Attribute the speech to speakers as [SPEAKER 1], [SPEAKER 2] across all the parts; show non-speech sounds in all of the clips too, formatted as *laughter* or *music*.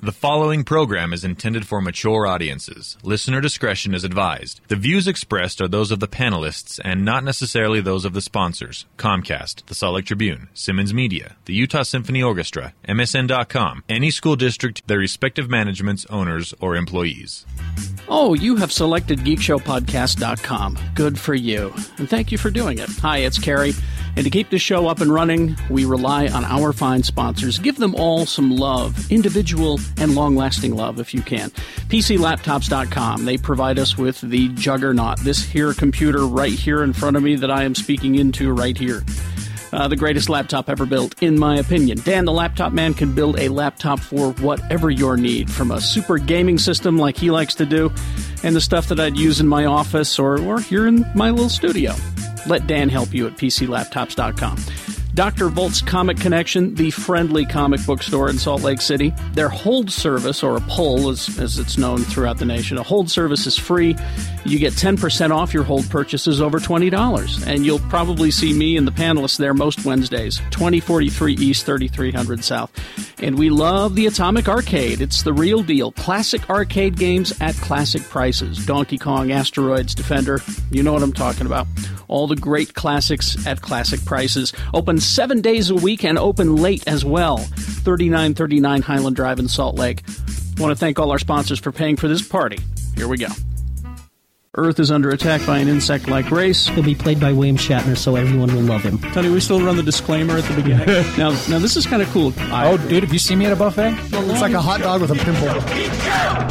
[SPEAKER 1] The following program is intended for mature audiences. Listener discretion is advised. The views expressed are those of the panelists and not necessarily those of the sponsors Comcast, the Salt Lake Tribune, Simmons Media, the Utah Symphony Orchestra, MSN.com, any school district, their respective managements, owners, or employees.
[SPEAKER 2] Oh, you have selected geekshowpodcast.com. Good for you. And thank you for doing it. Hi, it's Carrie. And to keep this show up and running, we rely on our fine sponsors. Give them all some love, individual and long lasting love if you can. PCLaptops.com. They provide us with the juggernaut, this here computer right here in front of me that I am speaking into right here. Uh, the greatest laptop ever built, in my opinion. Dan the Laptop Man can build a laptop for whatever your need, from a super gaming system like he likes to do, and the stuff that I'd use in my office or, or here in my little studio. Let Dan help you at PCLaptops.com. Dr. Volt's Comic Connection, the friendly comic book store in Salt Lake City. Their hold service, or a pull as, as it's known throughout the nation, a hold service is free. You get 10% off your hold purchases over $20. And you'll probably see me and the panelists there most Wednesdays, 2043 East, 3300 South. And we love the Atomic Arcade. It's the real deal. Classic arcade games at classic prices Donkey Kong, Asteroids, Defender. You know what I'm talking about. All the great classics at classic prices. Open seven days a week and open late as well. 3939 Highland Drive in Salt Lake. Want to thank all our sponsors for paying for this party. Here
[SPEAKER 3] *laughs*
[SPEAKER 2] we go. Earth is under attack by an insect like race.
[SPEAKER 4] He'll be played by William Shatner, so everyone will love him.
[SPEAKER 2] Tony, we still run the disclaimer at the beginning. now, now this is kind of cool. I-
[SPEAKER 3] Oh, dude, have you seen me at a buffet?
[SPEAKER 5] It's like a hot dog with a pimple.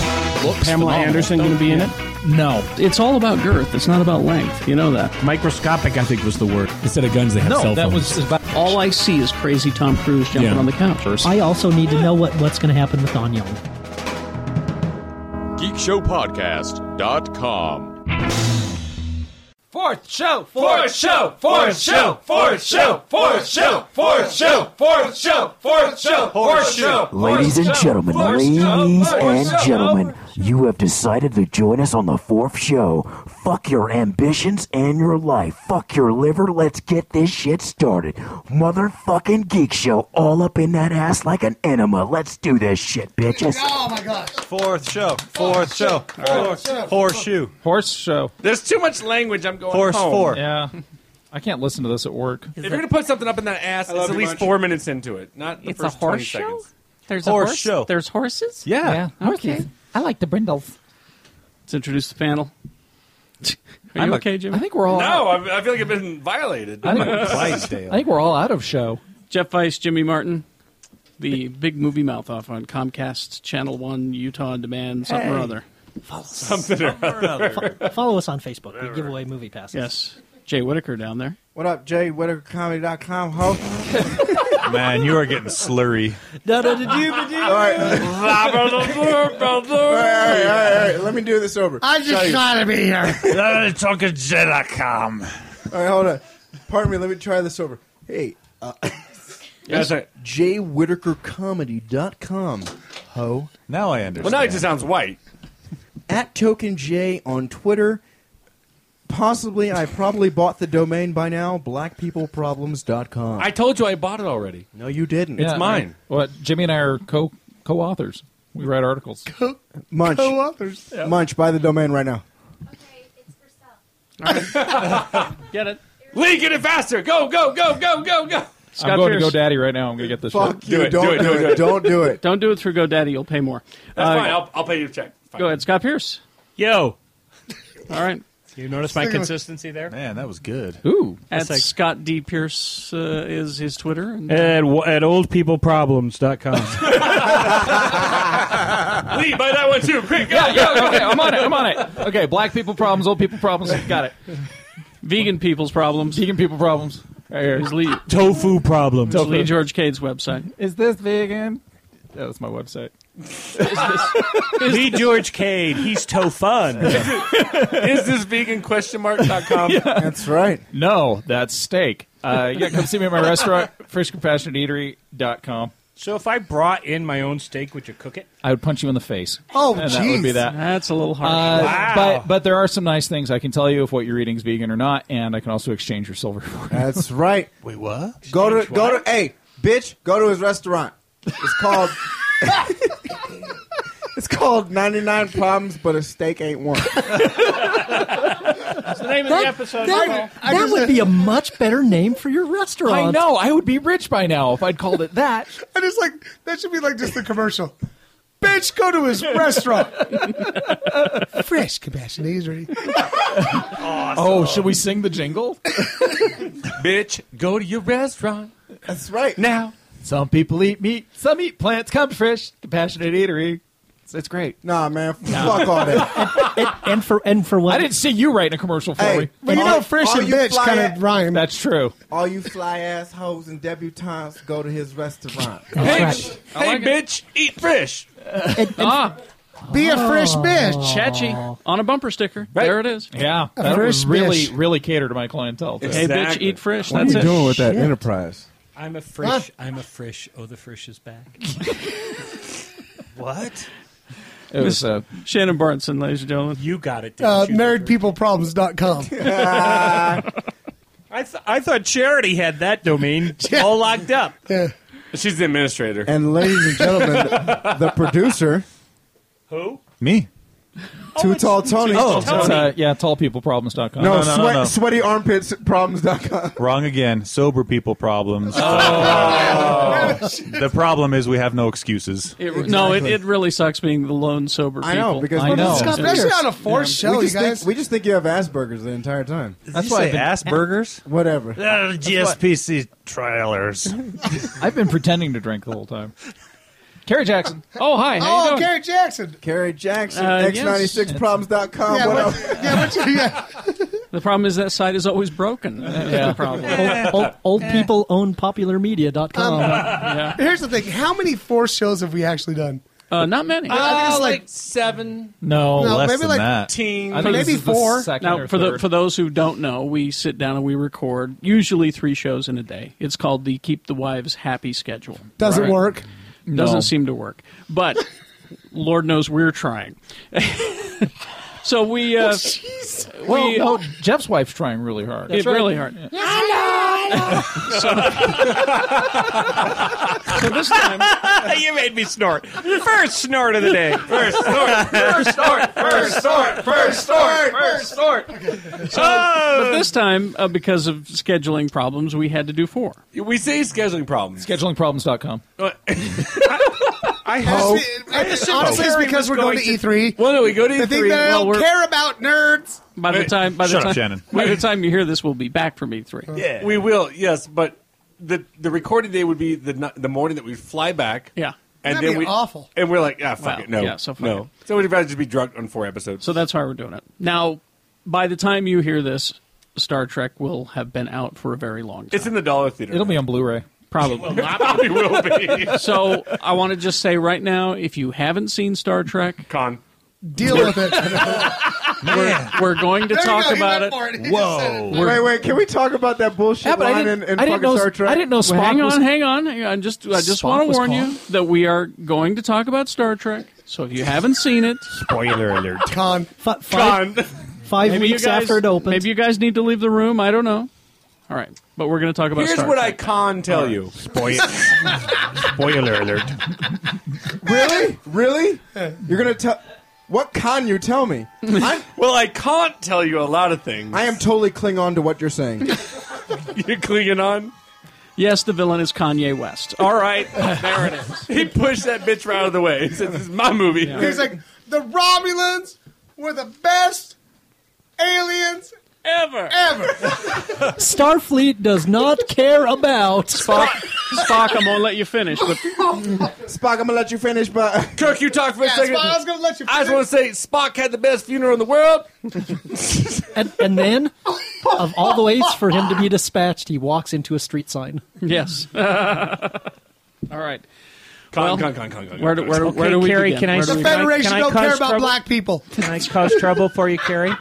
[SPEAKER 3] Pamela Anderson going to be in it? No.
[SPEAKER 2] it's all about girth. It's not about length. You know that.
[SPEAKER 3] Microscopic, I think, was the word.
[SPEAKER 6] Instead of guns, they have
[SPEAKER 3] No,
[SPEAKER 6] cell
[SPEAKER 3] that
[SPEAKER 6] phones.
[SPEAKER 3] was about.
[SPEAKER 2] All I see is crazy Tom Cruise jumping
[SPEAKER 6] Yeah.
[SPEAKER 2] on the couch.
[SPEAKER 4] I also need to know what, what's going to happen with On Young.
[SPEAKER 7] GeekShowPodcast.com.
[SPEAKER 3] Fourth show, fourth show, fourth show, fourth show, fourth show, fourth show, fourth show, fourth show, fourth show.
[SPEAKER 8] Ladies and gentlemen, ladies and gentlemen, you have decided to join us on the fourth show. Fuck your ambitions and your life. Fuck your liver. Let's get this shit started. Motherfucking Geek Show, all up in that ass like an enema. Let's do this shit, bitches.
[SPEAKER 5] Oh my gosh.
[SPEAKER 9] Fourth show. Fourth show. Fourth Horseshoe.
[SPEAKER 3] Horse show.
[SPEAKER 10] There's too much language. I'm going
[SPEAKER 9] Horse
[SPEAKER 10] home.
[SPEAKER 9] four.
[SPEAKER 3] Yeah. I can't listen to this at work.
[SPEAKER 10] If you're gonna put something up in that ass, it's
[SPEAKER 9] love
[SPEAKER 10] at
[SPEAKER 9] you
[SPEAKER 10] least
[SPEAKER 9] much.
[SPEAKER 10] four minutes into it, not the
[SPEAKER 11] it's a
[SPEAKER 10] first
[SPEAKER 11] horse
[SPEAKER 10] 20
[SPEAKER 11] show.
[SPEAKER 10] seconds.
[SPEAKER 11] There's a
[SPEAKER 9] Horse
[SPEAKER 11] horse
[SPEAKER 9] show.
[SPEAKER 11] There's horses.
[SPEAKER 3] Yeah.
[SPEAKER 11] Okay. I like the brindles.
[SPEAKER 2] Let's introduce the panel. Are you
[SPEAKER 3] I'm a-
[SPEAKER 2] okay, Jimmy?
[SPEAKER 4] I think we're all out,
[SPEAKER 10] No, I, I feel like I've been violated. *laughs*
[SPEAKER 4] I think, I
[SPEAKER 3] Clydesdale.
[SPEAKER 4] think we're all out of show.
[SPEAKER 2] Jeff Weiss, Jimmy Martin, the big movie mouth off on Comcast Channel 1, Utah on Demand, something or other.
[SPEAKER 4] Follow us on Facebook. We give away movie passes.
[SPEAKER 2] Yes. Jay Whitaker down there.
[SPEAKER 5] What up, Jay? WhitakerComedy.com, ho.
[SPEAKER 9] Man, you are getting slurry.
[SPEAKER 5] All right, all right, *laughs* all right, all right. Let me do this over. I just gotta be
[SPEAKER 6] *laughs*
[SPEAKER 5] here. All right, hold on. Pardon me. Let me try this over. Hey, uh,
[SPEAKER 10] That's right.
[SPEAKER 5] jwhitakercomedy.com, ho.
[SPEAKER 9] Now I understand.
[SPEAKER 10] Well, now it just sounds white.
[SPEAKER 5] At Token J on Twitter. Possibly, I probably bought the domain by now. Blackpeopleproblems.com.
[SPEAKER 10] I told you I bought it already.
[SPEAKER 5] no, you didn't.
[SPEAKER 3] It's
[SPEAKER 10] mine.
[SPEAKER 3] What? Jimmy and I are co co authors. We write articles.
[SPEAKER 5] Munch.
[SPEAKER 3] Co-authors.
[SPEAKER 5] Munch, buy the domain right now.
[SPEAKER 2] Get it.
[SPEAKER 10] Lee, get it faster! Go, go, go, go, go, go!
[SPEAKER 3] I'm going
[SPEAKER 2] Pierce.
[SPEAKER 3] to GoDaddy right now. I'm going to get this.
[SPEAKER 5] Fuck
[SPEAKER 3] shit.
[SPEAKER 5] you.
[SPEAKER 10] it,
[SPEAKER 5] don't
[SPEAKER 10] do it, do it, do it.
[SPEAKER 5] Don't do it.
[SPEAKER 2] Don't do it through GoDaddy. You'll pay more.
[SPEAKER 10] That's
[SPEAKER 2] Uh,
[SPEAKER 10] fine. I'll, I'll pay you a check. Fine.
[SPEAKER 2] Go ahead, Scott Pierce.
[SPEAKER 6] Yo,
[SPEAKER 2] All right.
[SPEAKER 6] you
[SPEAKER 5] *laughs*
[SPEAKER 6] notice my consistency there?
[SPEAKER 9] Man, that was good.
[SPEAKER 3] Ooh.
[SPEAKER 2] At Scott D. Pierce uh, is his Twitter. And,
[SPEAKER 6] At, at oldpeopleproblems.com.
[SPEAKER 10] Lee, buy that one too. Quick, go!
[SPEAKER 3] Yeah, okay, I'm on it. I'm on it. Okay, black people problems, old people problems. Got it.
[SPEAKER 2] vegan people's problems.
[SPEAKER 3] Vegan people problems. Right here.
[SPEAKER 2] Is Lee,
[SPEAKER 6] Tofu problems.
[SPEAKER 2] is Lee George Cade's website.
[SPEAKER 3] Is this vegan? Yeah, that's my
[SPEAKER 10] *laughs*
[SPEAKER 3] website.
[SPEAKER 6] Lee George Cade. He's
[SPEAKER 3] *laughs*
[SPEAKER 6] tofun.
[SPEAKER 10] Is this vegan question mark dot com?
[SPEAKER 5] That's right.
[SPEAKER 3] *laughs* No, that's steak. Uh, yeah, come see me at my restaurant, freshcompassionateeatery.com.
[SPEAKER 6] so if I brought in my own steak, would you cook it?
[SPEAKER 3] I would punch you in the face.
[SPEAKER 5] Oh,
[SPEAKER 3] and that would be
[SPEAKER 5] jeez.
[SPEAKER 3] that.
[SPEAKER 2] That's a little
[SPEAKER 3] Uh,
[SPEAKER 2] hard.
[SPEAKER 3] But but there are some nice things I can tell you if what you're eating is vegan or not, and I can also exchange your silver for it.
[SPEAKER 5] That's right.
[SPEAKER 9] Wait, what?
[SPEAKER 10] *laughs*
[SPEAKER 5] Go to go to hey, bitch, go to his restaurant. It's called called 99 Problems, but a steak ain't one.
[SPEAKER 6] That's the name of
[SPEAKER 4] That-
[SPEAKER 6] the episode.
[SPEAKER 4] that-
[SPEAKER 6] I- I
[SPEAKER 4] that
[SPEAKER 6] just-
[SPEAKER 4] would be a much better name for your restaurant.
[SPEAKER 3] I know. I would be rich by now if I'd called
[SPEAKER 12] *laughs*
[SPEAKER 3] it that.
[SPEAKER 12] I just like that should be like just the commercial. Bitch, go to his restaurant. Fresh compassionate ready.
[SPEAKER 3] Oh, should we sing the *laughs* jingle?
[SPEAKER 13] Bitch, go to your restaurant.
[SPEAKER 5] That's right.
[SPEAKER 3] Now, some people eat meat, some eat plants, come fresh, compassionate eatery. It's, it's great.
[SPEAKER 5] Nah, man.
[SPEAKER 3] *laughs* Nah.
[SPEAKER 5] Fuck all that.
[SPEAKER 3] and for and for what? I didn't see you writing a commercial for
[SPEAKER 5] Hey,
[SPEAKER 3] me.
[SPEAKER 5] but you know, All- fresh all and you bitch fly kinda at-
[SPEAKER 3] rhyme. That's true.
[SPEAKER 5] All you fly assholes and debutantes go to his restaurant.
[SPEAKER 13] Bitch, hey, bitch, eat fish.
[SPEAKER 2] ah.
[SPEAKER 12] Be a fresh bitch.
[SPEAKER 2] Chatchy on a bumper sticker. There it is. *laughs*
[SPEAKER 3] Yeah,
[SPEAKER 2] A
[SPEAKER 3] that
[SPEAKER 2] fresh
[SPEAKER 3] would really
[SPEAKER 2] bitch.
[SPEAKER 3] really cater to my clientele. too.
[SPEAKER 2] Hey, bitch, eat fresh.
[SPEAKER 5] What
[SPEAKER 2] That's
[SPEAKER 5] are you
[SPEAKER 2] it.
[SPEAKER 5] doing with that enterprise?
[SPEAKER 6] I'm a fresh. I'm a fresh. Oh, the fresh is back. what?
[SPEAKER 2] It was uh, Shannon Barneson, ladies and gentlemen.
[SPEAKER 6] You got it.
[SPEAKER 12] Uh,
[SPEAKER 5] *laughs*
[SPEAKER 6] Uh,
[SPEAKER 12] marriedpeopleproblems.com.
[SPEAKER 6] I, th- I thought Charity had that domain all locked up.
[SPEAKER 13] She's the administrator.
[SPEAKER 5] And ladies and gentlemen,
[SPEAKER 6] *laughs*
[SPEAKER 5] the, the producer,
[SPEAKER 6] Who?
[SPEAKER 5] me, Too Tall Tony.
[SPEAKER 3] Oh, it's, uh, yeah, tallpeopleproblems.com.
[SPEAKER 5] no,
[SPEAKER 1] No, no, no,
[SPEAKER 5] sweat,
[SPEAKER 1] no.
[SPEAKER 5] sweaty armpits problems.com.
[SPEAKER 1] Wrong again. Sober people problems.
[SPEAKER 3] Oh.
[SPEAKER 1] the problem is we have no excuses.
[SPEAKER 2] It, No, it, it really sucks being the lone sober
[SPEAKER 5] I know
[SPEAKER 2] people.
[SPEAKER 5] because
[SPEAKER 1] I know.
[SPEAKER 12] Especially on a
[SPEAKER 5] we
[SPEAKER 12] forced show, you
[SPEAKER 5] just
[SPEAKER 12] guys.
[SPEAKER 5] Think, we just think you have Asperger's the entire time.
[SPEAKER 3] That's why I've been,
[SPEAKER 1] Asperger's?
[SPEAKER 5] Whatever.
[SPEAKER 1] GSPC trailers.
[SPEAKER 3] *laughs* I've been pretending to drink the whole time. Carrie Jackson.
[SPEAKER 2] Oh, hi.
[SPEAKER 3] How you
[SPEAKER 12] oh,
[SPEAKER 3] doing?
[SPEAKER 12] Gary Jackson.
[SPEAKER 5] Carrie Jackson,
[SPEAKER 2] Uh,
[SPEAKER 5] x96problems.com.
[SPEAKER 12] Yeah,
[SPEAKER 5] what
[SPEAKER 12] what-
[SPEAKER 5] else?
[SPEAKER 12] yeah, what you- yeah.
[SPEAKER 2] The problem is that site is always broken. That's
[SPEAKER 4] Yeah.
[SPEAKER 2] the
[SPEAKER 12] *laughs*
[SPEAKER 2] problem. Um,
[SPEAKER 4] Old, old, old people own popularmedia.com.
[SPEAKER 12] Here's the thing. How many forced shows have we actually done?
[SPEAKER 2] Uh, not many.
[SPEAKER 12] I think
[SPEAKER 13] Uh,
[SPEAKER 12] it's
[SPEAKER 13] like,
[SPEAKER 12] like-
[SPEAKER 13] seven
[SPEAKER 3] No,
[SPEAKER 12] No,
[SPEAKER 1] Less
[SPEAKER 12] maybe
[SPEAKER 1] than
[SPEAKER 12] like
[SPEAKER 1] that.
[SPEAKER 13] teen.
[SPEAKER 3] I think
[SPEAKER 12] maybe
[SPEAKER 3] this is the
[SPEAKER 12] four.
[SPEAKER 3] second
[SPEAKER 2] now,
[SPEAKER 3] or
[SPEAKER 2] for the
[SPEAKER 3] third.
[SPEAKER 2] for those who don't know, we sit down and we record usually three shows in a day. It's called the Keep the Wives Happy schedule.
[SPEAKER 12] Doesn't
[SPEAKER 2] Right.
[SPEAKER 12] work.
[SPEAKER 2] Doesn't seem to work, but Lord knows we're trying. so we uh,
[SPEAKER 3] *laughs* well,
[SPEAKER 2] we
[SPEAKER 3] no, Jeff's wife's trying really hard.
[SPEAKER 2] it really hard. so, so this time.
[SPEAKER 6] *laughs* you made me snort. First snort of the day.
[SPEAKER 13] First start, first start, first start, first start, first start.
[SPEAKER 6] Ah!
[SPEAKER 2] But this time, uh, because of scheduling problems, we had to do four.
[SPEAKER 13] We say scheduling problems.
[SPEAKER 3] Schedulingproblems.com.
[SPEAKER 12] I have
[SPEAKER 5] Oh.
[SPEAKER 12] to- I- honestly, it's because we're going to E E3.
[SPEAKER 13] Well, no, we go to
[SPEAKER 12] the
[SPEAKER 13] E3.
[SPEAKER 12] thing that I
[SPEAKER 2] Well,
[SPEAKER 12] don't
[SPEAKER 2] we're-
[SPEAKER 12] care about, nerds.
[SPEAKER 2] By the
[SPEAKER 13] Wait,
[SPEAKER 2] time, by the
[SPEAKER 1] shut up,
[SPEAKER 2] time,
[SPEAKER 1] Shannon.
[SPEAKER 2] by the time you hear this, we'll be back from E3.
[SPEAKER 13] Yeah. We will, yes, but the the recording day would be the ni- the morning that we fly back.
[SPEAKER 2] Yeah.
[SPEAKER 13] And
[SPEAKER 12] That'd
[SPEAKER 13] then
[SPEAKER 12] be
[SPEAKER 13] we
[SPEAKER 12] awful.
[SPEAKER 13] And we're like, ah, fuck
[SPEAKER 2] Wow.
[SPEAKER 13] it, no,
[SPEAKER 2] Yeah, so fuck
[SPEAKER 13] no. So we'd rather just be drunk on four episodes.
[SPEAKER 2] So that's why we're doing it. Now, by the time you hear this, Star Trek will have been out for a very long time.
[SPEAKER 13] it's in the Dollar Theater.
[SPEAKER 3] It'll be on Blu-ray.
[SPEAKER 13] *laughs*
[SPEAKER 2] probably.
[SPEAKER 13] Probably will be.
[SPEAKER 2] *laughs* so I want to just say right now, if you haven't seen Star Trek,
[SPEAKER 13] Con.
[SPEAKER 12] Deal with it.
[SPEAKER 2] *laughs* we're, we're going to
[SPEAKER 12] There you go,
[SPEAKER 2] talk
[SPEAKER 12] he
[SPEAKER 2] about
[SPEAKER 12] went
[SPEAKER 2] it.
[SPEAKER 12] for it. *laughs* He just
[SPEAKER 1] Whoa.
[SPEAKER 2] We're-
[SPEAKER 5] Wait, wait, can we talk about that bullshit
[SPEAKER 3] Yeah, but I
[SPEAKER 5] line
[SPEAKER 3] didn't,
[SPEAKER 5] in, in
[SPEAKER 3] I didn't
[SPEAKER 5] fucking
[SPEAKER 3] know.
[SPEAKER 5] Star Trek?
[SPEAKER 3] I didn't know
[SPEAKER 2] Well,
[SPEAKER 3] Spock
[SPEAKER 2] hang on,
[SPEAKER 3] was.
[SPEAKER 2] hang on, hang on. I just, I just
[SPEAKER 3] Spock
[SPEAKER 2] want to
[SPEAKER 3] was
[SPEAKER 2] warn
[SPEAKER 3] called.
[SPEAKER 2] you that we are going to talk about Star Trek. So if you haven't seen it,
[SPEAKER 1] Spoiler alert.
[SPEAKER 12] Con.
[SPEAKER 4] Fi- five five
[SPEAKER 2] maybe you
[SPEAKER 4] weeks
[SPEAKER 2] guys,
[SPEAKER 4] after it opened.
[SPEAKER 2] maybe you guys need to leave the room. I don't know. All right, but we're going to talk about.
[SPEAKER 13] Here's
[SPEAKER 2] Star
[SPEAKER 13] what I
[SPEAKER 2] Trek.
[SPEAKER 13] con tell you.
[SPEAKER 1] Spoiler, spoiler alert.
[SPEAKER 5] *laughs* Really?
[SPEAKER 12] *laughs*
[SPEAKER 5] Really? You're going to tell. What con you tell me? I'm,
[SPEAKER 13] Well, I can't tell you a lot of things. *laughs*
[SPEAKER 5] I am totally Klingon to what you're saying.
[SPEAKER 13] You're clinging on.
[SPEAKER 2] *laughs* Yes, the villain is Kanye *laughs* West.
[SPEAKER 13] All right, there it is. He pushed that bitch right out of the way. He said, "This is my movie."
[SPEAKER 12] He's like, the Romulans were the best aliens
[SPEAKER 13] ever.
[SPEAKER 12] ever.
[SPEAKER 4] Starfleet does not care about
[SPEAKER 2] Spock, Spock, I'm gonna let you finish, but
[SPEAKER 5] Spock, I'm going to let you finish,
[SPEAKER 3] *laughs*
[SPEAKER 5] but.
[SPEAKER 13] *laughs* Kirk, you talk for a
[SPEAKER 12] That's
[SPEAKER 13] second.
[SPEAKER 12] why I was going to let you
[SPEAKER 13] I
[SPEAKER 12] finish.
[SPEAKER 13] just want to say Spock had the best funeral in the world.
[SPEAKER 4] and, and then, of all the ways for him to be dispatched, he walks into a street sign.
[SPEAKER 2] yes. All right.
[SPEAKER 13] Con, con, con, con, con.
[SPEAKER 2] Where do, where, do- where do we
[SPEAKER 6] Carrie,
[SPEAKER 2] begin?
[SPEAKER 6] can I
[SPEAKER 2] Where do
[SPEAKER 12] the
[SPEAKER 2] we-
[SPEAKER 6] Can I-
[SPEAKER 12] Federation
[SPEAKER 6] can I
[SPEAKER 12] don't
[SPEAKER 6] cause
[SPEAKER 12] care about
[SPEAKER 6] trouble?
[SPEAKER 12] black people.
[SPEAKER 6] Can I cause trouble for you, Carrie?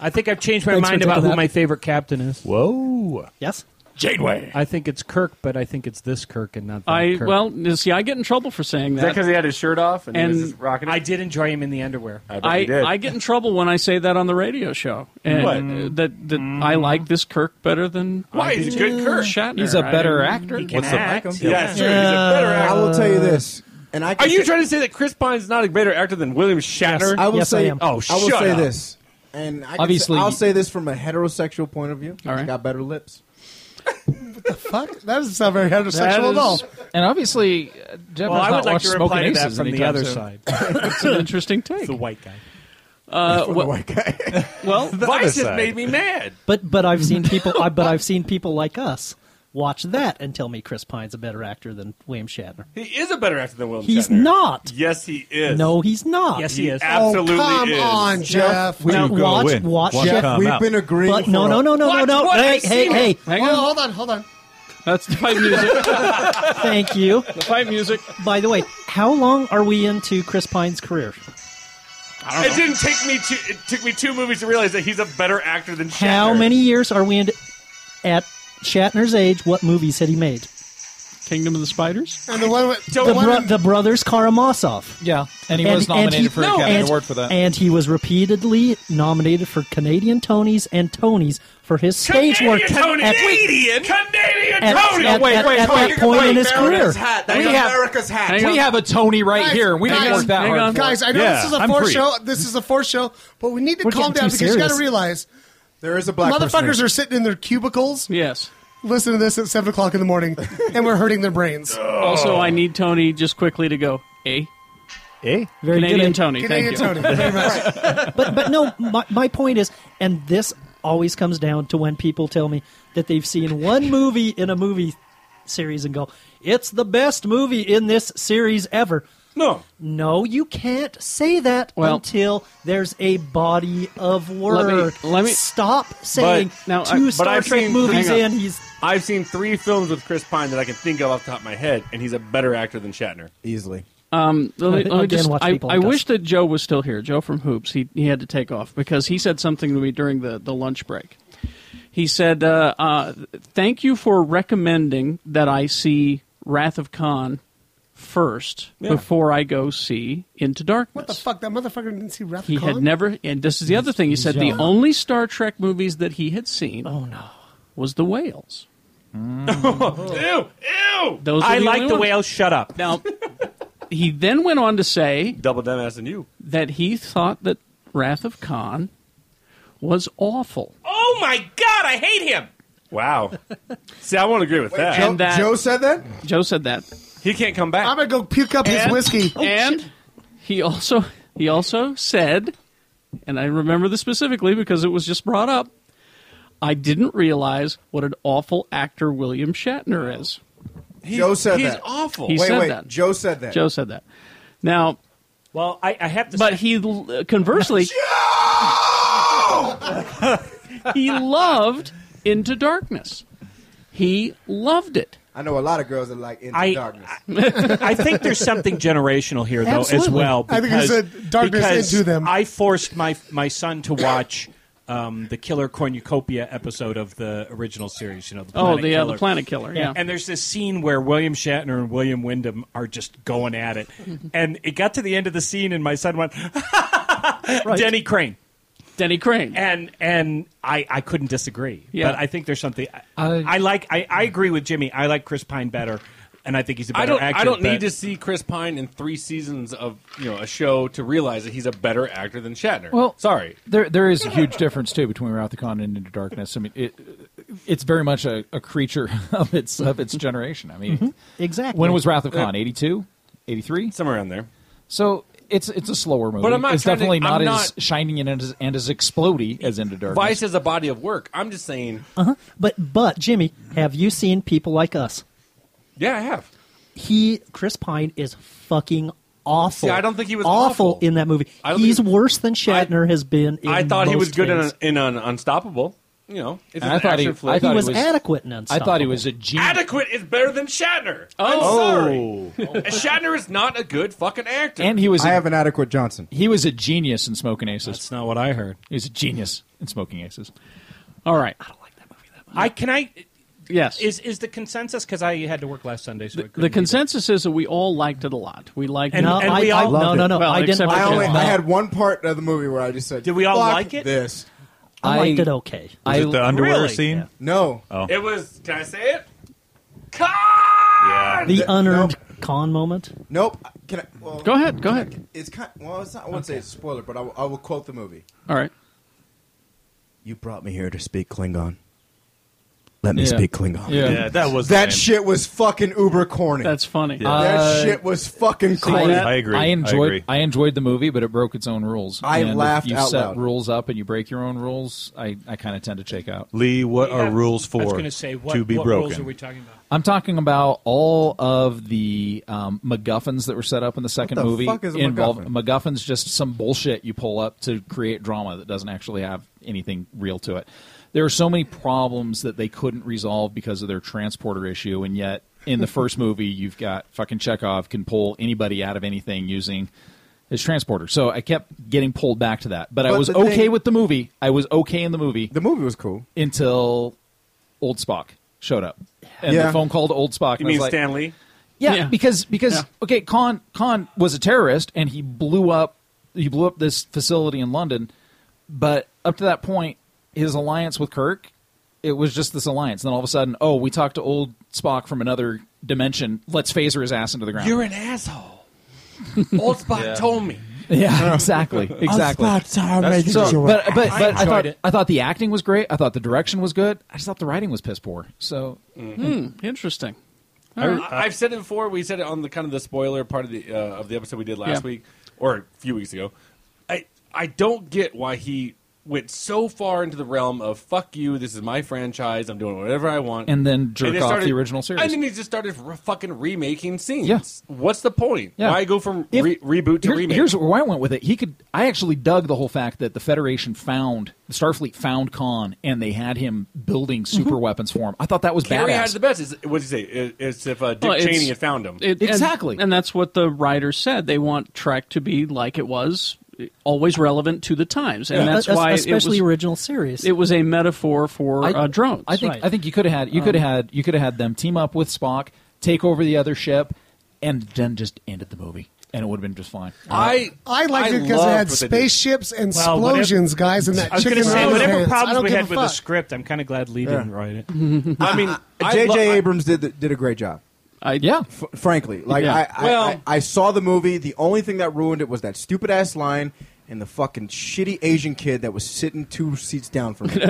[SPEAKER 6] I think I've changed my
[SPEAKER 4] Thanks for
[SPEAKER 6] mind about
[SPEAKER 4] taking
[SPEAKER 6] who
[SPEAKER 4] that.
[SPEAKER 6] my favorite captain is.
[SPEAKER 1] Whoa.
[SPEAKER 4] Yes?
[SPEAKER 1] Janeway.
[SPEAKER 6] I think it's Kirk, but I think it's this Kirk and not that
[SPEAKER 2] I
[SPEAKER 6] Kirk.
[SPEAKER 2] well, you see, I get in trouble for saying that.
[SPEAKER 13] he had his shirt off and,
[SPEAKER 2] he was And- just
[SPEAKER 13] rocking
[SPEAKER 6] I did enjoy him in the underwear.
[SPEAKER 2] I, I get in trouble when I say that on the radio show, and
[SPEAKER 13] What?
[SPEAKER 2] uh, that that I like this Kirk better than
[SPEAKER 13] Why? He's a good Kirk.
[SPEAKER 2] Shatner.
[SPEAKER 3] He's a
[SPEAKER 2] I
[SPEAKER 3] better
[SPEAKER 2] didn't-
[SPEAKER 3] actor.
[SPEAKER 6] What's
[SPEAKER 1] the-
[SPEAKER 13] Yeah, it's true. He's a better
[SPEAKER 5] I
[SPEAKER 13] actor.
[SPEAKER 5] will tell you this And I
[SPEAKER 13] Are you trying to say that Chris Pine's not a better actor than William Shatner?
[SPEAKER 5] I will say.
[SPEAKER 13] Oh,
[SPEAKER 5] I will
[SPEAKER 13] shut
[SPEAKER 5] say
[SPEAKER 13] up.
[SPEAKER 5] this, and I can
[SPEAKER 13] Obviously-
[SPEAKER 5] say, I'll say this from a heterosexual point of view.
[SPEAKER 3] All right.
[SPEAKER 5] He's got better lips.
[SPEAKER 12] Fuck, that doesn't sound very heterosexual
[SPEAKER 3] That
[SPEAKER 12] at all.
[SPEAKER 3] is- And obviously, uh, Jeff
[SPEAKER 12] Well,
[SPEAKER 3] has
[SPEAKER 12] I
[SPEAKER 3] not
[SPEAKER 12] would like
[SPEAKER 3] watched
[SPEAKER 12] to
[SPEAKER 3] Smoking
[SPEAKER 12] reply to that
[SPEAKER 3] Aces
[SPEAKER 12] from the
[SPEAKER 3] anytime
[SPEAKER 12] other
[SPEAKER 4] *laughs*
[SPEAKER 3] soon. *laughs*
[SPEAKER 12] side.
[SPEAKER 2] That's an interesting take.
[SPEAKER 6] The white guy.
[SPEAKER 2] Uh,
[SPEAKER 6] From the
[SPEAKER 2] well-
[SPEAKER 6] white
[SPEAKER 5] guy.
[SPEAKER 10] *laughs*
[SPEAKER 2] well,
[SPEAKER 6] Vice has made me mad.
[SPEAKER 4] But but I've seen people. I, but I've seen people like us watch that and tell me Chris Pine's a better actor than William Shatner.
[SPEAKER 13] He is a better actor than William
[SPEAKER 4] He's
[SPEAKER 13] Shatner.
[SPEAKER 4] not.
[SPEAKER 13] Yes, he is.
[SPEAKER 4] No, he's not. Oh,
[SPEAKER 13] Yes, he He is. absolutely
[SPEAKER 12] Oh, come
[SPEAKER 13] is.
[SPEAKER 12] on, Jeff.
[SPEAKER 4] Now, watch, watch, Jeff, But no, no, no, no, no, no. Hey, hey, hey.
[SPEAKER 12] Oh, hold on, hold *laughs* on.
[SPEAKER 2] That's the fight music.
[SPEAKER 4] Thank you.
[SPEAKER 2] The fight music.
[SPEAKER 4] By the way, how long are we into Chris Pine's career?
[SPEAKER 13] It didn't take me two. It took me two movies to realize that he's a better actor than Shatner.
[SPEAKER 4] How many years are we into? At Shatner's age, what movies had he made?
[SPEAKER 2] Kingdom of the Spiders.
[SPEAKER 12] And the one with
[SPEAKER 4] The, bro- the brothers Karamazov.
[SPEAKER 3] Yeah, and he was nominated for an
[SPEAKER 4] no,
[SPEAKER 3] Academy
[SPEAKER 4] and-
[SPEAKER 3] Award for that.
[SPEAKER 4] And he was repeatedly nominated for Canadian Tonys and Tonys for his stage work. at-
[SPEAKER 13] Canadian, Canadian
[SPEAKER 4] at-
[SPEAKER 13] Tony.
[SPEAKER 4] at- at- at that point in his career.
[SPEAKER 3] We have- We have a Tony right here. We didn't work that hard. for it.
[SPEAKER 12] Guys, I know this is a
[SPEAKER 3] I'm
[SPEAKER 12] fourth
[SPEAKER 3] free.
[SPEAKER 12] show. This is a fourth show, but we need to
[SPEAKER 3] We're
[SPEAKER 12] calm down
[SPEAKER 3] getting too
[SPEAKER 12] because you got to
[SPEAKER 3] serious.
[SPEAKER 12] realize
[SPEAKER 5] there is a
[SPEAKER 3] black person
[SPEAKER 12] Motherfuckers
[SPEAKER 3] here.
[SPEAKER 12] are sitting in their cubicles.
[SPEAKER 2] Yes.
[SPEAKER 12] Listen to this at seven o'clock in the morning, and we're hurting their
[SPEAKER 3] *laughs*
[SPEAKER 12] brains.
[SPEAKER 3] Oh.
[SPEAKER 2] Also, I need Tony just quickly to go. A.
[SPEAKER 3] A.
[SPEAKER 4] Very good,
[SPEAKER 2] Canadian
[SPEAKER 4] eh?
[SPEAKER 2] Tony.
[SPEAKER 4] Canadian
[SPEAKER 2] thank you.
[SPEAKER 4] Tony, very but but no, my, my point is, and this always comes down to when people tell me that they've seen one movie in a movie series and go, "It's the best movie in this series ever."
[SPEAKER 13] No,
[SPEAKER 4] no, you can't say that
[SPEAKER 2] Well-
[SPEAKER 4] until there's a body of
[SPEAKER 2] Let me-
[SPEAKER 4] work.
[SPEAKER 2] let me-
[SPEAKER 4] stop saying
[SPEAKER 13] now,
[SPEAKER 4] two Star Trek movies in. He's
[SPEAKER 13] I've seen three films with Chris Pine that I can think of off the top of my head, and he's a better actor than Shatner
[SPEAKER 5] easily.
[SPEAKER 2] *laughs* Um, let me,
[SPEAKER 13] Again,
[SPEAKER 2] let me just,
[SPEAKER 13] watch
[SPEAKER 2] I,
[SPEAKER 13] people
[SPEAKER 2] I
[SPEAKER 13] like us.
[SPEAKER 2] wish that Joe was still here. Joe from Hoops. He, he had to take off because he said something to me during the, the lunch break. He said, uh, uh, Thank you for recommending that I see Wrath of Khan first
[SPEAKER 12] Yeah.
[SPEAKER 2] before I go see Into Darkness.
[SPEAKER 12] What the fuck? That motherfucker didn't see Wrath
[SPEAKER 2] He
[SPEAKER 12] Khan?
[SPEAKER 2] had never, and this is the other thing. He said the
[SPEAKER 12] young.
[SPEAKER 2] only Star Trek movies that he had seen. Oh
[SPEAKER 4] no,
[SPEAKER 2] was the whales.
[SPEAKER 13] ew, ew.
[SPEAKER 2] Those
[SPEAKER 6] I like the whales. Shut up.
[SPEAKER 2] Now, he then went on to say,
[SPEAKER 13] "Double dumbass than you,"
[SPEAKER 2] that he thought that Wrath of Khan was awful.
[SPEAKER 6] Oh my god, I hate him.
[SPEAKER 13] Wow. See, I won't agree with that.
[SPEAKER 2] Joe- And that- Joe
[SPEAKER 5] said that.
[SPEAKER 2] Joe said that.
[SPEAKER 13] He can't come back.
[SPEAKER 12] I'm gonna go puke up his
[SPEAKER 2] And-
[SPEAKER 12] whiskey.
[SPEAKER 2] and he also he also said, and I remember this specifically because it was just brought up. I didn't realize what an awful actor William Shatner is.
[SPEAKER 5] Joe said
[SPEAKER 2] he's
[SPEAKER 5] that.
[SPEAKER 2] awful. He
[SPEAKER 5] wait,
[SPEAKER 2] said
[SPEAKER 5] wait.
[SPEAKER 2] that.
[SPEAKER 5] Joe said that.
[SPEAKER 2] Joe said that. Now,
[SPEAKER 6] well, I, I have to.
[SPEAKER 2] But he l- conversely, he loved Into Darkness. He loved it.
[SPEAKER 5] I know a lot of girls that like Into
[SPEAKER 6] I-
[SPEAKER 5] Darkness.
[SPEAKER 6] I think there's something *laughs* generational here, though, as
[SPEAKER 5] Absolutely.
[SPEAKER 6] well.
[SPEAKER 5] I think you said darkness
[SPEAKER 6] because
[SPEAKER 5] into them.
[SPEAKER 6] I forced my my son to watch um, the Killer Cornucopia episode of the original series. You know, the
[SPEAKER 2] Oh,
[SPEAKER 6] Planet
[SPEAKER 2] the,
[SPEAKER 6] Killer.
[SPEAKER 2] uh, the Planet Killer, yeah.
[SPEAKER 6] And there's this scene where William Shatner and William Wyndham are just going at
[SPEAKER 2] *laughs*
[SPEAKER 6] it, and it got to the end of the scene, and my son went, *laughs* "Denny Crane."
[SPEAKER 2] Denny Crane.
[SPEAKER 6] And and I, I couldn't disagree.
[SPEAKER 13] Yeah.
[SPEAKER 6] But I think there's something I, I like I, I agree with Jimmy. I like Chris Pine better and I think he's a better
[SPEAKER 13] I don't.
[SPEAKER 6] actor.
[SPEAKER 13] I don't
[SPEAKER 6] but-
[SPEAKER 13] need to see Chris Pine in three seasons of you know a show to realize that he's a better actor than Shatner.
[SPEAKER 3] Well,
[SPEAKER 13] sorry.
[SPEAKER 3] There, there is a huge difference too between Wrath of Khan and Into Darkness. I mean, it, it's very much a, a creature *laughs* of its of its generation. I mean,
[SPEAKER 4] exactly.
[SPEAKER 3] when was Wrath of Khan?
[SPEAKER 13] Uh,
[SPEAKER 3] 82? 83?
[SPEAKER 13] somewhere around there.
[SPEAKER 3] So it's it's a slower movie.
[SPEAKER 13] But I'm not
[SPEAKER 3] it's
[SPEAKER 13] trying to-
[SPEAKER 3] definitely not
[SPEAKER 13] I'm
[SPEAKER 3] as shining and as and as explodey as Into Darkness.
[SPEAKER 13] Vice is a body of work. I'm just saying.
[SPEAKER 4] uh-huh. But but Jimmy, have you seen people like us?
[SPEAKER 13] Yeah, I have.
[SPEAKER 4] he Chris Pine is fucking awful.
[SPEAKER 13] See, I don't think he was
[SPEAKER 4] awful, in that movie.
[SPEAKER 13] I don't
[SPEAKER 4] He's
[SPEAKER 13] think-
[SPEAKER 4] worse than Shatner has been. In
[SPEAKER 13] I thought he was
[SPEAKER 4] most
[SPEAKER 13] good in,
[SPEAKER 4] things.
[SPEAKER 13] in an Unstoppable. You know, it's an
[SPEAKER 3] And I thought he-
[SPEAKER 13] action flick.
[SPEAKER 3] I thought He was he was-
[SPEAKER 4] adequate in
[SPEAKER 3] I thought he was a genius.
[SPEAKER 13] Adequate is better than Shatner.
[SPEAKER 3] Oh.
[SPEAKER 13] I'm sorry. And Shatner is not a good fucking actor.
[SPEAKER 3] And he was.
[SPEAKER 13] I
[SPEAKER 3] a-
[SPEAKER 13] have
[SPEAKER 5] an adequate Johnson.
[SPEAKER 3] He was a genius in Smoking Aces. That's
[SPEAKER 6] not what I heard.
[SPEAKER 3] He was a genius in Smoking Aces.
[SPEAKER 2] All right.
[SPEAKER 6] I can I.
[SPEAKER 2] Yes.
[SPEAKER 6] Is is the consensus? Because I had to work last Sunday, so I couldn't
[SPEAKER 2] The
[SPEAKER 6] be there.
[SPEAKER 2] consensus is that we all liked it a lot. We liked
[SPEAKER 6] And-
[SPEAKER 2] it.
[SPEAKER 6] and we all-
[SPEAKER 5] Loved it.
[SPEAKER 2] Well, except
[SPEAKER 5] I,
[SPEAKER 2] for
[SPEAKER 5] only,
[SPEAKER 2] Jim.
[SPEAKER 5] I had one part of the movie where I just said,
[SPEAKER 2] Did we all
[SPEAKER 5] "Fuck
[SPEAKER 2] like it?"
[SPEAKER 5] This.
[SPEAKER 4] I liked it okay.
[SPEAKER 14] Was it the underwear scene?
[SPEAKER 5] No.
[SPEAKER 14] Oh.
[SPEAKER 13] It was. Can I say it?
[SPEAKER 4] the unearned con moment.
[SPEAKER 5] Nope. Can I, well,
[SPEAKER 2] Go ahead, go ahead.
[SPEAKER 5] It's kind. Well, it's not. I wouldn't say it's a spoiler, but I will- I will quote the movie.
[SPEAKER 2] All right.
[SPEAKER 5] You brought me here to speak Klingon. Let me
[SPEAKER 8] Yeah.
[SPEAKER 5] speak Klingon.
[SPEAKER 8] Yeah. Yeah, that was lame.
[SPEAKER 5] that shit was fucking uber corny.
[SPEAKER 2] That's funny.
[SPEAKER 5] Yeah. That shit was fucking corny.
[SPEAKER 3] I, I enjoyed. I, enjoyed the movie, but it broke its own rules.
[SPEAKER 5] I
[SPEAKER 3] and
[SPEAKER 5] laughed
[SPEAKER 3] if you
[SPEAKER 5] out
[SPEAKER 3] set
[SPEAKER 5] loud.
[SPEAKER 3] rules up and you break your own rules, I, I kind of tend to shake out.
[SPEAKER 15] Lee, what are
[SPEAKER 3] Yeah.
[SPEAKER 15] rules
[SPEAKER 3] I
[SPEAKER 15] for?
[SPEAKER 3] was
[SPEAKER 1] gonna say, what-
[SPEAKER 15] to be
[SPEAKER 1] what
[SPEAKER 15] broken.
[SPEAKER 1] rules are we talking about?
[SPEAKER 3] I'm talking about all of the um, MacGuffins that were set up in the second
[SPEAKER 1] the
[SPEAKER 3] movie.
[SPEAKER 1] fuck is a
[SPEAKER 3] involved MacGuffins just some bullshit you pull up to create drama that doesn't actually have anything real to it. There are so many problems that they couldn't resolve because of their transporter issue, and yet in the
[SPEAKER 1] *laughs*
[SPEAKER 3] first movie, you've got fucking Chekhov can pull anybody out of anything using his transporter. So I kept getting pulled back to that, but, I
[SPEAKER 5] But
[SPEAKER 3] was
[SPEAKER 5] the
[SPEAKER 3] okay
[SPEAKER 5] thing-
[SPEAKER 3] with the movie. I was okay in the movie. The
[SPEAKER 5] movie was cool
[SPEAKER 3] until old Spock showed up, and
[SPEAKER 6] Yeah.
[SPEAKER 3] the phone call to old Spock.
[SPEAKER 6] You
[SPEAKER 3] and I was
[SPEAKER 6] mean
[SPEAKER 3] like,
[SPEAKER 6] Stan Lee?
[SPEAKER 3] Yeah, because because okay, Khan Khan was a terrorist and he blew up he blew up this facility in London, but up to that point, his alliance with Kirk, it was just this alliance. And then all of a sudden, oh, we talked to old Spock from another dimension. Let's phaser his ass into the ground.
[SPEAKER 10] You're an asshole. Old Spot
[SPEAKER 3] Yeah.
[SPEAKER 10] told me. *laughs*
[SPEAKER 3] Yeah, exactly, exactly.
[SPEAKER 10] I'm sorry, That's
[SPEAKER 3] So-
[SPEAKER 10] true.
[SPEAKER 3] but but, but
[SPEAKER 10] I
[SPEAKER 3] I,
[SPEAKER 10] enjoyed
[SPEAKER 3] thought
[SPEAKER 10] it.
[SPEAKER 3] I thought the acting was great. I thought the direction was good. I just thought the writing was piss poor. So
[SPEAKER 10] Mm-hmm.
[SPEAKER 2] Hmm, interesting.
[SPEAKER 10] I, I've said it before. We said it on the kind of the spoiler part of the uh, of the episode we did last
[SPEAKER 2] Yeah.
[SPEAKER 10] week or a few weeks ago. I I don't get why he went so far into the realm of fuck you. This is my franchise. I'm doing whatever I want.
[SPEAKER 3] And then jerk
[SPEAKER 10] they
[SPEAKER 3] off the original series.
[SPEAKER 10] And then he just started re- fucking remaking scenes. What's the point?
[SPEAKER 3] Yeah.
[SPEAKER 10] Why go from
[SPEAKER 3] If-
[SPEAKER 10] re- reboot to
[SPEAKER 3] Here-
[SPEAKER 10] remake?
[SPEAKER 3] Here's where I went with it. He could. I actually dug the whole fact that the Federation found the Starfleet found Khan, and they had him building
[SPEAKER 2] Mm-hmm.
[SPEAKER 3] super weapons for him. I thought that was
[SPEAKER 10] Carrie had
[SPEAKER 3] badass.
[SPEAKER 10] the best. Is what did you say? It- It's if uh, Dick
[SPEAKER 2] Well, it's-
[SPEAKER 10] Cheney had found him.
[SPEAKER 2] it- and- And, that's what the writers said. They want Trek to be like it was, always relevant to the times. And
[SPEAKER 4] Yeah.
[SPEAKER 2] that's
[SPEAKER 4] Es-
[SPEAKER 2] why
[SPEAKER 4] especially
[SPEAKER 2] it was,
[SPEAKER 4] original series.
[SPEAKER 2] It was a metaphor for uh, drones.
[SPEAKER 3] I think. I think you could have had. You could have
[SPEAKER 2] Um,
[SPEAKER 3] had. You could have had them team up with Spock, take over the other ship, and then just ended the movie, and it would have been just fine.
[SPEAKER 10] I
[SPEAKER 12] I liked
[SPEAKER 3] I
[SPEAKER 12] it because it had
[SPEAKER 3] loved what they did.
[SPEAKER 12] spaceships and
[SPEAKER 3] Well, whatever-
[SPEAKER 12] explosions, guys, and that
[SPEAKER 6] I was
[SPEAKER 12] chicken
[SPEAKER 6] gonna say
[SPEAKER 12] rose
[SPEAKER 6] whatever
[SPEAKER 12] hands. I
[SPEAKER 6] problems
[SPEAKER 12] don't
[SPEAKER 6] we
[SPEAKER 12] give a
[SPEAKER 6] had with the
[SPEAKER 12] fuck.
[SPEAKER 6] script. I'm kind of glad Lee
[SPEAKER 12] Yeah.
[SPEAKER 6] didn't write it.
[SPEAKER 10] *laughs* I mean, I
[SPEAKER 5] J.J.
[SPEAKER 10] lo- I-
[SPEAKER 5] Uh, Abrams did the, did a great job.
[SPEAKER 2] I,
[SPEAKER 3] yeah,
[SPEAKER 5] frankly, like
[SPEAKER 10] Yeah.
[SPEAKER 5] I, I,
[SPEAKER 10] Well-
[SPEAKER 5] I, I saw the movie. The only thing that ruined it was that stupid ass line and the fucking shitty Asian kid that was sitting two seats down from me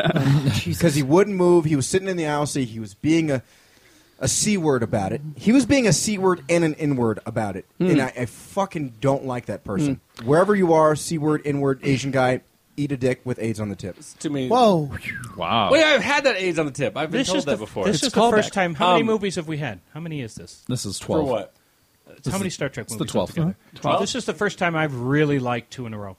[SPEAKER 5] because he wouldn't move. He was sitting in the aisle seat. He was being a a c word about it. He was being a c word and an n word about it,
[SPEAKER 2] Hmm.
[SPEAKER 5] and I, I fucking don't like that person. Wherever you are, c word, n word, Asian guy, eat a dick with AIDS on the tip.
[SPEAKER 10] Too many.
[SPEAKER 12] Whoa.
[SPEAKER 3] Wow.
[SPEAKER 10] Wait, I've had that AIDS on the tip. I've been
[SPEAKER 6] This
[SPEAKER 10] told
[SPEAKER 6] is
[SPEAKER 10] that
[SPEAKER 6] the,
[SPEAKER 10] before.
[SPEAKER 6] This is the first time. How many
[SPEAKER 10] Um,
[SPEAKER 6] movies have we had? How many is this?
[SPEAKER 3] This is
[SPEAKER 10] For 12. what?
[SPEAKER 6] Uh,
[SPEAKER 10] This
[SPEAKER 6] how many
[SPEAKER 10] is-
[SPEAKER 6] Star Trek
[SPEAKER 10] it's the
[SPEAKER 6] movies?
[SPEAKER 10] 12th.
[SPEAKER 6] altogether?
[SPEAKER 10] Mhm. 12?
[SPEAKER 6] This is the first time I've really liked two in a row.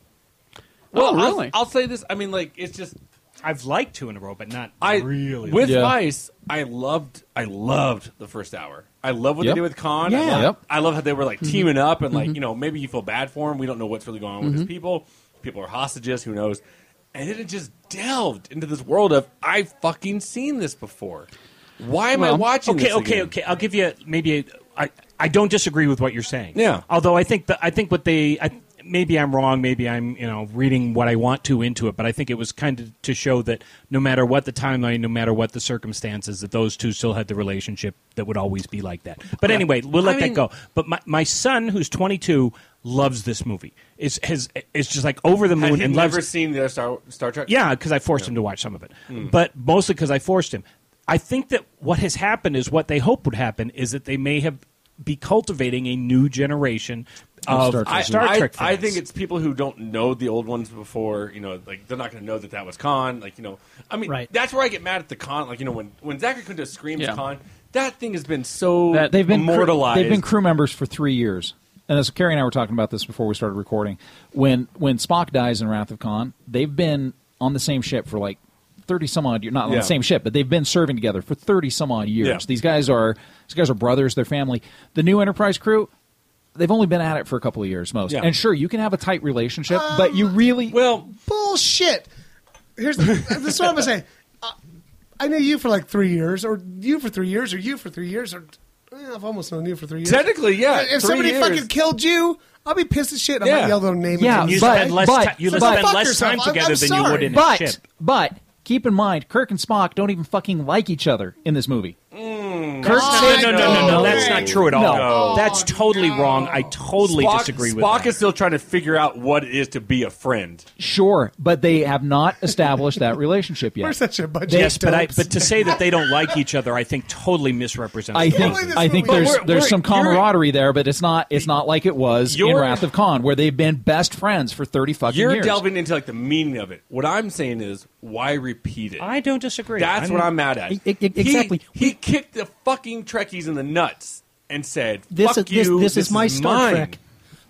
[SPEAKER 10] Well, I'll- I'll, say this. I mean, like it's just
[SPEAKER 6] I've liked two in a row, but not
[SPEAKER 10] I
[SPEAKER 6] really.
[SPEAKER 10] with
[SPEAKER 6] liked.
[SPEAKER 10] Vice. I loved. I loved the first hour. I love what
[SPEAKER 6] Yep.
[SPEAKER 10] they did with Khan. I
[SPEAKER 6] Yeah.
[SPEAKER 10] love,
[SPEAKER 6] Yep.
[SPEAKER 10] I love how they were like
[SPEAKER 6] Mhm.
[SPEAKER 10] teaming up and like
[SPEAKER 6] Mhm.
[SPEAKER 10] you know maybe you feel bad for him. We don't know what's really going on with his
[SPEAKER 6] Mhm.
[SPEAKER 10] people. People are hostages. Who knows? And then it just delved into this world of I've fucking seen this before. Why am I
[SPEAKER 6] Well,
[SPEAKER 10] watching?
[SPEAKER 6] Okay,
[SPEAKER 10] this
[SPEAKER 6] okay,
[SPEAKER 10] again?
[SPEAKER 6] okay. I'll give you maybe. A, I I don't disagree with what you're saying.
[SPEAKER 10] Yeah.
[SPEAKER 6] Although I think that I think what they I, maybe I'm wrong. Maybe I'm you know reading what I want to into it. But I think it was kind of to show that no matter what the timeline, no matter what the circumstances, that those two still had the relationship that would always be like that. But
[SPEAKER 10] Yeah.
[SPEAKER 6] anyway, we'll let
[SPEAKER 10] I mean-
[SPEAKER 6] that go. But my, my son, who's 22, loves this movie. Is has is just like over the
[SPEAKER 10] Had
[SPEAKER 6] moon
[SPEAKER 10] he
[SPEAKER 6] and
[SPEAKER 10] never
[SPEAKER 6] loves
[SPEAKER 10] seen the other Star, Star Trek?
[SPEAKER 6] yeah, because I forced him to watch some of it,
[SPEAKER 10] Mm.
[SPEAKER 6] but mostly because I forced him. I think that what has happened is what they hope would happen is that they may have be cultivating a new generation of Star Trek,
[SPEAKER 10] I, I- I
[SPEAKER 6] fans.
[SPEAKER 10] think it's people who don't know the old ones before. You know, like they're not going to know that that was Khan. Like you know, I mean,
[SPEAKER 6] Right.
[SPEAKER 10] that's where I get mad at the Khan. Like you know, when when Zachary Quinto screams
[SPEAKER 3] Yeah.
[SPEAKER 10] Khan, that thing has been so
[SPEAKER 3] that they've been
[SPEAKER 10] immortalized.
[SPEAKER 3] Crew, they've been crew members for three years. And as Carrie and I were talking about this before we started recording, when when Spock dies in Wrath of Khan, they've been on the same ship for like thirty some odd years. Not on
[SPEAKER 1] Yeah.
[SPEAKER 3] the same ship, but they've been serving together for thirty some odd years.
[SPEAKER 1] Yeah.
[SPEAKER 3] These guys are these guys are brothers. They're family. The new Enterprise crew. They've only been at it for a couple of years, most.
[SPEAKER 12] Yeah.
[SPEAKER 3] And sure, you can have a tight relationship, but you really
[SPEAKER 10] well
[SPEAKER 12] Bullshit. Here's this is what I'm gonna say. Uh, I knew you for like three years, or you for three years, or you for three years, or eh, I've almost known you for three years.
[SPEAKER 10] Technically, yeah,
[SPEAKER 12] If
[SPEAKER 10] three
[SPEAKER 12] somebody
[SPEAKER 10] years.
[SPEAKER 12] fucking killed you, I'll be pissed as shit. I
[SPEAKER 3] Yeah.
[SPEAKER 12] might yell their name.
[SPEAKER 3] Yeah,
[SPEAKER 12] and
[SPEAKER 3] You
[SPEAKER 12] but,
[SPEAKER 3] spend less
[SPEAKER 12] but-
[SPEAKER 3] ti- you
[SPEAKER 12] but
[SPEAKER 3] spend
[SPEAKER 12] fuck
[SPEAKER 3] less
[SPEAKER 12] yourself.
[SPEAKER 6] time
[SPEAKER 12] I'm-
[SPEAKER 6] together
[SPEAKER 12] I'm
[SPEAKER 6] than you
[SPEAKER 12] sorry.
[SPEAKER 6] would in a
[SPEAKER 3] but
[SPEAKER 6] ship.
[SPEAKER 3] but keep in mind, Kirk and Spock don't even fucking like each other in this movie.
[SPEAKER 6] Kurt
[SPEAKER 10] Oh,
[SPEAKER 6] said,
[SPEAKER 10] no, no, no, no,
[SPEAKER 6] that's not true at all.
[SPEAKER 10] No.
[SPEAKER 6] That's totally wrong. I totally
[SPEAKER 10] Spock,
[SPEAKER 6] disagree with
[SPEAKER 10] Spock
[SPEAKER 6] that.
[SPEAKER 10] is still trying to figure out what it is to be a friend.
[SPEAKER 3] Sure, but they have not established that relationship yet.
[SPEAKER 6] Yes, but I, but to say that they don't
[SPEAKER 10] *laughs*
[SPEAKER 6] like each other, I think totally misrepresents.
[SPEAKER 3] I
[SPEAKER 6] the
[SPEAKER 3] think
[SPEAKER 6] problem.
[SPEAKER 3] I think there's there's some camaraderie there, but it's not it's not like it was in
[SPEAKER 10] You're-
[SPEAKER 3] Wrath of Khan, where they've been best friends for thirty fucking
[SPEAKER 10] You're
[SPEAKER 3] years.
[SPEAKER 10] delving into like the meaning of it. What I'm saying is, why repeat it?
[SPEAKER 6] I don't disagree.
[SPEAKER 10] That's
[SPEAKER 6] I'm-
[SPEAKER 10] what I'm mad at.
[SPEAKER 6] E- e- exactly.
[SPEAKER 10] He, he kicked the fucking Trekkies in the nuts and said,
[SPEAKER 4] This
[SPEAKER 10] "Fuck
[SPEAKER 4] is- this-
[SPEAKER 10] you.
[SPEAKER 4] this is my Star
[SPEAKER 10] mine."
[SPEAKER 4] Trek.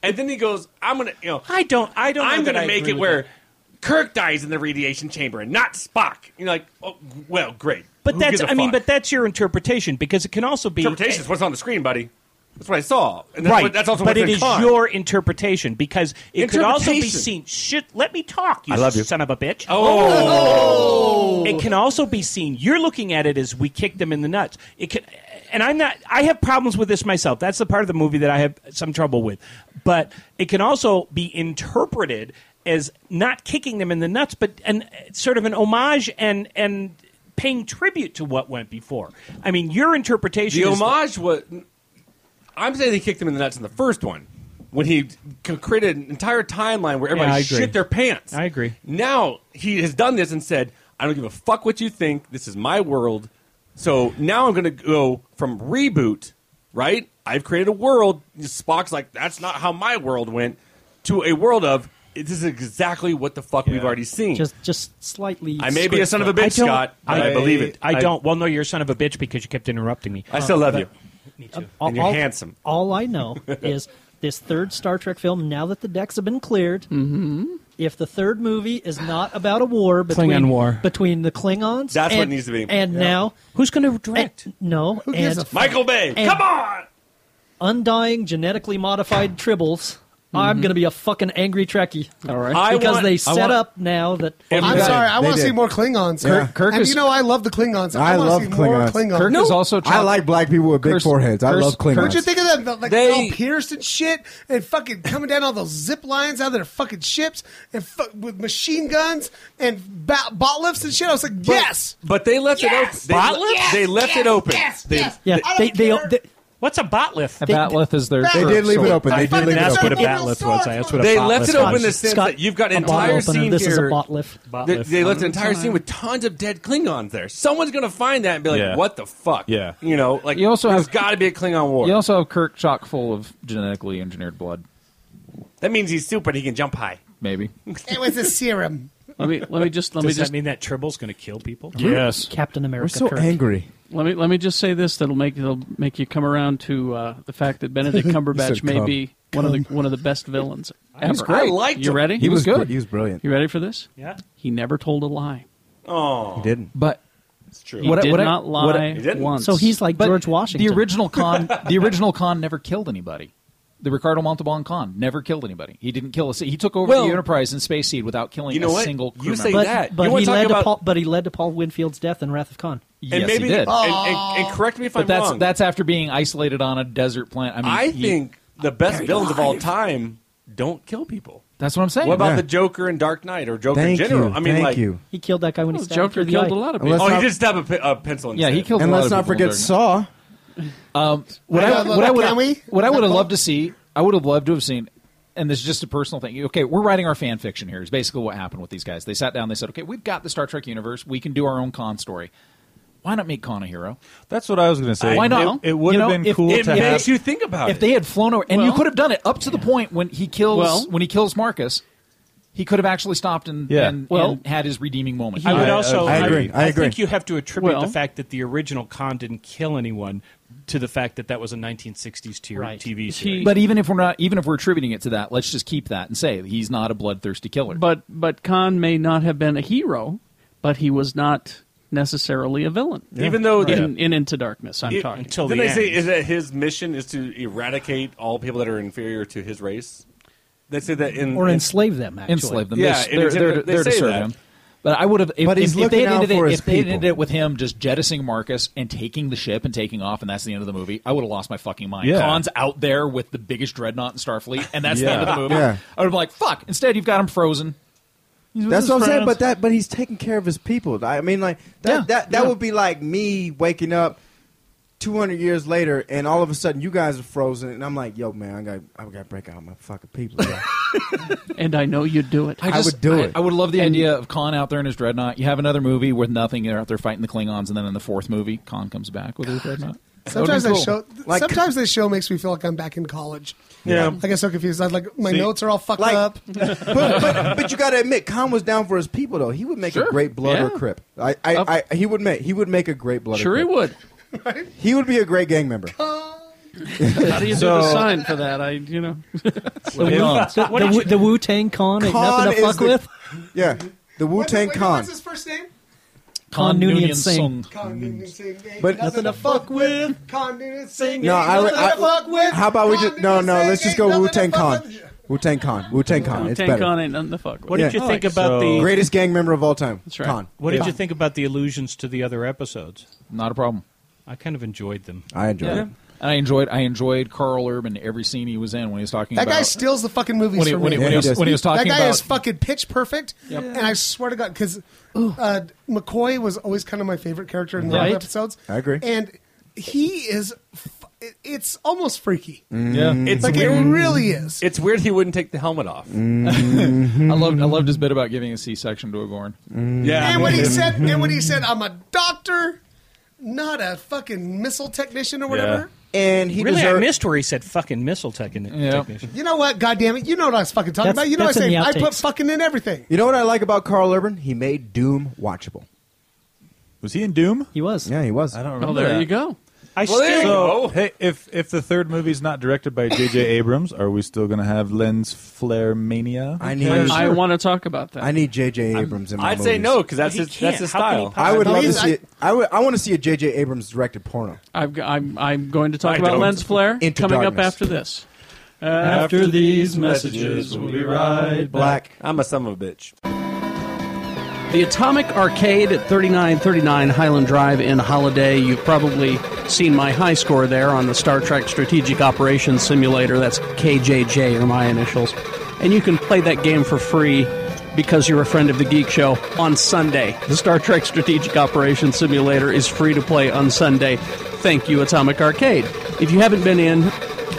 [SPEAKER 10] And then he goes, "I'm gonna, you know,
[SPEAKER 6] I don't, I don't.
[SPEAKER 10] I'm
[SPEAKER 6] know that
[SPEAKER 10] gonna
[SPEAKER 6] I
[SPEAKER 10] make
[SPEAKER 6] agree
[SPEAKER 10] it
[SPEAKER 6] with
[SPEAKER 10] where Kirk dies in the radiation chamber and not Spock." You're like, "Oh, g- well, great."
[SPEAKER 6] But
[SPEAKER 10] Who
[SPEAKER 6] that's
[SPEAKER 10] gives a
[SPEAKER 6] I mean,
[SPEAKER 10] fuck?
[SPEAKER 6] but that's your interpretation because it can also be
[SPEAKER 10] interpretation is what's on the screen, buddy. That's what I saw. And that's
[SPEAKER 6] right.
[SPEAKER 10] What, that's also
[SPEAKER 6] but
[SPEAKER 10] what's
[SPEAKER 6] it
[SPEAKER 10] in
[SPEAKER 6] is
[SPEAKER 10] Khan.
[SPEAKER 6] your interpretation because it could also be
[SPEAKER 10] Interpretation.
[SPEAKER 6] seen. Shit, let me talk. You
[SPEAKER 10] I love you.
[SPEAKER 6] son of a bitch.
[SPEAKER 10] Oh.
[SPEAKER 6] it can also be seen. You're looking at it as we kick them in the nuts. It can, and I'm not. I have problems with this myself. That's the part of the movie that I have some trouble with. But it can also be interpreted as not kicking them in the nuts, but an sort of an homage and and paying tribute to what went before. I mean, your interpretation.
[SPEAKER 10] The
[SPEAKER 6] is
[SPEAKER 10] homage was. I'm saying they kicked him in the nuts in the first one when he c- created an entire timeline where everybody
[SPEAKER 6] Yeah, I agree.
[SPEAKER 10] shit their pants.
[SPEAKER 6] I agree.
[SPEAKER 10] Now he has done this and said, I don't give a fuck what you think. This is my world. So now I'm going to go from reboot, right? I've created a world. Spock's like, that's not how my world went, to a world of. This is exactly what the fuck we've already seen.
[SPEAKER 4] Just, just slightly.
[SPEAKER 10] I may be a son of a
[SPEAKER 6] I
[SPEAKER 10] bitch,
[SPEAKER 6] don't-
[SPEAKER 10] Scott, but I, believe it.
[SPEAKER 6] I don't. Well, no, you're a son of a bitch because you kept interrupting me. Uh,
[SPEAKER 10] I still love you.
[SPEAKER 6] Me too.
[SPEAKER 4] Uh, All- all- All I
[SPEAKER 10] *laughs*
[SPEAKER 4] know is this third Star Trek film. Now that the decks have been cleared,
[SPEAKER 10] Mm-hmm.
[SPEAKER 4] if the third movie is not about a war between
[SPEAKER 6] Klingon war.
[SPEAKER 4] between the Klingons,
[SPEAKER 10] That's what
[SPEAKER 4] and-
[SPEAKER 10] needs to be.
[SPEAKER 4] And
[SPEAKER 10] Yeah.
[SPEAKER 4] now,
[SPEAKER 6] who's going to direct?
[SPEAKER 4] no,
[SPEAKER 10] Who
[SPEAKER 4] and
[SPEAKER 10] gives a fuck? Michael Bay,
[SPEAKER 4] and
[SPEAKER 10] come on!
[SPEAKER 4] Undying genetically modified tribbles. I'm
[SPEAKER 12] Mhm.
[SPEAKER 4] going to be a fucking angry Trekkie. All
[SPEAKER 12] right. I
[SPEAKER 4] because
[SPEAKER 12] want-
[SPEAKER 4] they
[SPEAKER 12] I
[SPEAKER 4] set
[SPEAKER 12] want-
[SPEAKER 4] up now that
[SPEAKER 12] I'm sorry. I want to see more Klingons.
[SPEAKER 5] Kirk- Yeah. Kirk
[SPEAKER 12] and
[SPEAKER 5] is-
[SPEAKER 12] you know, I love the Klingons.
[SPEAKER 5] I,
[SPEAKER 12] wanna
[SPEAKER 5] love
[SPEAKER 12] see more
[SPEAKER 5] Klingons.
[SPEAKER 12] Klingons.
[SPEAKER 5] I like black people with big foreheads. I love Klingons.
[SPEAKER 12] What'd you think of them? Like
[SPEAKER 5] They-
[SPEAKER 12] all pierced and shit, and fucking coming down all those zip lines out of their fucking ships, and fu- with machine guns and ba- bot lifts and shit. I was like, yes.
[SPEAKER 10] But they left
[SPEAKER 12] Yes!
[SPEAKER 10] it open. They,
[SPEAKER 12] Botlift?
[SPEAKER 10] they left
[SPEAKER 12] Yes,
[SPEAKER 10] it open.
[SPEAKER 12] yes,
[SPEAKER 10] they,
[SPEAKER 12] yes.
[SPEAKER 4] they,
[SPEAKER 10] they-
[SPEAKER 4] they, they,
[SPEAKER 6] What's a botlift?
[SPEAKER 3] A batleth is their.
[SPEAKER 10] They
[SPEAKER 3] their
[SPEAKER 10] did leave it
[SPEAKER 3] sword.
[SPEAKER 10] open. They I did fucking leave it
[SPEAKER 6] That's
[SPEAKER 10] open.
[SPEAKER 6] what a batleth was. That's what a
[SPEAKER 10] They
[SPEAKER 6] botlift
[SPEAKER 10] left
[SPEAKER 6] was.
[SPEAKER 10] it open in the sense that you've got
[SPEAKER 6] a
[SPEAKER 10] an
[SPEAKER 6] bottle
[SPEAKER 10] entire
[SPEAKER 6] opener.
[SPEAKER 10] scene
[SPEAKER 6] This is a
[SPEAKER 10] here.
[SPEAKER 6] botlift.
[SPEAKER 10] They,
[SPEAKER 6] Botlift.
[SPEAKER 10] they left an
[SPEAKER 6] Oh,
[SPEAKER 10] entire
[SPEAKER 3] Mm-hmm.
[SPEAKER 6] come
[SPEAKER 10] scene with tons of dead Klingons there. Someone's gonna find that and be like,
[SPEAKER 3] Yeah.
[SPEAKER 10] "What the fuck?"
[SPEAKER 3] Yeah.
[SPEAKER 10] you know, like
[SPEAKER 3] You also
[SPEAKER 10] there's
[SPEAKER 3] have-
[SPEAKER 10] got to be a Klingon war.
[SPEAKER 3] You also have Kirk chock full of genetically engineered blood.
[SPEAKER 10] That means he's stupid. He can jump high. *laughs*
[SPEAKER 3] Maybe.
[SPEAKER 12] It was a serum.
[SPEAKER 2] Let me let me just let
[SPEAKER 6] Does
[SPEAKER 2] me
[SPEAKER 6] that
[SPEAKER 2] just
[SPEAKER 6] mean that Tribble's going to kill people?
[SPEAKER 2] Yes.
[SPEAKER 4] Captain America.
[SPEAKER 5] We're so
[SPEAKER 2] Kirk.
[SPEAKER 5] angry.
[SPEAKER 2] Let me let me just say this that'll make it'll make you come around to uh, the fact
[SPEAKER 5] *laughs*
[SPEAKER 2] that Benedict Cumberbatch
[SPEAKER 5] said
[SPEAKER 2] may
[SPEAKER 5] come.
[SPEAKER 2] be one of the one of the best
[SPEAKER 5] *laughs*
[SPEAKER 2] villains ever.
[SPEAKER 5] He's great. I liked
[SPEAKER 2] You
[SPEAKER 5] him.
[SPEAKER 2] ready?
[SPEAKER 5] He He was was good. good. He was brilliant.
[SPEAKER 2] You ready for this?
[SPEAKER 6] Yeah.
[SPEAKER 2] He never told a lie.
[SPEAKER 10] Oh,
[SPEAKER 5] He didn't.
[SPEAKER 3] But
[SPEAKER 10] it's true.
[SPEAKER 2] He did not lie once.
[SPEAKER 4] So he's like
[SPEAKER 3] But
[SPEAKER 4] George Washington.
[SPEAKER 3] The original *laughs* con, the original con never killed anybody. The Ricardo Montalban con never killed anybody. He didn't kill a. He took over
[SPEAKER 4] Well-
[SPEAKER 3] the Enterprise and Space Seed without killing
[SPEAKER 10] You know
[SPEAKER 3] a
[SPEAKER 10] what?
[SPEAKER 3] single. Crew
[SPEAKER 10] You say
[SPEAKER 3] member.
[SPEAKER 4] but,
[SPEAKER 10] that.
[SPEAKER 4] But
[SPEAKER 10] You wanna
[SPEAKER 4] he
[SPEAKER 10] talk
[SPEAKER 4] led to
[SPEAKER 10] about-
[SPEAKER 4] Paul. But he led to Paul Winfield's death in Wrath of Khan.
[SPEAKER 3] Yes,
[SPEAKER 10] and maybe,
[SPEAKER 3] he did.
[SPEAKER 10] And, and, and correct me if
[SPEAKER 3] but
[SPEAKER 10] I'm
[SPEAKER 3] that's
[SPEAKER 10] wrong.
[SPEAKER 3] that's after being isolated on a desert planet. I mean,
[SPEAKER 10] I
[SPEAKER 3] you-
[SPEAKER 10] think the best
[SPEAKER 3] Buried
[SPEAKER 10] villains of all
[SPEAKER 3] alive.
[SPEAKER 10] time don't kill people.
[SPEAKER 3] that's what I'm saying.
[SPEAKER 10] What about the Joker and Dark Knight or Joker in
[SPEAKER 3] Thank
[SPEAKER 10] general?
[SPEAKER 3] you,
[SPEAKER 10] I mean,
[SPEAKER 3] thank
[SPEAKER 10] like
[SPEAKER 3] you.
[SPEAKER 4] He killed that guy when he stabbed him through the eye.
[SPEAKER 10] Oh, he did stab a, pe- a pencil.
[SPEAKER 3] Yeah, he
[SPEAKER 10] instead.
[SPEAKER 3] killed.
[SPEAKER 5] And
[SPEAKER 3] a lot
[SPEAKER 5] let's
[SPEAKER 3] of
[SPEAKER 5] not
[SPEAKER 3] people
[SPEAKER 5] forget
[SPEAKER 3] during that.
[SPEAKER 5] Saw.
[SPEAKER 3] Um, what
[SPEAKER 5] I
[SPEAKER 3] I,
[SPEAKER 5] got a
[SPEAKER 3] what I
[SPEAKER 5] little-
[SPEAKER 3] would
[SPEAKER 5] can we?
[SPEAKER 3] what I
[SPEAKER 5] Is that
[SPEAKER 3] would have
[SPEAKER 5] cool?
[SPEAKER 3] loved to see I would have loved to have seen, and this is just a personal thing. Okay, we're writing our fan fiction here. Is basically what happened with these guys. They sat down. They said, okay, we've got the Star Trek universe. We can do our own con story. Why not make Khan a hero?
[SPEAKER 1] That's what I was going to say.
[SPEAKER 3] Why not?
[SPEAKER 1] It, it would
[SPEAKER 3] You
[SPEAKER 1] have
[SPEAKER 3] know,
[SPEAKER 1] been
[SPEAKER 3] if-
[SPEAKER 1] cool
[SPEAKER 3] if
[SPEAKER 1] to
[SPEAKER 3] they-
[SPEAKER 1] have.
[SPEAKER 3] you
[SPEAKER 10] think about
[SPEAKER 3] if they had flown over, and you
[SPEAKER 1] Well-
[SPEAKER 3] could have done it up to the point when he kills
[SPEAKER 1] Well-
[SPEAKER 3] when he kills Marcus, he could have actually stopped and
[SPEAKER 1] Yeah.
[SPEAKER 3] and,
[SPEAKER 1] Well-
[SPEAKER 3] and had his redeeming moment.
[SPEAKER 6] I would also. think you have to attribute
[SPEAKER 3] Well-
[SPEAKER 6] the fact that the original con didn't kill anyone to the fact that that was a 1960s tier TV series.
[SPEAKER 3] but even if we're not, even if we're attributing it to that, let's just keep that and say he's not a bloodthirsty killer.
[SPEAKER 2] But but Khan may not have been a hero, but he was not necessarily a villain.
[SPEAKER 10] Yeah. Even though the-
[SPEAKER 2] in, in Into Darkness, I'm
[SPEAKER 10] It-
[SPEAKER 2] talking
[SPEAKER 10] Then they say is that his mission is to eradicate all people that are inferior to his race. They say that in
[SPEAKER 4] or
[SPEAKER 10] in-
[SPEAKER 4] enslave them. Actually.
[SPEAKER 3] enslave them.
[SPEAKER 10] Yeah,
[SPEAKER 3] they're,
[SPEAKER 10] and
[SPEAKER 3] they're,
[SPEAKER 10] they-
[SPEAKER 3] they're,
[SPEAKER 10] they
[SPEAKER 3] they're to
[SPEAKER 10] say
[SPEAKER 3] serve
[SPEAKER 10] that.
[SPEAKER 3] him. But I would have if,
[SPEAKER 5] But he's
[SPEAKER 3] if, if they
[SPEAKER 5] looking
[SPEAKER 3] had
[SPEAKER 5] out
[SPEAKER 3] ended
[SPEAKER 5] for
[SPEAKER 3] it,
[SPEAKER 5] his
[SPEAKER 3] if they had
[SPEAKER 5] people.
[SPEAKER 3] ended it with him just jettisoning Marcus and taking the ship and taking off, and that's the end of the movie. I would have lost my fucking mind.
[SPEAKER 1] Yeah.
[SPEAKER 3] Khan's out there with the biggest dreadnought in Starfleet, and that's the end of
[SPEAKER 1] Yeah.
[SPEAKER 3] the movie.
[SPEAKER 1] Yeah.
[SPEAKER 3] I would have been like, "Fuck!" Instead, you've got him frozen. He's with
[SPEAKER 5] That's
[SPEAKER 3] his
[SPEAKER 5] what I'm saying.
[SPEAKER 3] friends.
[SPEAKER 5] But that, but he's taking care of his people. I mean, like that, that, that would be like me waking up 200 years later, and all of a sudden you guys are frozen, and I'm like, yo, man, I got I got to break out my fucking people. yo.
[SPEAKER 2] and I know you'd do it.
[SPEAKER 5] I would do
[SPEAKER 3] I,
[SPEAKER 5] it.
[SPEAKER 3] I would love the
[SPEAKER 5] And-
[SPEAKER 3] idea of Khan out there in his dreadnought. You have another movie with nothing. They're out there fighting the Klingons, and then in the fourth movie, Khan comes back with *sighs* his dreadnought. That would've
[SPEAKER 12] Sometimes
[SPEAKER 3] been
[SPEAKER 12] that
[SPEAKER 3] cool.
[SPEAKER 12] show, sometimes this show makes me feel like I'm back in college.
[SPEAKER 3] Yeah.
[SPEAKER 12] I get so confused. I like my
[SPEAKER 5] See?
[SPEAKER 12] notes are all fucked
[SPEAKER 5] Like-
[SPEAKER 12] up.
[SPEAKER 5] but, but, but you got to admit, Khan was down for his people, though. He would make
[SPEAKER 12] Sure.
[SPEAKER 5] a great blood or
[SPEAKER 12] Yeah.
[SPEAKER 5] crip. I, I, I, he would make he would make a great blood.
[SPEAKER 2] Sure
[SPEAKER 5] or
[SPEAKER 2] he
[SPEAKER 5] crip.
[SPEAKER 2] would.
[SPEAKER 5] He would be a great gang member.
[SPEAKER 2] How do
[SPEAKER 5] *laughs*
[SPEAKER 2] you do the
[SPEAKER 5] So-
[SPEAKER 2] sign for that? I, you know.
[SPEAKER 5] The Wu- the- What did you-
[SPEAKER 4] the Wu Tang Khan ain't nothing to fuck with.
[SPEAKER 5] Yeah, the Wu Tang Khan.
[SPEAKER 12] What's his first name?
[SPEAKER 4] Khan Noonien Singh.
[SPEAKER 12] Khan Noonien Singh. Ain't
[SPEAKER 5] But-
[SPEAKER 12] Mm. nothing to fuck with. Khan Noonien Singh.
[SPEAKER 5] No,
[SPEAKER 12] ain't
[SPEAKER 5] I,
[SPEAKER 12] nothing to fuck
[SPEAKER 5] I,
[SPEAKER 12] with.
[SPEAKER 5] How about we just no no? Let's just go Wu Tang Khan. Wu Tang Khan. Wu Tang Khan. It's
[SPEAKER 2] Wu-Tang
[SPEAKER 5] better.
[SPEAKER 2] Khan ain't nothing to fuck with.
[SPEAKER 6] What did you think about the
[SPEAKER 5] greatest gang member of all time? That's Khan.
[SPEAKER 6] What did you think about the allusions to the other episodes?
[SPEAKER 3] Not a problem.
[SPEAKER 6] I kind of enjoyed them.
[SPEAKER 5] I enjoyed
[SPEAKER 3] Yeah.
[SPEAKER 5] it.
[SPEAKER 3] And I enjoyed I enjoyed Carl Urban every scene he was in when he was talking
[SPEAKER 12] That
[SPEAKER 3] about
[SPEAKER 12] guy steals the fucking movies
[SPEAKER 3] When he-
[SPEAKER 12] from
[SPEAKER 3] when
[SPEAKER 12] me.
[SPEAKER 3] he- when he Yeah, was- he does. when he was talking
[SPEAKER 12] that guy
[SPEAKER 3] about-
[SPEAKER 12] is fucking pitch perfect. And I swear to God, because uh, McCoy was always kind of my favorite character in the
[SPEAKER 5] Right.
[SPEAKER 12] other episodes.
[SPEAKER 5] I agree.
[SPEAKER 12] And he is, f- it- it's almost freaky.
[SPEAKER 3] Yeah.
[SPEAKER 13] it's
[SPEAKER 12] Like, it
[SPEAKER 13] weird.
[SPEAKER 12] really is.
[SPEAKER 13] It's weird he wouldn't take the helmet off.
[SPEAKER 3] Mm-hmm. *laughs* I loved I loved his bit about giving a C section to a Gorn.
[SPEAKER 5] Mm-hmm.
[SPEAKER 13] Yeah.
[SPEAKER 12] And when he said, and when he said, I'm a doctor, not a fucking missile technician or whatever.
[SPEAKER 5] And
[SPEAKER 12] he
[SPEAKER 6] really, I
[SPEAKER 12] deserved-
[SPEAKER 6] missed where he said "fucking missile techni- technician."
[SPEAKER 12] You know what? God damn it! You know what I was fucking talking
[SPEAKER 6] That's-
[SPEAKER 12] about. You know what I
[SPEAKER 6] that's
[SPEAKER 12] say?
[SPEAKER 6] in
[SPEAKER 12] I
[SPEAKER 6] the
[SPEAKER 12] put
[SPEAKER 6] outtakes.
[SPEAKER 12] fucking in everything.
[SPEAKER 5] You know what I like about Carl Urban? He made Doom watchable.
[SPEAKER 1] Was he in Doom?
[SPEAKER 4] He was.
[SPEAKER 5] Yeah, he was.
[SPEAKER 1] I don't
[SPEAKER 2] Oh,
[SPEAKER 1] remember.
[SPEAKER 2] there
[SPEAKER 1] that.
[SPEAKER 2] you go.
[SPEAKER 6] I
[SPEAKER 2] Well, there you
[SPEAKER 1] So,
[SPEAKER 2] go.
[SPEAKER 1] hey, if if the third movie's not directed by J.J. *laughs* Abrams, are we still going to have lens flare mania?
[SPEAKER 5] I
[SPEAKER 1] Okay.
[SPEAKER 5] need.
[SPEAKER 2] I want to talk about that.
[SPEAKER 5] I need J.J. Abrams in my
[SPEAKER 1] I'd say
[SPEAKER 5] movies.
[SPEAKER 1] no, 'cause that's He his- can't. that's his How can he style.
[SPEAKER 5] I would love to
[SPEAKER 2] possibly-
[SPEAKER 5] see it. I would. I want to see a J.J. Abrams directed porno.
[SPEAKER 2] I've, got- I'm, I'm going to talk
[SPEAKER 5] I
[SPEAKER 2] about
[SPEAKER 5] don't.
[SPEAKER 2] lens flare
[SPEAKER 5] Into
[SPEAKER 2] coming
[SPEAKER 5] darkness.
[SPEAKER 2] up after this.
[SPEAKER 13] After
[SPEAKER 2] these
[SPEAKER 13] messages,
[SPEAKER 2] will
[SPEAKER 13] we'll be right
[SPEAKER 5] back.
[SPEAKER 13] I'm a son of a bitch.
[SPEAKER 2] The Atomic Arcade at 3939 Highland Drive in Holiday. You've probably seen my high score there on the Star Trek Strategic Operations Simulator. That's KJJ, or my initials. And you can play that game for free because you're a friend of the Geek Show on Sunday. The Star Trek Strategic Operations Simulator is free to play on Sunday. Thank you, Atomic Arcade. If you haven't been in,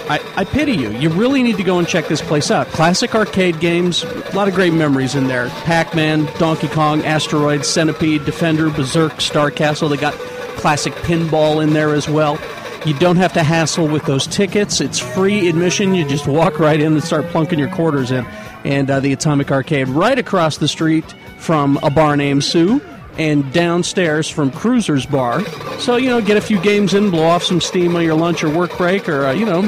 [SPEAKER 2] I, I pity you. You really need to go and check this place out. Classic arcade games, a lot of great memories in there. Pac Man, Donkey Kong, Asteroid, Centipede, Defender, Berserk, Star Castle. They got classic pinball in there as well. You don't have to hassle with those tickets. It's free admission. You just walk right in and start plunking your quarters in. And uh, the Atomic Arcade right across the street from a bar named Sue and downstairs from Cruiser's Bar. So, you know, get a few games in, blow off some steam on your lunch or work break, or, uh, you know,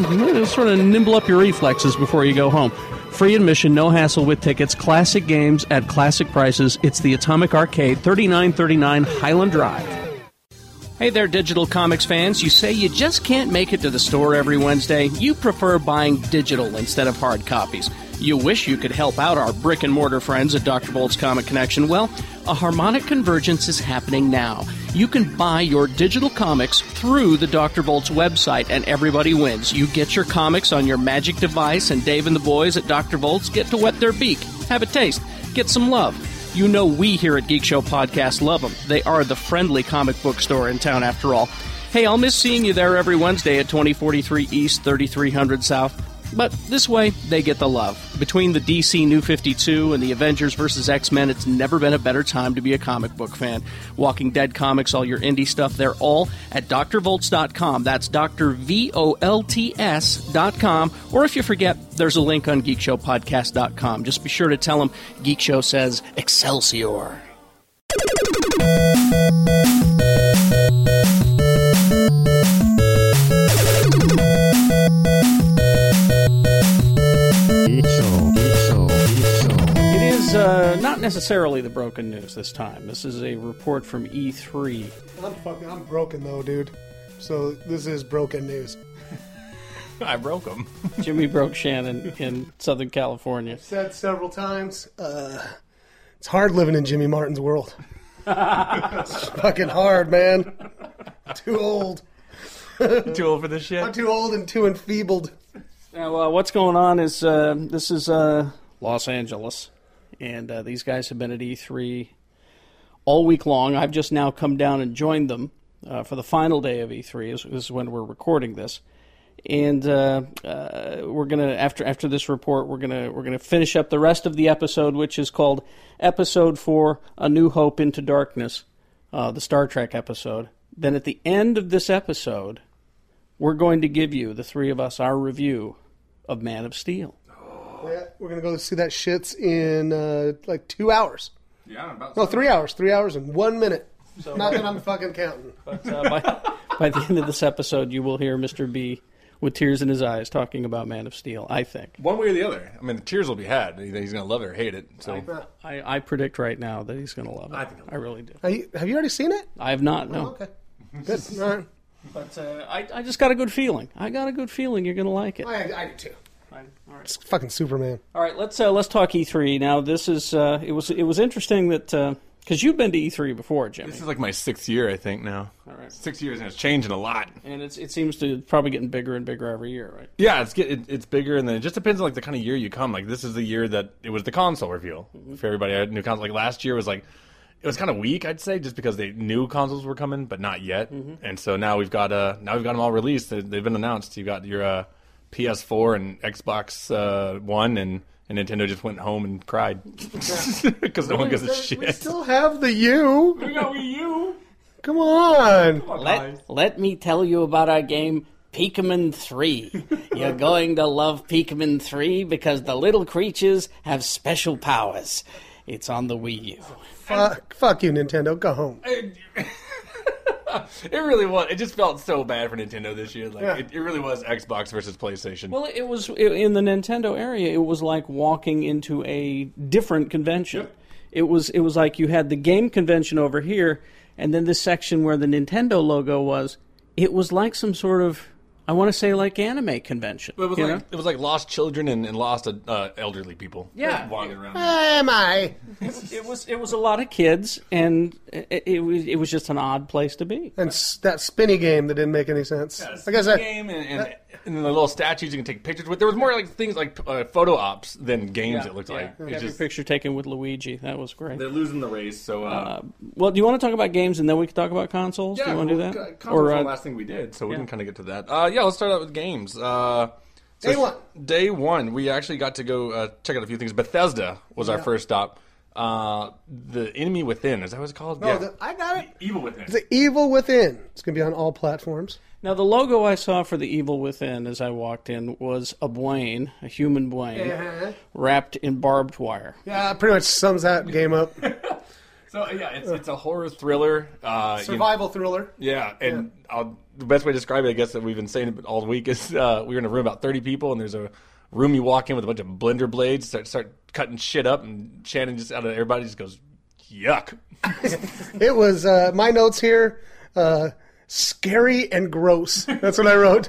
[SPEAKER 2] sort of nimble up your reflexes before you go home. Free admission, no hassle with tickets, classic games at classic prices. It's the Atomic Arcade, 3939 Highland Drive. Hey there, digital comics fans. You say you just can't make it to the store every Wednesday. You prefer buying digital instead of hard copies. You wish you could help out our brick and mortar friends at Dr. Bolt's Comic Connection. Well, a harmonic convergence is happening now. You can buy your digital comics through the Dr. Bolt's website, and everybody wins. You get your comics on your magic device, and Dave and the boys at Dr. Bolt's get to wet their beak, have a taste, get some love. You know we here at Geek Show Podcast love them. They are the friendly comic book store in town after all. Hey, I'll miss seeing you there every Wednesday at 2043 East, 3300 South. But this way, they get the love. Between the DC New 52 and the Avengers vs. X Men, it's never been a better time to be a comic book fan. Walking Dead comics, all your indie stuff, they're all at drvolts.com. That's drvolts.com. Or if you forget, there's a link on geekshowpodcast.com. Just be sure to tell them Geek Show says Excelsior. It is uh, not necessarily the broken news this time. This is a report from E E3.
[SPEAKER 12] I'm fucking. I'm broken though, dude. So this is broken news.
[SPEAKER 6] *laughs* I broke him.
[SPEAKER 2] Jimmy broke Shannon in Southern California.
[SPEAKER 12] Said several times. Uh, it's hard living in Jimmy Martin's *laughs* world. it's fucking hard, man. Too old.
[SPEAKER 6] too old for this shit.
[SPEAKER 12] I'm too old and too enfeebled.
[SPEAKER 2] Now, uh, what's going on is uh, this is uh, Los Angeles, and uh, these guys have been at E3 all week long. I've just now come down and joined them uh, for the final day of E3. Is, is when we're recording this, and uh, uh, we're gonna after after this report, we're gonna we're gonna finish up the rest of the episode, which is called Episode Four: A New Hope into Darkness, uh, the Star Trek episode. Then at the end of this episode, we're going to give you the three of us our review of Man of Steel.
[SPEAKER 12] Yeah, we're gonna go see that shits in uh, like two hours.
[SPEAKER 16] Yeah, about
[SPEAKER 12] No, three hours. Three hours and one minute. Not that I'm fucking counting.
[SPEAKER 2] *laughs* But uh, by, by the end of this episode, you will hear Mr. B with tears in his eyes talking about Man of Steel. I think.
[SPEAKER 10] One way or the other. I mean, the tears will be had. Either He's going to love it or hate it. So
[SPEAKER 2] I, I predict right now that he's going to love it. I, think I really do.
[SPEAKER 12] Have you, have you already seen it? Oh,
[SPEAKER 2] I have not. No.
[SPEAKER 12] okay. Good. *laughs* All right.
[SPEAKER 2] But uh, I, I just got a good feeling. I got a good feeling you're going to like it.
[SPEAKER 12] I, I do too.
[SPEAKER 2] all right.
[SPEAKER 12] It's fucking Superman.
[SPEAKER 2] All right, let's uh, let's talk E3 now. This is uh, it was it was interesting that because you've been to E3 before, Jimmy.
[SPEAKER 10] this is like my sixth year, I think, now.
[SPEAKER 2] All right.
[SPEAKER 10] Six years, and it's changing a lot.
[SPEAKER 2] and it's, it seems to probably getting bigger and bigger every year, right?
[SPEAKER 10] Yeah, it's get, it, it's bigger, and then it just depends on like the kind of year you come. Like this is the year that it was the console reveal
[SPEAKER 2] Mm-hmm.
[SPEAKER 10] for everybody. I had new console. Like last year was like it was kind of weak, I'd say, just because they knew consoles were coming, but not yet.
[SPEAKER 16] Mhm.
[SPEAKER 2] Mm-hmm.
[SPEAKER 10] And so now we've got uh now we've got them all released. They, they've been announced. You got your uh, PS4 and Xbox uh, One, and, and Nintendo just went home and cried *laughs* because no one gives a shit.
[SPEAKER 12] We still have the U.
[SPEAKER 10] We got Wii U.
[SPEAKER 12] Come on.
[SPEAKER 2] Let, let me tell you about our game Pikmin
[SPEAKER 10] *laughs*
[SPEAKER 2] 3. You're going to love Pikmin 3 because the little creatures have special powers. It's on the Wii U.
[SPEAKER 12] Fuck, fuck you, Nintendo. Go home.
[SPEAKER 10] *laughs* It really was. It just felt so bad for Nintendo this year. Like
[SPEAKER 2] Yeah.
[SPEAKER 10] it, it really was Xbox versus PlayStation.
[SPEAKER 2] Well, it was i- in the Nintendo area. It was like walking into a different convention. It was it was like you had the game convention over here, and then this section where the Nintendo logo was. It was like some sort of I want to say like anime convention.
[SPEAKER 10] It was
[SPEAKER 2] you
[SPEAKER 10] like
[SPEAKER 2] know?
[SPEAKER 10] it was like lost children and, and lost uh, elderly people.
[SPEAKER 2] Yeah.
[SPEAKER 10] walking around.
[SPEAKER 12] Am I?
[SPEAKER 2] it was it was a lot of kids, and it, it was it was just an odd place to be.
[SPEAKER 12] And s- that spinny game that didn't make any sense.
[SPEAKER 10] Yes,
[SPEAKER 12] like I
[SPEAKER 10] the
[SPEAKER 12] said,
[SPEAKER 10] game and, and, and then the little statues you can take pictures with. There was more like things like uh, photo ops than games.
[SPEAKER 2] Yeah,
[SPEAKER 10] it looked
[SPEAKER 2] yeah.
[SPEAKER 10] like
[SPEAKER 2] Every
[SPEAKER 10] It's just-
[SPEAKER 2] picture taken with Luigi. That was great.
[SPEAKER 10] they're losing the race. So uh,
[SPEAKER 2] Uh, well, do you want to talk about games and then we can talk about consoles? do you want to do
[SPEAKER 10] well,
[SPEAKER 2] that?
[SPEAKER 10] c- Consoles
[SPEAKER 2] Or,
[SPEAKER 10] were
[SPEAKER 2] uh,
[SPEAKER 10] the last thing we did, so we
[SPEAKER 2] yeah.
[SPEAKER 10] can kind of get to that. Uh, yeah, let's start out with games. Uh,
[SPEAKER 12] Day one.
[SPEAKER 10] Day one, we actually got to go uh, check out a few things. Bethesda was our
[SPEAKER 12] Yeah.
[SPEAKER 10] first stop. Uh, the Enemy Within, is that what it's called?
[SPEAKER 12] No,
[SPEAKER 10] yeah.
[SPEAKER 12] the- I got it.
[SPEAKER 10] E-, Evil Within.
[SPEAKER 12] The Evil Within. It's going to be on all platforms.
[SPEAKER 2] Now, the logo I saw for the Evil Within as I walked in was a Blaine, a human Blaine,
[SPEAKER 12] Uh-huh.
[SPEAKER 2] wrapped in barbed wire.
[SPEAKER 12] Yeah, it Uh, pretty much sums
[SPEAKER 10] *laughs*
[SPEAKER 12] that game up.
[SPEAKER 10] So yeah, it's, it's a horror thriller. Uh, you-
[SPEAKER 12] Survival thriller.
[SPEAKER 10] Yeah, and I'll, the best way to describe it, I guess, that we've been saying it all week is uh, we were in a room about thirty people, and there's a room you walk in with a bunch of blender blades, start start cutting shit up, and Shannon just out of everybody just goes, "Yuck!"
[SPEAKER 12] It was uh, my notes here. Uh, scary and gross. That's what I wrote.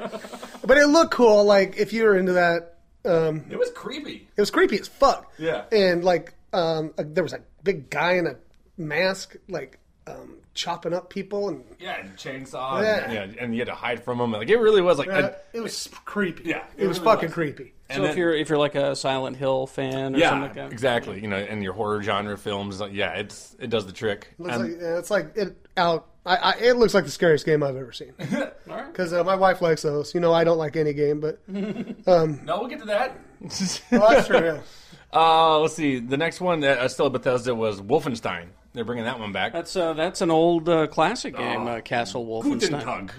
[SPEAKER 12] but it looked cool. Like if you were into that, um,
[SPEAKER 10] It was *laughs* creepy.
[SPEAKER 12] it was creepy as fuck.
[SPEAKER 10] Yeah.
[SPEAKER 12] And like, um, uh, there was a big guy in a mask, like um, chopping up people, and
[SPEAKER 10] Yeah, and chainsaw.
[SPEAKER 12] Yeah.
[SPEAKER 10] Yeah. And, and you had to hide from them. Like it really was like
[SPEAKER 12] uh,
[SPEAKER 10] I-
[SPEAKER 12] it was creepy. Yeah, it,
[SPEAKER 10] it
[SPEAKER 12] was
[SPEAKER 10] really
[SPEAKER 12] fucking
[SPEAKER 10] was.
[SPEAKER 12] creepy.
[SPEAKER 10] And
[SPEAKER 2] so if
[SPEAKER 10] then-
[SPEAKER 2] you're if you're like a Silent Hill fan or
[SPEAKER 10] yeah,
[SPEAKER 2] something like that.
[SPEAKER 10] exactly. You know, and your horror genre films, like, yeah, it's it does the trick. Um,
[SPEAKER 12] Looks
[SPEAKER 10] And-
[SPEAKER 12] like, yeah, it's like it out. I, I, it looks like the scariest game I've ever seen. Because uh, my wife likes those. You know, I don't like any game, but *laughs* um,
[SPEAKER 10] no, we'll get to that.
[SPEAKER 2] *laughs*
[SPEAKER 10] Oh,
[SPEAKER 12] well, that's true, yeah.
[SPEAKER 10] Uh, let's see. The next one that uh, still at Bethesda was Wolfenstein. They're bringing that one back. Oh,
[SPEAKER 2] That's uh, that's an old uh, classic game, uh, Castle
[SPEAKER 10] Guten
[SPEAKER 2] Wolfenstein.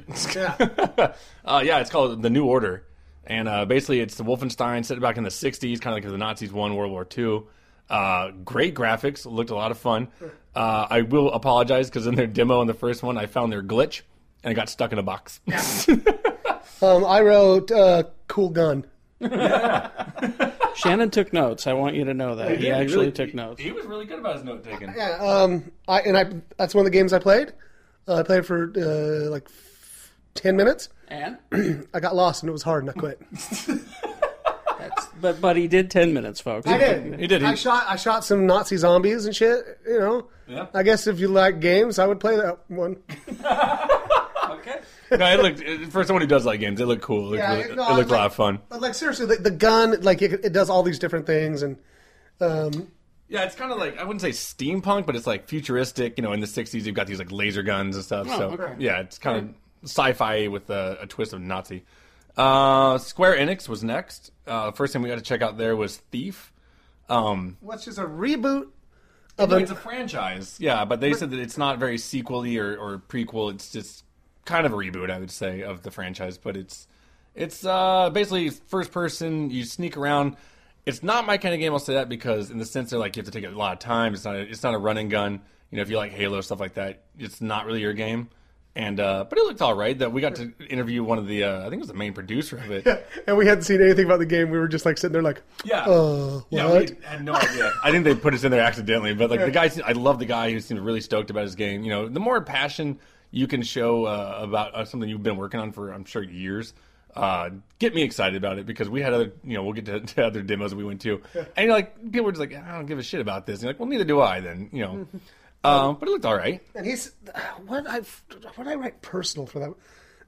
[SPEAKER 10] Tag. *laughs* Uh, yeah, it's called The New Order. And uh, basically, it's the Wolfenstein set back in the 60s, kind of like the Nazis won World War II. Uh, great graphics. Looked a lot of fun. Uh, I will apologize because in their demo in the first one, I found their glitch and it got stuck in a box.
[SPEAKER 12] Um, I wrote uh, "Cool Gun."
[SPEAKER 2] Shannon took notes. I want you to know that
[SPEAKER 12] He
[SPEAKER 2] he
[SPEAKER 12] did, he
[SPEAKER 2] actually
[SPEAKER 12] really-
[SPEAKER 2] took notes.
[SPEAKER 10] he was really good about his note taking.
[SPEAKER 12] Yeah, um, I and I that's one of the games I played. Uh, I played for uh, like f- ten minutes.
[SPEAKER 2] And
[SPEAKER 12] *clears throat* I got lost and it was hard and I quit.
[SPEAKER 2] but but he did ten minutes, folks.
[SPEAKER 12] I did. I shot. I shot some Nazi zombies and shit. You know.
[SPEAKER 10] Yeah.
[SPEAKER 12] I guess if you like games, I would play that one.
[SPEAKER 10] no, it looked, it- for someone who does like games, it looked cool. It looked,
[SPEAKER 12] Yeah,
[SPEAKER 10] really-
[SPEAKER 12] no,
[SPEAKER 10] it looked
[SPEAKER 12] I
[SPEAKER 10] a lot of fun.
[SPEAKER 12] But like seriously, the, the gun like it, it does all these different things, and um,
[SPEAKER 10] Yeah, it's kind of like I wouldn't say steampunk, but it's like futuristic. You know, in the '60s, you've got these like laser guns and stuff.
[SPEAKER 16] Oh,
[SPEAKER 10] so
[SPEAKER 16] okay.
[SPEAKER 10] yeah, it's kind of sci-fi with a, a twist of Nazi. Uh, Square Enix was next. Uh, first thing we got to check out there was Thief. Um,
[SPEAKER 12] Which is a reboot
[SPEAKER 10] no,
[SPEAKER 12] of a,
[SPEAKER 10] it's a franchise, yeah, but they said that it's not very sequely or, or prequel. It's just kind of a reboot, I would say, of the franchise. But it's it's uh, basically first person. You sneak around. It's not my kind of game. I'll say that because in the sense that like you have to take a lot of time. It's not a, it's not a run and gun. You know, if you like Halo stuff like that, it's not really your game. And uh, but it looked all right. That we got to interview one of the uh, I think it was the main producer of
[SPEAKER 12] *laughs*
[SPEAKER 10] it.
[SPEAKER 12] *laughs* and we hadn't seen anything about the game. We were just like sitting there, like,
[SPEAKER 10] Yeah.
[SPEAKER 12] uh, what?
[SPEAKER 10] Yeah, we had no idea. *laughs* I think they put us in there accidentally, but like the guy, I love the guy who seemed really stoked about his game. You know, the more passion you can show uh, about uh, something you've been working on for, I'm sure, years, uh, get me excited about it because we had other, you know, we'll get to, *laughs* to other demos we went to, and you're like, people were just like, I don't give a shit about this. And you're like, well, neither do I. Then you *laughs* know, um, but it looked all right.
[SPEAKER 12] And he's what I what I write personal for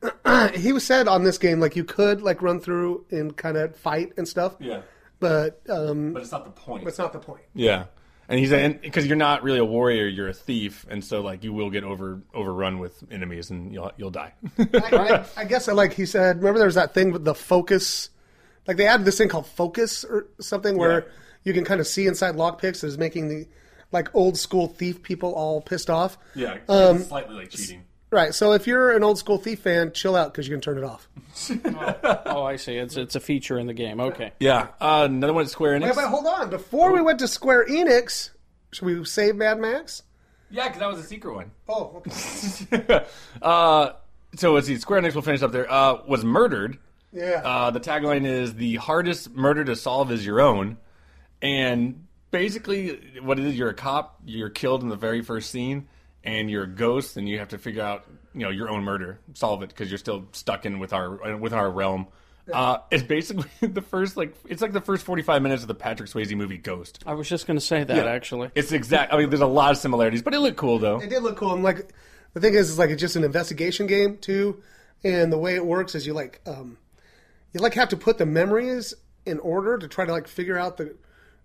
[SPEAKER 12] that. *clears throat* he said on this game like you could like run through and kind of fight and stuff.
[SPEAKER 10] Yeah.
[SPEAKER 12] But um. But
[SPEAKER 10] it's not the point.
[SPEAKER 12] It's not the point.
[SPEAKER 10] Yeah. And he's because you're not really a warrior, you're a thief, and so like you will get over overrun with enemies, and you'll you'll die.
[SPEAKER 12] I, I, I guess I like he said. Remember, there was that thing with the focus. Like they added this thing called focus or something where you can kind of see inside lockpicks. Is making the like old school thief people all pissed off.
[SPEAKER 10] Yeah,
[SPEAKER 12] Um,
[SPEAKER 10] slightly like cheating.
[SPEAKER 12] Right. So if you're an old school thief fan, chill out because you can turn it off.
[SPEAKER 2] oh, I see. It's it's a feature in the game. Okay.
[SPEAKER 10] Yeah. Uh, another one at Square
[SPEAKER 12] Wait, but hold on. Before we went to Square Enix, should we save Mad Max?
[SPEAKER 10] Yeah, because that was a secret one.
[SPEAKER 12] Oh, okay.
[SPEAKER 10] uh, so let's see. Square Enix will finish up there. Uh, was murdered.
[SPEAKER 12] Yeah.
[SPEAKER 10] Uh, the tagline is the hardest murder to solve is your own, and basically what it is, you're a cop, you're killed in the very first scene, and you're a ghost, and you have to figure out you know your own murder, solve it because you're still stuck in with our with our realm. Uh, it's basically *laughs* the first like it's like the first forty five minutes of the Patrick Swayze movie Ghost.
[SPEAKER 2] I was just going to say that actually.
[SPEAKER 10] It's exact. I mean, there's a lot of similarities, but it looked cool though.
[SPEAKER 12] It did look cool. And like, the thing is, is like it's just an investigation game too. And the way it works is you like, um, you like have to put the memories in order to try to like figure out the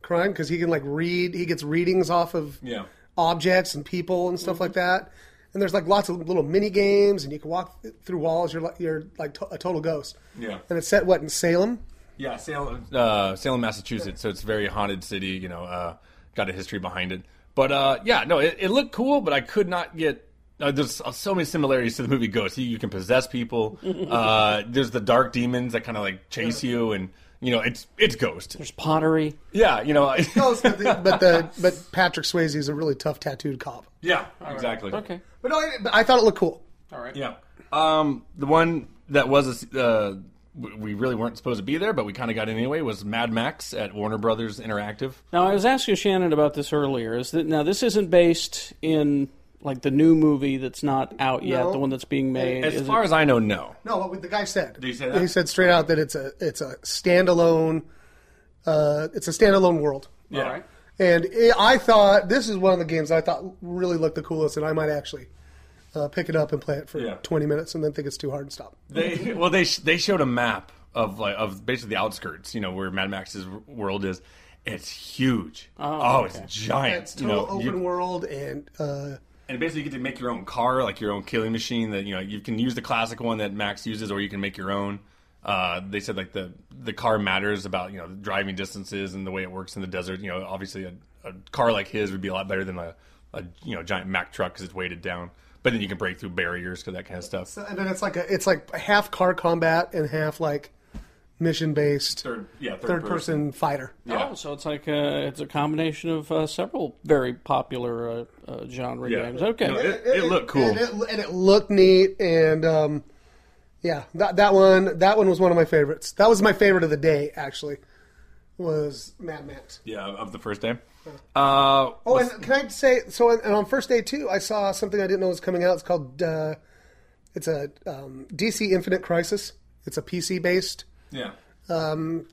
[SPEAKER 12] crime because he can like read. He gets readings off of
[SPEAKER 10] Yeah.
[SPEAKER 12] objects and people and stuff like that. And there's like lots of little mini games, and you can walk through walls. You're like you're like to- a total ghost.
[SPEAKER 10] Yeah.
[SPEAKER 12] And it's set what in Salem.
[SPEAKER 10] *laughs* Yeah, Salem, uh, Salem, Massachusetts. So it's a very haunted city. You know, uh, got a history behind it. But uh, yeah, no, it, it looked cool, but I could not get. Uh, there's so many similarities to the movie Ghost. You, you can possess
[SPEAKER 2] *laughs*
[SPEAKER 10] people. Uh, there's the dark demons that kind of like chase you, and you know, it's it's Ghost. There's
[SPEAKER 2] pottery.
[SPEAKER 10] Yeah, you know. I-
[SPEAKER 12] *laughs* but the but Patrick Swayze is a really tough tattooed cop.
[SPEAKER 10] *laughs* yeah, exactly. Okay.
[SPEAKER 12] But no, I, but I thought it looked cool.
[SPEAKER 2] All right.
[SPEAKER 10] Yeah. Um, the one that was a s uh, w- we really weren't supposed to be there, but we kind of got in anyway. Was Mad Max at Warner Brothers Interactive?
[SPEAKER 2] Now I was asking Shannon about this earlier. Is that now this isn't based in like the new movie that's not out yet,
[SPEAKER 12] No.
[SPEAKER 2] the one that's being made?
[SPEAKER 10] As
[SPEAKER 2] is
[SPEAKER 10] far
[SPEAKER 2] it?
[SPEAKER 10] as I know, no.
[SPEAKER 12] No, what the guy said. Did
[SPEAKER 10] he say
[SPEAKER 12] He said straight out that it's a it's a standalone, uh, it's a standalone world.
[SPEAKER 10] Yeah.
[SPEAKER 12] And it, I thought this is one of the games I thought really looked the coolest, and I might actually uh, pick it up and play it for
[SPEAKER 10] Yeah.
[SPEAKER 12] 20 minutes and then think it's too hard and stop.
[SPEAKER 10] They *laughs* well, they sh- they showed a map of like of basically the outskirts. You know where Mad Max's world is. It's huge. Oh,
[SPEAKER 12] okay.
[SPEAKER 10] it's giant.
[SPEAKER 12] It's
[SPEAKER 10] you
[SPEAKER 12] total
[SPEAKER 10] know, you-
[SPEAKER 12] open world, and uh,
[SPEAKER 10] and basically you get to make your own car, like your own killing machine. That you know you can use the classic one that Max uses, or you can make your own. Uh, they said like the the car matters about you know the driving distances and the way it works in the desert. You know, obviously a, a car like his would be a lot better than a, a you know giant Mack truck because it's weighted down. But then you can break through barriers because that kind of stuff.
[SPEAKER 12] and then it's like a, it's like half car combat and half like mission based
[SPEAKER 10] Third- yeah, third
[SPEAKER 12] person fighter.
[SPEAKER 2] Oh, so it's like a, it's a combination of uh, several very popular uh, uh, genre
[SPEAKER 10] Yeah.
[SPEAKER 2] games. Okay,
[SPEAKER 10] No, it- it looked cool.
[SPEAKER 12] And it, and it looked neat, and um, yeah, that that one that one was one of my favorites. That was my favorite of the day, actually. Was Mad Max.
[SPEAKER 10] Yeah, of the first day. Uh,
[SPEAKER 12] Oh, and can I say so? And on first day too, I saw something I didn't know was coming out. It's called uh, it's a um, DC Infinite Crisis. It's a PC based
[SPEAKER 10] yeah.
[SPEAKER 12] um,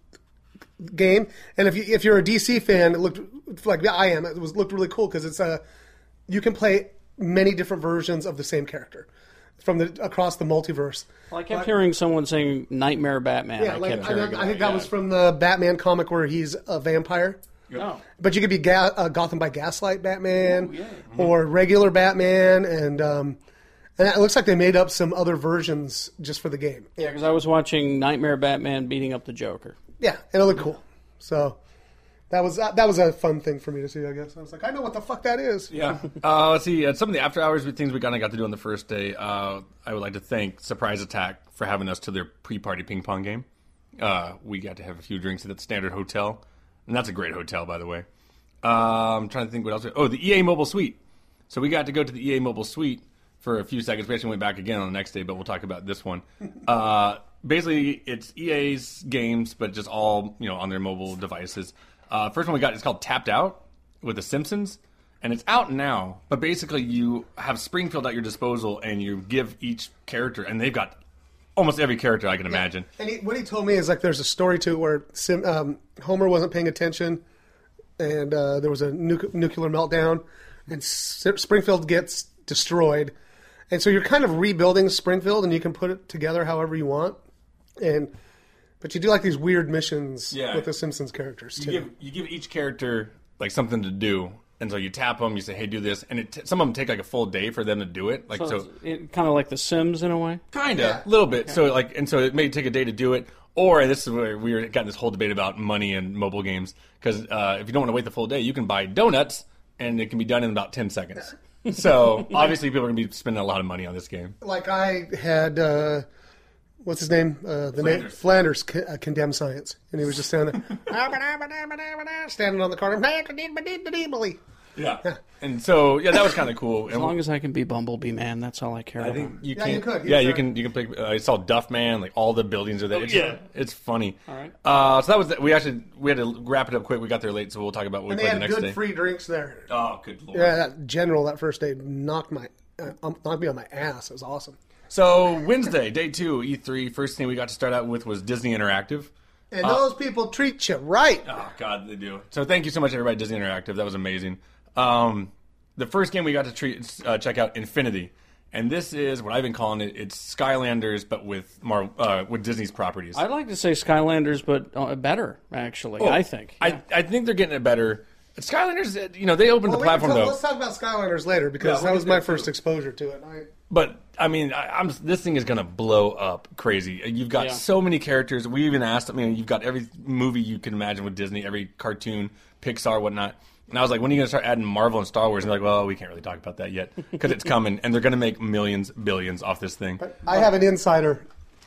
[SPEAKER 12] game, and if you if you're a DC fan, it looked like I am. It was looked really cool because it's a you can play many different versions of the same character from the across the multiverse.
[SPEAKER 2] Well, I kept hearing someone saying Nightmare Batman.
[SPEAKER 12] yeah,
[SPEAKER 2] I
[SPEAKER 12] like
[SPEAKER 2] kept
[SPEAKER 12] I,
[SPEAKER 2] hearing
[SPEAKER 12] I think
[SPEAKER 2] about
[SPEAKER 12] that
[SPEAKER 2] it.
[SPEAKER 12] was from the Batman comic where he's a vampire.
[SPEAKER 8] Oh.
[SPEAKER 2] No.
[SPEAKER 12] But you could be Ga- uh, Gotham by Gaslight Batman
[SPEAKER 2] Ooh, yeah. Mm-hmm.
[SPEAKER 12] or regular Batman, and um, and it looks like they made up some other versions just for the game.
[SPEAKER 2] Yeah, because I was watching Nightmare Batman beating up the Joker.
[SPEAKER 12] Yeah, and it looked cool. So that was uh, that was a fun thing for me to see. I guess I was like, I know what the fuck that is.
[SPEAKER 10] Yeah. *laughs* Uh, let's see. Uh, some of the after hours things we kind of got to do on the first day. Uh, I would like to thank Surprise Attack for having us to their pre-party ping pong game. Uh, we got to have a few drinks at the Standard Hotel, and that's a great hotel, by the way. Uh, I'm trying to think what else. we- Oh, the EA Mobile Suite. So we got to go to the EA Mobile Suite for a few seconds. We actually went back again on the next day, but we'll talk about this one. Uh, basically, it's EA's games, but just all you know on their mobile devices. Uh, first one we got is called Tapped Out with The Simpsons, and it's out now. But basically, you have Springfield at your disposal, and you give each character, and they've got almost every character I can imagine.
[SPEAKER 12] And he, what he told me is like there's a story to it where Sim, um, Homer wasn't paying attention, and uh, there was a nu- nuclear meltdown, and S- Springfield gets destroyed, and so you're kind of rebuilding Springfield, and you can put it together however you want, and but you do like these weird missions
[SPEAKER 10] Yeah.
[SPEAKER 12] with the Simpsons characters too.
[SPEAKER 10] You give, you give each character like something to do, and so you tap them. You say, "Hey, do this," and it t- some of them take like a full day for them to do it. Like so,
[SPEAKER 2] kind of like The Sims in a way.
[SPEAKER 10] Kind of, a little bit. So like, and so it may take a day to do it. Or and this is where we were got in this whole debate about money and mobile games because uh, if you don't want to wait the full day, you can buy donuts and it can be done in about ten seconds. *laughs* So obviously, people are gonna be spending a lot of money on this game.
[SPEAKER 12] Like I had, uh, what's his name? Uh, the name Flanders co- uh, condemned science, and he was just standing
[SPEAKER 5] *laughs*
[SPEAKER 12] there, *laughs* standing on the corner.
[SPEAKER 10] Yeah, and so yeah, that was kind of cool.
[SPEAKER 2] As long as I can be Bumblebee Man, that's all I care about.
[SPEAKER 10] You can, Yeah, you can. You can play. Uh, I saw Duff Man. Like all the buildings are there.
[SPEAKER 2] Oh,
[SPEAKER 10] it's,
[SPEAKER 2] yeah.
[SPEAKER 10] it's funny.
[SPEAKER 2] All right.
[SPEAKER 10] Uh, so that was. The, we actually we had to wrap it up quick. We got there late, so we'll talk about what
[SPEAKER 12] And
[SPEAKER 10] we
[SPEAKER 12] they
[SPEAKER 10] played the
[SPEAKER 12] had
[SPEAKER 10] next
[SPEAKER 12] good
[SPEAKER 10] day.
[SPEAKER 12] free drinks there.
[SPEAKER 10] Oh, good lord!
[SPEAKER 12] Yeah, that general that first day knocked my uh, um, knocked me on my ass. It was awesome.
[SPEAKER 10] So Wednesday, day two, E3. First thing we got to start out with was Disney Interactive.
[SPEAKER 12] And
[SPEAKER 10] Uh,
[SPEAKER 12] those people treat you right.
[SPEAKER 10] Oh God, they do. So thank you so much, everybody. at Disney Interactive, that was amazing. Um, the first game we got to treat, uh, check out Infinity, and this is what I've been calling it. It's Skylanders, but with Mar- uh, with Disney's properties.
[SPEAKER 2] I'd like to say Skylanders, but uh, better actually.
[SPEAKER 10] Oh,
[SPEAKER 2] I think.
[SPEAKER 10] I, I think they're getting it better. Skylanders, uh, you know, they opened
[SPEAKER 12] Well,
[SPEAKER 10] the
[SPEAKER 12] we can
[SPEAKER 10] platform
[SPEAKER 12] talk-
[SPEAKER 10] though.
[SPEAKER 12] Let's talk about Skylanders later because
[SPEAKER 10] Yeah,
[SPEAKER 12] that
[SPEAKER 10] we
[SPEAKER 12] was
[SPEAKER 10] can
[SPEAKER 12] my
[SPEAKER 10] do
[SPEAKER 12] first exposure to it. I,
[SPEAKER 10] But I mean, I, I'm this thing is gonna blow up crazy. Uh, You've got
[SPEAKER 12] Yeah.
[SPEAKER 10] so many characters. We even asked. I mean, you've got every movie you can imagine with Disney, every cartoon, Pixar, whatnot. And I was like, when are you gonna start adding Marvel and Star Wars? And they're like, well, we can't really talk about that yet because it's coming, and they're gonna make millions, billions off this thing.
[SPEAKER 12] I have an insider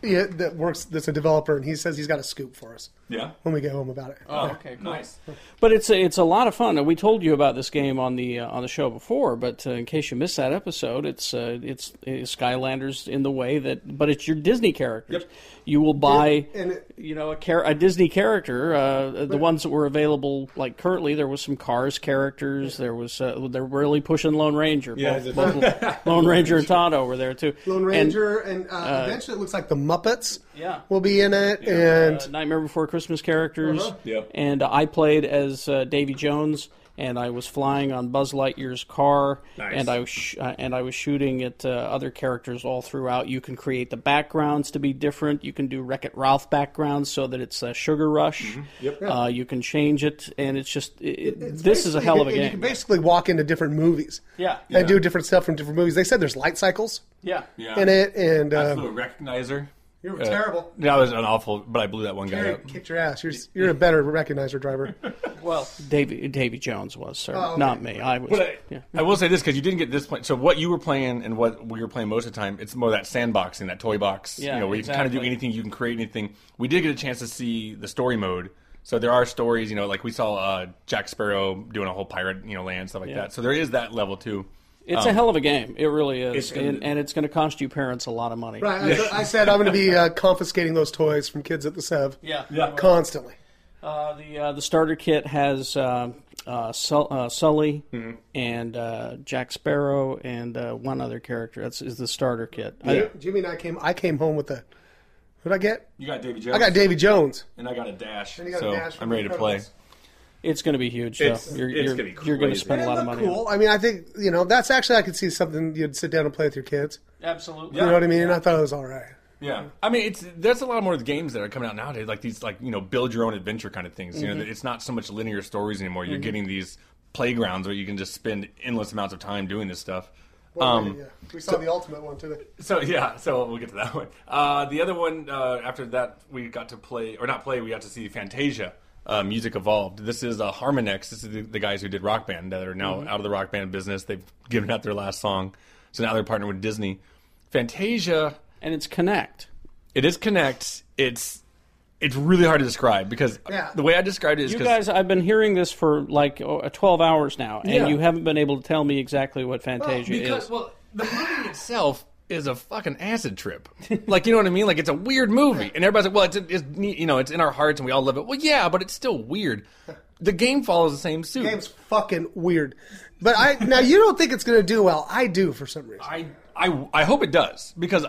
[SPEAKER 12] yeah, that works that's a developer, and he says he's got a scoop for us.
[SPEAKER 10] Yeah.
[SPEAKER 12] when we get home about it.
[SPEAKER 2] Oh, okay, cool. But it's a, it's a lot of fun, and we told you about this game on the uh, on the show before. But uh, in case you missed that episode, it's uh, it's uh, Skylanders in the way that, but it's your Disney characters. You will buy you know a, char- a Disney character. Uh, the ones that were available, like currently, there was some Cars characters. There was uh, they're really pushing Lone Ranger.
[SPEAKER 12] Yeah,
[SPEAKER 2] Both-
[SPEAKER 12] it's-
[SPEAKER 2] both Lone Ranger and Todd were there too.
[SPEAKER 12] Lone
[SPEAKER 2] And,
[SPEAKER 12] Ranger, and, uh,
[SPEAKER 2] uh,
[SPEAKER 12] eventually it looks like the Muppets.
[SPEAKER 2] Yeah.
[SPEAKER 12] will be in it, and
[SPEAKER 2] uh, Nightmare Before Christmas characters.
[SPEAKER 12] Uh-huh. Yep.
[SPEAKER 2] And I played as uh, Davy Jones, and I was flying on Buzz Lightyear's car,
[SPEAKER 10] Nice.
[SPEAKER 2] and I was sh- uh, and I was shooting at uh, other characters all throughout. You can create the backgrounds to be different. You can do Wreck It Ralph backgrounds so that it's uh, Sugar Rush.
[SPEAKER 10] Mm-hmm.
[SPEAKER 12] Yep.
[SPEAKER 2] Uh, you can change it, and it's just it, it- this is a hell of a
[SPEAKER 12] You can
[SPEAKER 2] game.
[SPEAKER 12] basically walk into different movies.
[SPEAKER 2] Yeah.
[SPEAKER 12] and do different stuff from different movies. They said there's light cycles.
[SPEAKER 2] Yeah,
[SPEAKER 10] Yeah.
[SPEAKER 12] in it, and
[SPEAKER 10] Absolute
[SPEAKER 12] um,
[SPEAKER 10] recognizer. Uh,
[SPEAKER 12] You're terrible.
[SPEAKER 10] That was an awful, but I blew that one guy
[SPEAKER 12] Gary
[SPEAKER 10] up.
[SPEAKER 12] kicked your ass. You're you're a better recognizer driver.
[SPEAKER 2] *laughs* well, Davy Davy Jones was sir,
[SPEAKER 12] Oh, okay.
[SPEAKER 2] not me. I was.
[SPEAKER 10] But I,
[SPEAKER 2] yeah.
[SPEAKER 10] I will say this because you didn't get this point. So what you were playing and what we were playing most of the time, it's more that sandboxing, that toy box.
[SPEAKER 2] Yeah,
[SPEAKER 10] you know, where you can kind of
[SPEAKER 2] exactly.
[SPEAKER 10] do anything, you can create anything. We did get a chance to see the story mode. So there are stories, you know, like we saw uh, Jack Sparrow doing a whole pirate, you know, land stuff like
[SPEAKER 2] Yeah.
[SPEAKER 10] that. So there is that level too.
[SPEAKER 2] It's a
[SPEAKER 10] Um,
[SPEAKER 2] hell of a game. It really is,
[SPEAKER 10] it's gonna-
[SPEAKER 2] and, and it's going to cost you parents a lot of money.
[SPEAKER 10] *laughs*
[SPEAKER 12] Right. I, said- I said I'm going to be uh, confiscating those toys from kids at the Sev.
[SPEAKER 2] Yeah. Yeah.
[SPEAKER 12] Constantly.
[SPEAKER 2] Uh, the uh, the starter kit has uh, uh, Sul- uh, Sully
[SPEAKER 10] Mm-hmm.
[SPEAKER 12] Mhm.
[SPEAKER 2] and uh, Jack Sparrow and uh, one other character. That's is the starter kit.
[SPEAKER 12] You- Jimmy and I came. I came home with a. Who did I get?
[SPEAKER 10] You got Davy
[SPEAKER 12] I got Davy Jones.
[SPEAKER 10] and I got a dash.
[SPEAKER 12] And you got a
[SPEAKER 10] so
[SPEAKER 12] dash from
[SPEAKER 10] I'm ready to
[SPEAKER 12] Incredibles.
[SPEAKER 10] play.
[SPEAKER 2] It's going to be huge. Though.
[SPEAKER 10] It's-
[SPEAKER 2] you're
[SPEAKER 10] it's
[SPEAKER 2] you're,
[SPEAKER 10] gonna be
[SPEAKER 2] you're going to
[SPEAKER 10] crazy.
[SPEAKER 2] spend a lot of money.
[SPEAKER 12] Cool. I mean, I think you know that's actually I could see something you'd sit down and play with your kids.
[SPEAKER 2] Absolutely.
[SPEAKER 12] You know what I mean? I thought it was all right.
[SPEAKER 10] Yeah, I mean, it's that's a lot more of the games that are coming out nowadays, like these, like you know, build your own adventure kind of things. You know,
[SPEAKER 12] Mm-hmm.
[SPEAKER 13] Mhm.
[SPEAKER 10] it's not so much linear stories anymore. You're
[SPEAKER 13] Mhm.
[SPEAKER 10] getting these playgrounds where you can just spend endless amounts of time doing this stuff.
[SPEAKER 12] Well,
[SPEAKER 10] Um,
[SPEAKER 12] yeah. We saw the ultimate one today.
[SPEAKER 10] So yeah, so we'll get to that one. Uh, the other one uh, after that, we got to play or not play. We got to see Fantasia. Uh, Music Evolved. This is uh, Harmonix. This is the, the guys who did Rock Band that are now
[SPEAKER 2] Mm-hmm.
[SPEAKER 13] Mhm.
[SPEAKER 10] out of the Rock Band business. They've given out their last song, so now they're partnered with Disney. Fantasia,
[SPEAKER 2] and it's Connect.
[SPEAKER 10] It is Connect. It's it's really hard to describe because
[SPEAKER 2] Yeah.
[SPEAKER 10] the way I described it is
[SPEAKER 2] You
[SPEAKER 10] 'cause-
[SPEAKER 2] guys, I've been hearing this for like oh, 12 hours now, and
[SPEAKER 10] Yeah.
[SPEAKER 2] you haven't been able to tell me exactly what Fantasia
[SPEAKER 10] well, because,
[SPEAKER 2] is.
[SPEAKER 10] Well, the movie itself is a fucking acid trip. like, you know what I mean? Like, it's a weird movie, and everybody's like, "Well, it's, it's neat, you know, it's in our hearts, and we all love it." Well, yeah, but it's still weird. The game follows the same suit.
[SPEAKER 12] Game's fucking weird. But I now you don't think it's going to do well. I do for some reason.
[SPEAKER 10] I I, I hope it does because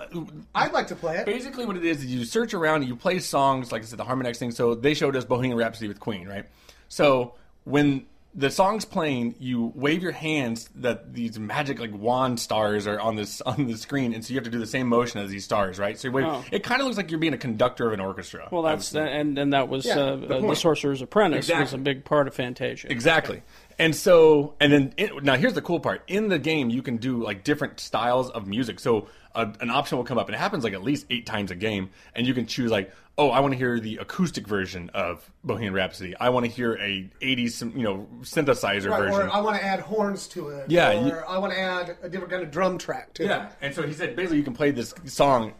[SPEAKER 12] I'd like to play it.
[SPEAKER 10] Basically, what it is is you search around, and you play songs. Like I said, the Harmonix thing. So they showed us Bohemian Rhapsody with Queen, right? So when the song's playing, you wave your hands that these magic like wand stars are on this *laughs* on the screen, and so you have to do the same motion as these stars, right? So you wave.
[SPEAKER 2] Oh.
[SPEAKER 10] It kind of looks like you're being a conductor of an orchestra.
[SPEAKER 2] Well, that's and and that was
[SPEAKER 10] Yeah,
[SPEAKER 2] uh,
[SPEAKER 10] the
[SPEAKER 2] uh, the
[SPEAKER 10] point.
[SPEAKER 2] Sorcerer's Apprentice was a
[SPEAKER 10] Exactly.
[SPEAKER 2] big part of Fantasia.
[SPEAKER 10] Exactly. And so, and then in, now here's the cool part. In the game, you can do like different styles of music. So a, an option will come up. and It happens like at least eight times a game, and you can choose like, oh, I want to hear the acoustic version of Bohemian Rhapsody. I want to hear a '80s, syn- you know, synthesizer
[SPEAKER 12] Right,
[SPEAKER 10] version.
[SPEAKER 12] or I want to add horns to it.
[SPEAKER 10] Yeah,
[SPEAKER 12] Or
[SPEAKER 10] you-
[SPEAKER 12] I want to add a different kind of drum track to
[SPEAKER 10] Yeah,
[SPEAKER 12] it.
[SPEAKER 10] and so he said basically you can play this song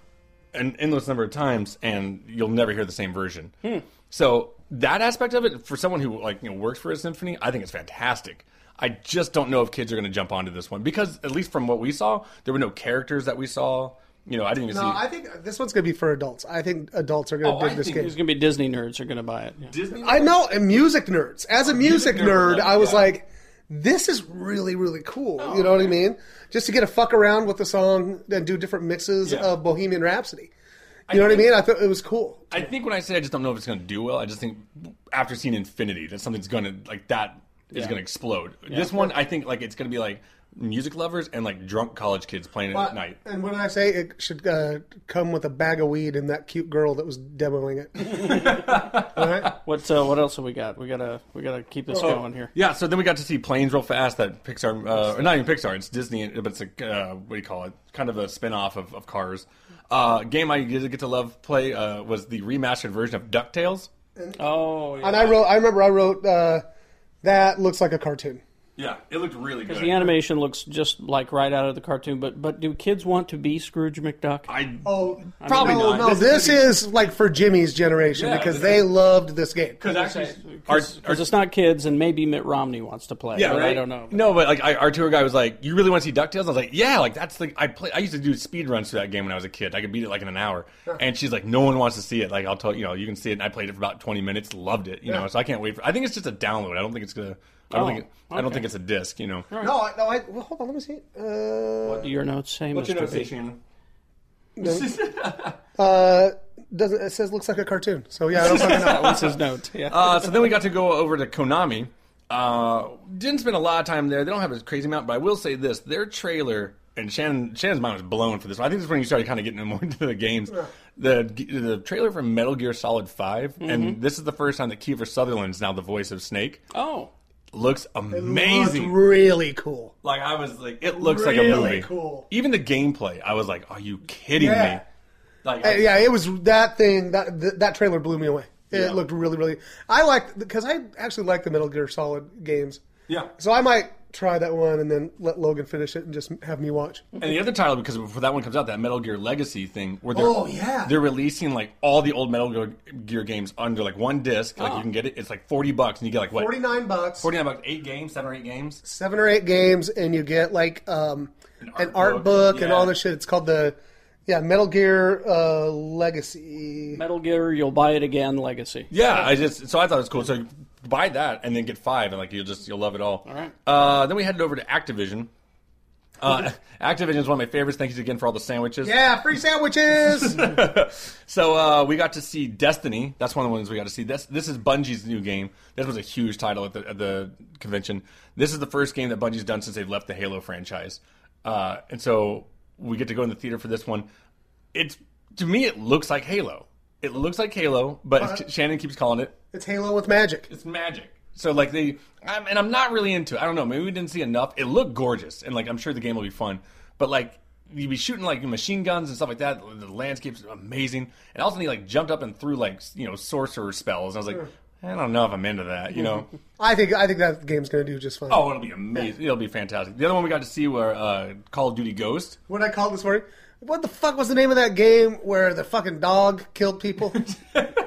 [SPEAKER 10] an endless number of times and you'll never hear the same version.
[SPEAKER 12] Hmm.
[SPEAKER 10] So that aspect of it, for someone who like you know works for a symphony, I think it's fantastic. I just don't know if kids are going to jump onto this one because at least from what we saw, there were no characters that we saw. You know, I didn't even
[SPEAKER 12] No,
[SPEAKER 10] see.
[SPEAKER 12] I think this one's going to be for adults. I think adults are going
[SPEAKER 10] Oh,
[SPEAKER 12] to
[SPEAKER 10] I
[SPEAKER 12] dig this
[SPEAKER 10] think
[SPEAKER 12] game.
[SPEAKER 2] There's going to be Disney nerds are going to buy it. yeah.
[SPEAKER 12] I know, and music nerds. As
[SPEAKER 10] Oh,
[SPEAKER 12] a music,
[SPEAKER 2] music nerd,
[SPEAKER 12] nerd, I was
[SPEAKER 2] yeah.
[SPEAKER 12] like, this is really, really cool.
[SPEAKER 10] Oh,
[SPEAKER 12] you know what I mean? Just to get a fuck around with the song and do different mixes
[SPEAKER 10] Yeah.
[SPEAKER 12] of Bohemian Rhapsody. You know what I mean? I thought it was cool.
[SPEAKER 10] I think when I say I just don't know if it's going to do well, I just think after seeing Infinity, that something's going to like that is
[SPEAKER 12] Yeah.
[SPEAKER 10] going to explode.
[SPEAKER 12] Yeah.
[SPEAKER 10] This one, I think like it's going to be like music lovers and like drunk college kids playing it
[SPEAKER 12] Well,
[SPEAKER 10] at night.
[SPEAKER 12] And when I say it should uh, come with a bag of weed and that cute girl that was demoing it.
[SPEAKER 2] *laughs* What uh, what else have we got? We gotta we gotta keep this
[SPEAKER 10] Oh,
[SPEAKER 2] going here.
[SPEAKER 10] Yeah, so then we got to see Planes real fast. That Pixar, uh, or not even Pixar, it's Disney, but it's a uh, what do you call it? Kind of a spin off of, of Cars. Uh, game I did get to love play uh, was the remastered version of Ducktales.
[SPEAKER 2] Oh, yeah.
[SPEAKER 12] And I wrote, I remember I wrote, uh, that looks like a cartoon.
[SPEAKER 10] Yeah, it looked really
[SPEAKER 2] Because the animation looks just like right out of the cartoon, but but do kids want to be Scrooge McDuck?
[SPEAKER 10] I
[SPEAKER 12] oh
[SPEAKER 2] probably
[SPEAKER 12] no,
[SPEAKER 2] not.
[SPEAKER 12] No, this, is like for Jimmy's generation
[SPEAKER 2] Yeah,
[SPEAKER 12] because
[SPEAKER 2] this
[SPEAKER 12] they loved this game.
[SPEAKER 10] Because
[SPEAKER 2] because it's not kids, and maybe Mitt Romney wants to play.
[SPEAKER 10] Yeah,
[SPEAKER 2] but
[SPEAKER 10] right?
[SPEAKER 2] I don't know.
[SPEAKER 10] No, but like I, our tour guy was like, "You really want to see Ducktales?" I was like, "Yeah, like that's the I play. I used to do speed runs through that game when I was a kid. I could beat it like in an hour."
[SPEAKER 13] Sure.
[SPEAKER 10] And she's like, "No one wants to see it. Like I'll tell you know you can see it." And I played it for about twenty minutes, loved it. You
[SPEAKER 12] Yeah.
[SPEAKER 10] know, so I can't wait for. I think it's just a download. I don't think it's gonna. I don't
[SPEAKER 12] Oh,
[SPEAKER 10] think. It, I don't
[SPEAKER 12] okay.
[SPEAKER 10] think it's a disc. You know.
[SPEAKER 12] No, I, no. I, well, hold on, let me see. Uh,
[SPEAKER 2] What do your notes say,
[SPEAKER 10] What's your
[SPEAKER 2] Mr.
[SPEAKER 10] notes
[SPEAKER 2] B?
[SPEAKER 10] say, Shannon?
[SPEAKER 12] No. uh, doesn't it says looks like a cartoon? So yeah, I don't fucking know.
[SPEAKER 2] *laughs* What's his note? Yeah.
[SPEAKER 10] Uh, so then we got to go over to Konami. Uh, didn't spend a lot of time there. They don't have a crazy amount, but I will say this: their trailer and Shannon Shannon's mind was blown for this. one. I think this is when you started kind of getting more *laughs* into the games. The the trailer for Metal Gear Solid 5
[SPEAKER 2] Mhm.
[SPEAKER 10] and this is the first time that Kiefer Sutherland's now the voice of Snake.
[SPEAKER 2] Oh,
[SPEAKER 10] looks *laughs* amazing.
[SPEAKER 12] looked really cool.
[SPEAKER 10] Like I was like, it looks like a
[SPEAKER 12] Really
[SPEAKER 10] movie.
[SPEAKER 12] cool.
[SPEAKER 10] Even the gameplay, I was like, are you kidding
[SPEAKER 12] Yeah.
[SPEAKER 10] me? Like,
[SPEAKER 12] Uh, yeah, it was that thing that th- that trailer blew me away. It
[SPEAKER 10] Yeah.
[SPEAKER 12] looked really, really. I liked because I actually like the Metal Gear Solid games.
[SPEAKER 10] Yeah.
[SPEAKER 12] So I might try that one and then let Logan finish it and just have me watch.
[SPEAKER 10] And the other title, because before that one comes out, that Metal Gear Legacy thing, where they're,
[SPEAKER 12] Oh, yeah.
[SPEAKER 10] they're releasing like all the old Metal Gear, Gear games under like one disc. Like
[SPEAKER 12] Oh.
[SPEAKER 10] you can get it, it's like forty bucks, and you get like what
[SPEAKER 12] 49 bucks.
[SPEAKER 10] forty nine bucks, eight games, seven or eight games.
[SPEAKER 12] seven or eight games, and you get like um, an art, book, and
[SPEAKER 10] yeah.
[SPEAKER 12] all this shit. It's called the yeah Metal Gear uh, Legacy.
[SPEAKER 2] Metal Gear, you'll buy it again. Legacy.
[SPEAKER 10] Yeah, I just so I thought it was cool. So you buy that and then get five, and like you'll just you'll love it all. All
[SPEAKER 2] right.
[SPEAKER 10] Uh, then we headed over to Activision. Uh, Activision is one of my favorites. Thank you again for all the sandwiches.
[SPEAKER 12] Yeah, free sandwiches. *laughs*
[SPEAKER 10] So uh, we got to see Destiny. That's one of the ones we got to see. This this is Bungie's new game. This was a huge title at the, at the convention. This is the first game that Bungie's done since they've left the Halo franchise, uh, and so we get to go in the theater for this one. It's to me, it looks like Halo. It looks like Halo, but it's- Shannon keeps calling it
[SPEAKER 12] It's Halo with magic.
[SPEAKER 10] It's magic. So like they, I'm, and I'm not really into. it. I don't know. Maybe we didn't see enough. It looked gorgeous, and like I'm sure the game will be fun. But like you'd be shooting like machine guns and stuff like that. The landscape's amazing. And all of a sudden he like jumped up and threw like you know sorcerer spells. And I was like, I don't know if I'm into that.
[SPEAKER 12] *laughs*
[SPEAKER 10] You know.
[SPEAKER 12] I think I think that game's gonna do just fine.
[SPEAKER 10] Oh, it'll be amazing. It'll be fantastic. The other one we got to see were uh, Call of Duty Ghost.
[SPEAKER 12] What did I call it this morning? What the fuck was the name of that game where the fucking dog killed
[SPEAKER 10] *laughs*
[SPEAKER 12] people?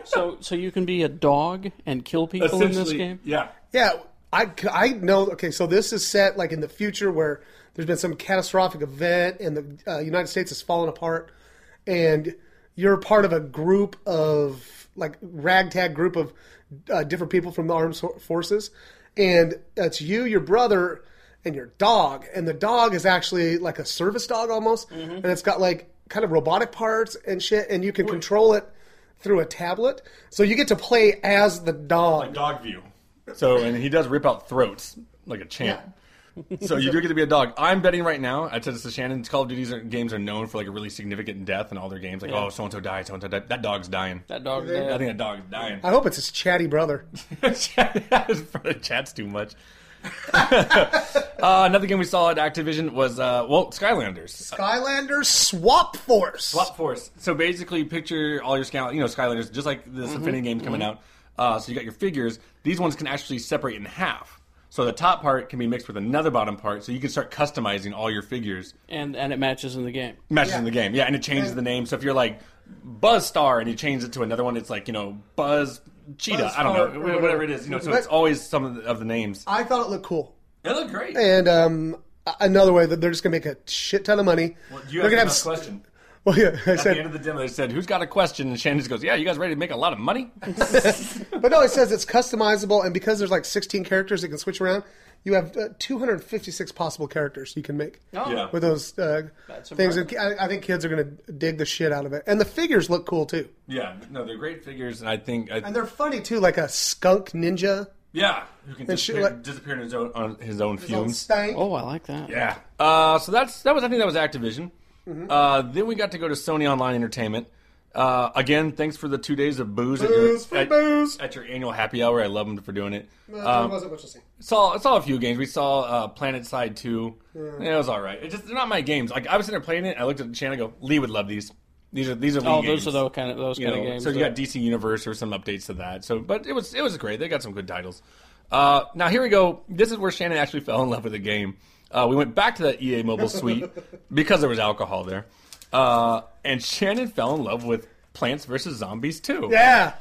[SPEAKER 2] so so you can be a dog and kill people in this
[SPEAKER 12] Essentially,
[SPEAKER 2] game.
[SPEAKER 10] Yeah.
[SPEAKER 12] Yeah, I, I know. Okay, so this is set like in the future where there's been some catastrophic event and the uh, United States has fallen apart, and you're part of a group of like ragtag group of uh, different people from the armed so- forces, and that's you, your brother, and your dog. And the dog is actually like a service dog almost, and it's got like kind of robotic parts and shit, and you can control it through a tablet. So you get to play as the dog.
[SPEAKER 10] dog view. So and he does rip out throats like a champ. *laughs* So you do get to be a dog. I'm betting right now. I said this to Shannon. Call of Duty games are known for like a really significant death in all their games. Like,
[SPEAKER 12] Yeah.
[SPEAKER 10] oh, so and so died, so and so died. That dog's dying. That
[SPEAKER 2] dog's
[SPEAKER 12] dead.
[SPEAKER 10] I think that dog's dying. *laughs*
[SPEAKER 12] I hope it's his chatty brother.
[SPEAKER 10] the chat's too much. *laughs* uh, another game we saw at Activision was uh, well, Skylanders.
[SPEAKER 12] Skylander Swap Force. Swap
[SPEAKER 10] Force. So basically, picture all your Sky, you know, Skylanders, just like this
[SPEAKER 2] Mm-hmm.
[SPEAKER 12] Mhm.
[SPEAKER 10] Infinity game's coming
[SPEAKER 12] Mhm.
[SPEAKER 10] out. Uh, so you got your figures. These ones can actually separate in half. So the top part can be mixed with another bottom part. So you can start customizing all your figures
[SPEAKER 2] And and it matches in the game.
[SPEAKER 10] matches in the game. Yeah, and it changes the name. So if you're like Buzz Star and you change it to another one, it's like you know Buzz Cheetah.
[SPEAKER 12] Buzz
[SPEAKER 10] I don't know
[SPEAKER 12] Fart or
[SPEAKER 10] whatever,
[SPEAKER 12] whatever.
[SPEAKER 10] it is. You know, so
[SPEAKER 12] But-
[SPEAKER 10] it's always some of the, of the names.
[SPEAKER 12] I thought it looked cool.
[SPEAKER 10] It looked great.
[SPEAKER 12] And um, a- another way that they're just gonna make a shit ton of money. they're
[SPEAKER 10] You have
[SPEAKER 12] gonna
[SPEAKER 10] a
[SPEAKER 12] have. s-
[SPEAKER 10] question.
[SPEAKER 12] *laughs* Well, yeah, I
[SPEAKER 10] At
[SPEAKER 12] said
[SPEAKER 10] the end of the demo, they said, "Who's got a question?" And Shannon just goes, "Yeah, you guys ready to make a lot of money?"
[SPEAKER 12] *laughs* but no, it says it's customizable, and because there's like 16 characters that can switch around, you have uh, 256 possible characters you can make
[SPEAKER 10] Oh. Yeah.
[SPEAKER 12] with those uh, things. And I, I think kids are going to dig the shit out of it, and the figures look cool too,
[SPEAKER 10] Yeah, no, they're great figures, and I think I,
[SPEAKER 12] and they're funny too, like a skunk ninja.
[SPEAKER 10] yeah, who can
[SPEAKER 12] And she-
[SPEAKER 10] disappear,
[SPEAKER 12] like-
[SPEAKER 10] disappear in his own on his own
[SPEAKER 12] own
[SPEAKER 10] fumes.
[SPEAKER 12] stank.
[SPEAKER 2] Oh, I like that.
[SPEAKER 10] yeah. Uh, so that's that was I think that was Activision.
[SPEAKER 12] Mm-hmm.
[SPEAKER 10] Uh, then we got to go to Sony Online Entertainment. Uh, again, thanks for the two days of booze,
[SPEAKER 12] Booze, free
[SPEAKER 10] at, your,
[SPEAKER 12] booze.
[SPEAKER 10] at, at your annual happy hour. I love them for doing it.
[SPEAKER 12] No, there
[SPEAKER 10] Um,
[SPEAKER 12] wasn't much to see.
[SPEAKER 10] saw saw a few games. We saw uh, Planet Side Two.
[SPEAKER 12] Yeah.
[SPEAKER 10] Yeah, It was all right. It just they're not my games. Like I was sitting there playing it. I looked at the channel. I go, Lee would love these. These are these are Lee
[SPEAKER 2] Oh,
[SPEAKER 10] games.
[SPEAKER 2] those are those kind of those
[SPEAKER 10] You
[SPEAKER 2] kind
[SPEAKER 10] know,
[SPEAKER 2] of games.
[SPEAKER 10] So you
[SPEAKER 2] that-
[SPEAKER 10] got DC Universe or some updates to that. So, but it was it was great. They got some good titles. Uh, now here we go. This is where Shannon actually fell in love with the game. Uh, we went back to that EA Mobile suite because there was alcohol there, uh, and Shannon fell in love with Plants vs Zombies 2.
[SPEAKER 12] Yeah,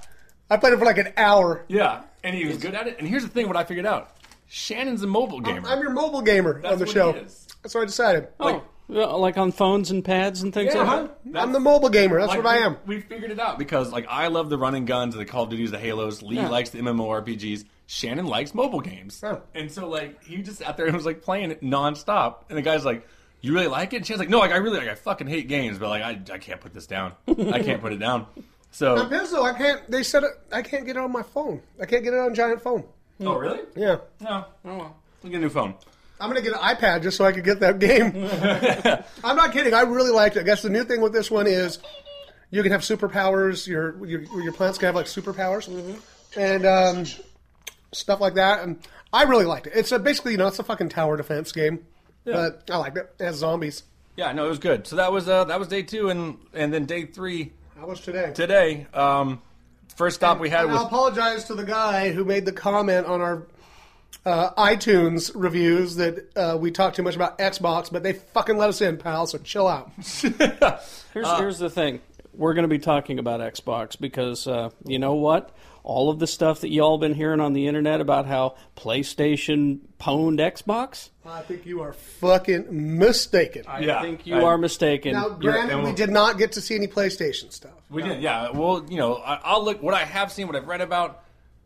[SPEAKER 12] I played it for like an hour.
[SPEAKER 10] yeah, and he was good at it. And here's the thing: what I figured out, Shannon's a mobile gamer.
[SPEAKER 12] I'm your mobile gamer on the
[SPEAKER 10] what
[SPEAKER 12] show.
[SPEAKER 10] he is.
[SPEAKER 12] That's what I decided.
[SPEAKER 2] Oh, yeah, like, on phones and pads and things
[SPEAKER 10] Yeah,
[SPEAKER 2] like
[SPEAKER 12] uh-huh. I'm the mobile gamer. That's
[SPEAKER 10] Like,
[SPEAKER 12] what I
[SPEAKER 10] we-
[SPEAKER 12] am.
[SPEAKER 10] We figured it out because like I love the running guns, the Call of Duties, the Halos. Lee
[SPEAKER 12] Yeah.
[SPEAKER 10] likes the MMORPGs. Shannon likes mobile games. And so like he just sat there and was like playing it nonstop. And the guy's like, "You really like it?" And Shannon's like, "No, like I really like I fucking hate games, but like I, I can't put this down. I can't put it down."
[SPEAKER 12] *laughs* I'm
[SPEAKER 10] So
[SPEAKER 12] pissed though. I can't. They said it, I can't get it on my phone. I can't get it on giant phone.
[SPEAKER 10] Oh, really?
[SPEAKER 12] Yeah.
[SPEAKER 10] no, oh well, we get a new phone.
[SPEAKER 12] I'm gonna get an iPad just so I could get that
[SPEAKER 10] *laughs*
[SPEAKER 12] game. I'm not kidding. I really liked it. I guess the new thing with this one is you can have superpowers. Your your, your plants can have like superpowers
[SPEAKER 10] Mm-hmm.
[SPEAKER 12] and um, stuff like that. And I really liked it. It's a, basically you know it's a fucking tower defense game, but I liked it. It has zombies.
[SPEAKER 10] Yeah, no, it was good. So that was uh, that was day two, and and then day three.
[SPEAKER 12] How was today?
[SPEAKER 10] Today, um, first stop we had
[SPEAKER 12] And
[SPEAKER 10] was
[SPEAKER 12] I'll apologize to the guy who made the comment on our uh, iTunes reviews that uh, we talked too much about Xbox, but they fucking let us in, pal. So chill
[SPEAKER 2] *laughs*
[SPEAKER 12] out.
[SPEAKER 2] Here's,
[SPEAKER 12] Uh.
[SPEAKER 2] here's the thing. We're going to be talking about Xbox because uh, you know what? All of the stuff that y'all been hearing on the internet about how PlayStation pwned Xbox,
[SPEAKER 12] I think you are fucking mistaken.
[SPEAKER 2] I think you are mistaken.
[SPEAKER 12] Now,
[SPEAKER 2] You're-
[SPEAKER 12] granted, we did not get to see any PlayStation stuff.
[SPEAKER 10] We did, yeah. Well, you know, I, I'll look what I have seen, what I've read about.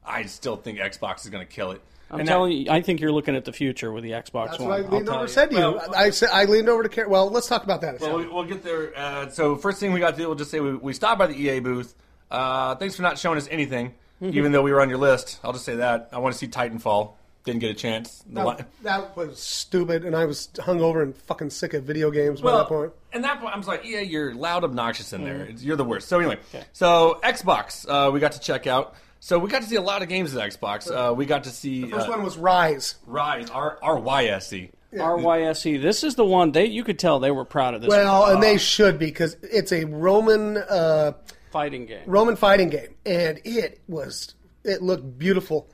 [SPEAKER 10] I still think Xbox is going to kill it.
[SPEAKER 2] I'm
[SPEAKER 10] And that-
[SPEAKER 2] telling you, I think you're looking at the future with the Xbox
[SPEAKER 12] That's
[SPEAKER 2] One.
[SPEAKER 12] what I
[SPEAKER 2] I'll
[SPEAKER 12] leaned
[SPEAKER 2] tell
[SPEAKER 12] over
[SPEAKER 2] you.
[SPEAKER 12] said to you. I said I leaned over to Car- Well, let's talk about that. a
[SPEAKER 10] Well,
[SPEAKER 12] second.
[SPEAKER 10] we, we'll get there. Uh, so first thing we got to do, we'll just say we, we stopped by the EA booth.
[SPEAKER 2] *laughs*
[SPEAKER 10] Uh, thanks for not showing us anything, even though we were on your list. I'll just say that. I want to see Titanfall. Didn't get a chance. The
[SPEAKER 12] That,
[SPEAKER 10] li-
[SPEAKER 12] that was stupid, and I was hungover and fucking sick of video games
[SPEAKER 10] Well,
[SPEAKER 12] by that point.
[SPEAKER 10] And that point, I'm just like, yeah, you're loud, obnoxious in
[SPEAKER 12] Mm-hmm.
[SPEAKER 10] there. It's- You're the worst. So anyway, so Xbox, uh, we got to check out. So we got to see a lot of games at Xbox. Uh, we got to see
[SPEAKER 12] The first
[SPEAKER 10] uh,
[SPEAKER 12] one was Rise.
[SPEAKER 10] Rise, R R Y S E.
[SPEAKER 2] RYSE. This is the one they you could tell they were proud of this. uh,
[SPEAKER 12] Well,
[SPEAKER 2] one.
[SPEAKER 12] and they should because it's a Roman uh,
[SPEAKER 2] fighting game.
[SPEAKER 12] Roman fighting game, and it was it looked beautiful.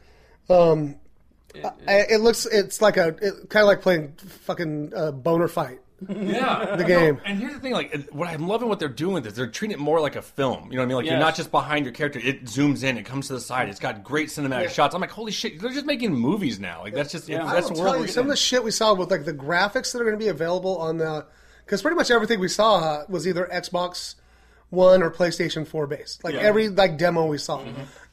[SPEAKER 12] Um, I- it, looks it's like a it, kind of like playing fucking uh, boner fight.
[SPEAKER 10] Yeah,
[SPEAKER 12] Mm-hmm. *laughs* the game.
[SPEAKER 10] No, and here's the thing: like, what I'm loving what they're doing with this, they're treating it more like a film. You know what I mean? Like, you're
[SPEAKER 12] Yes.
[SPEAKER 10] not just behind your character; it zooms in, it comes to the side. It's got great cinematic
[SPEAKER 12] Yeah.
[SPEAKER 10] shots. I'm like, holy shit, they're just making movies now. Like, that's just
[SPEAKER 12] I
[SPEAKER 10] that's
[SPEAKER 12] will
[SPEAKER 10] the world.
[SPEAKER 12] tell you,
[SPEAKER 10] we're
[SPEAKER 12] some of the shit we saw with like the graphics that are going to be available on the because pretty much everything we saw was either Xbox One or PlayStation Four based. Like
[SPEAKER 2] Yeah.
[SPEAKER 12] every like demo we saw,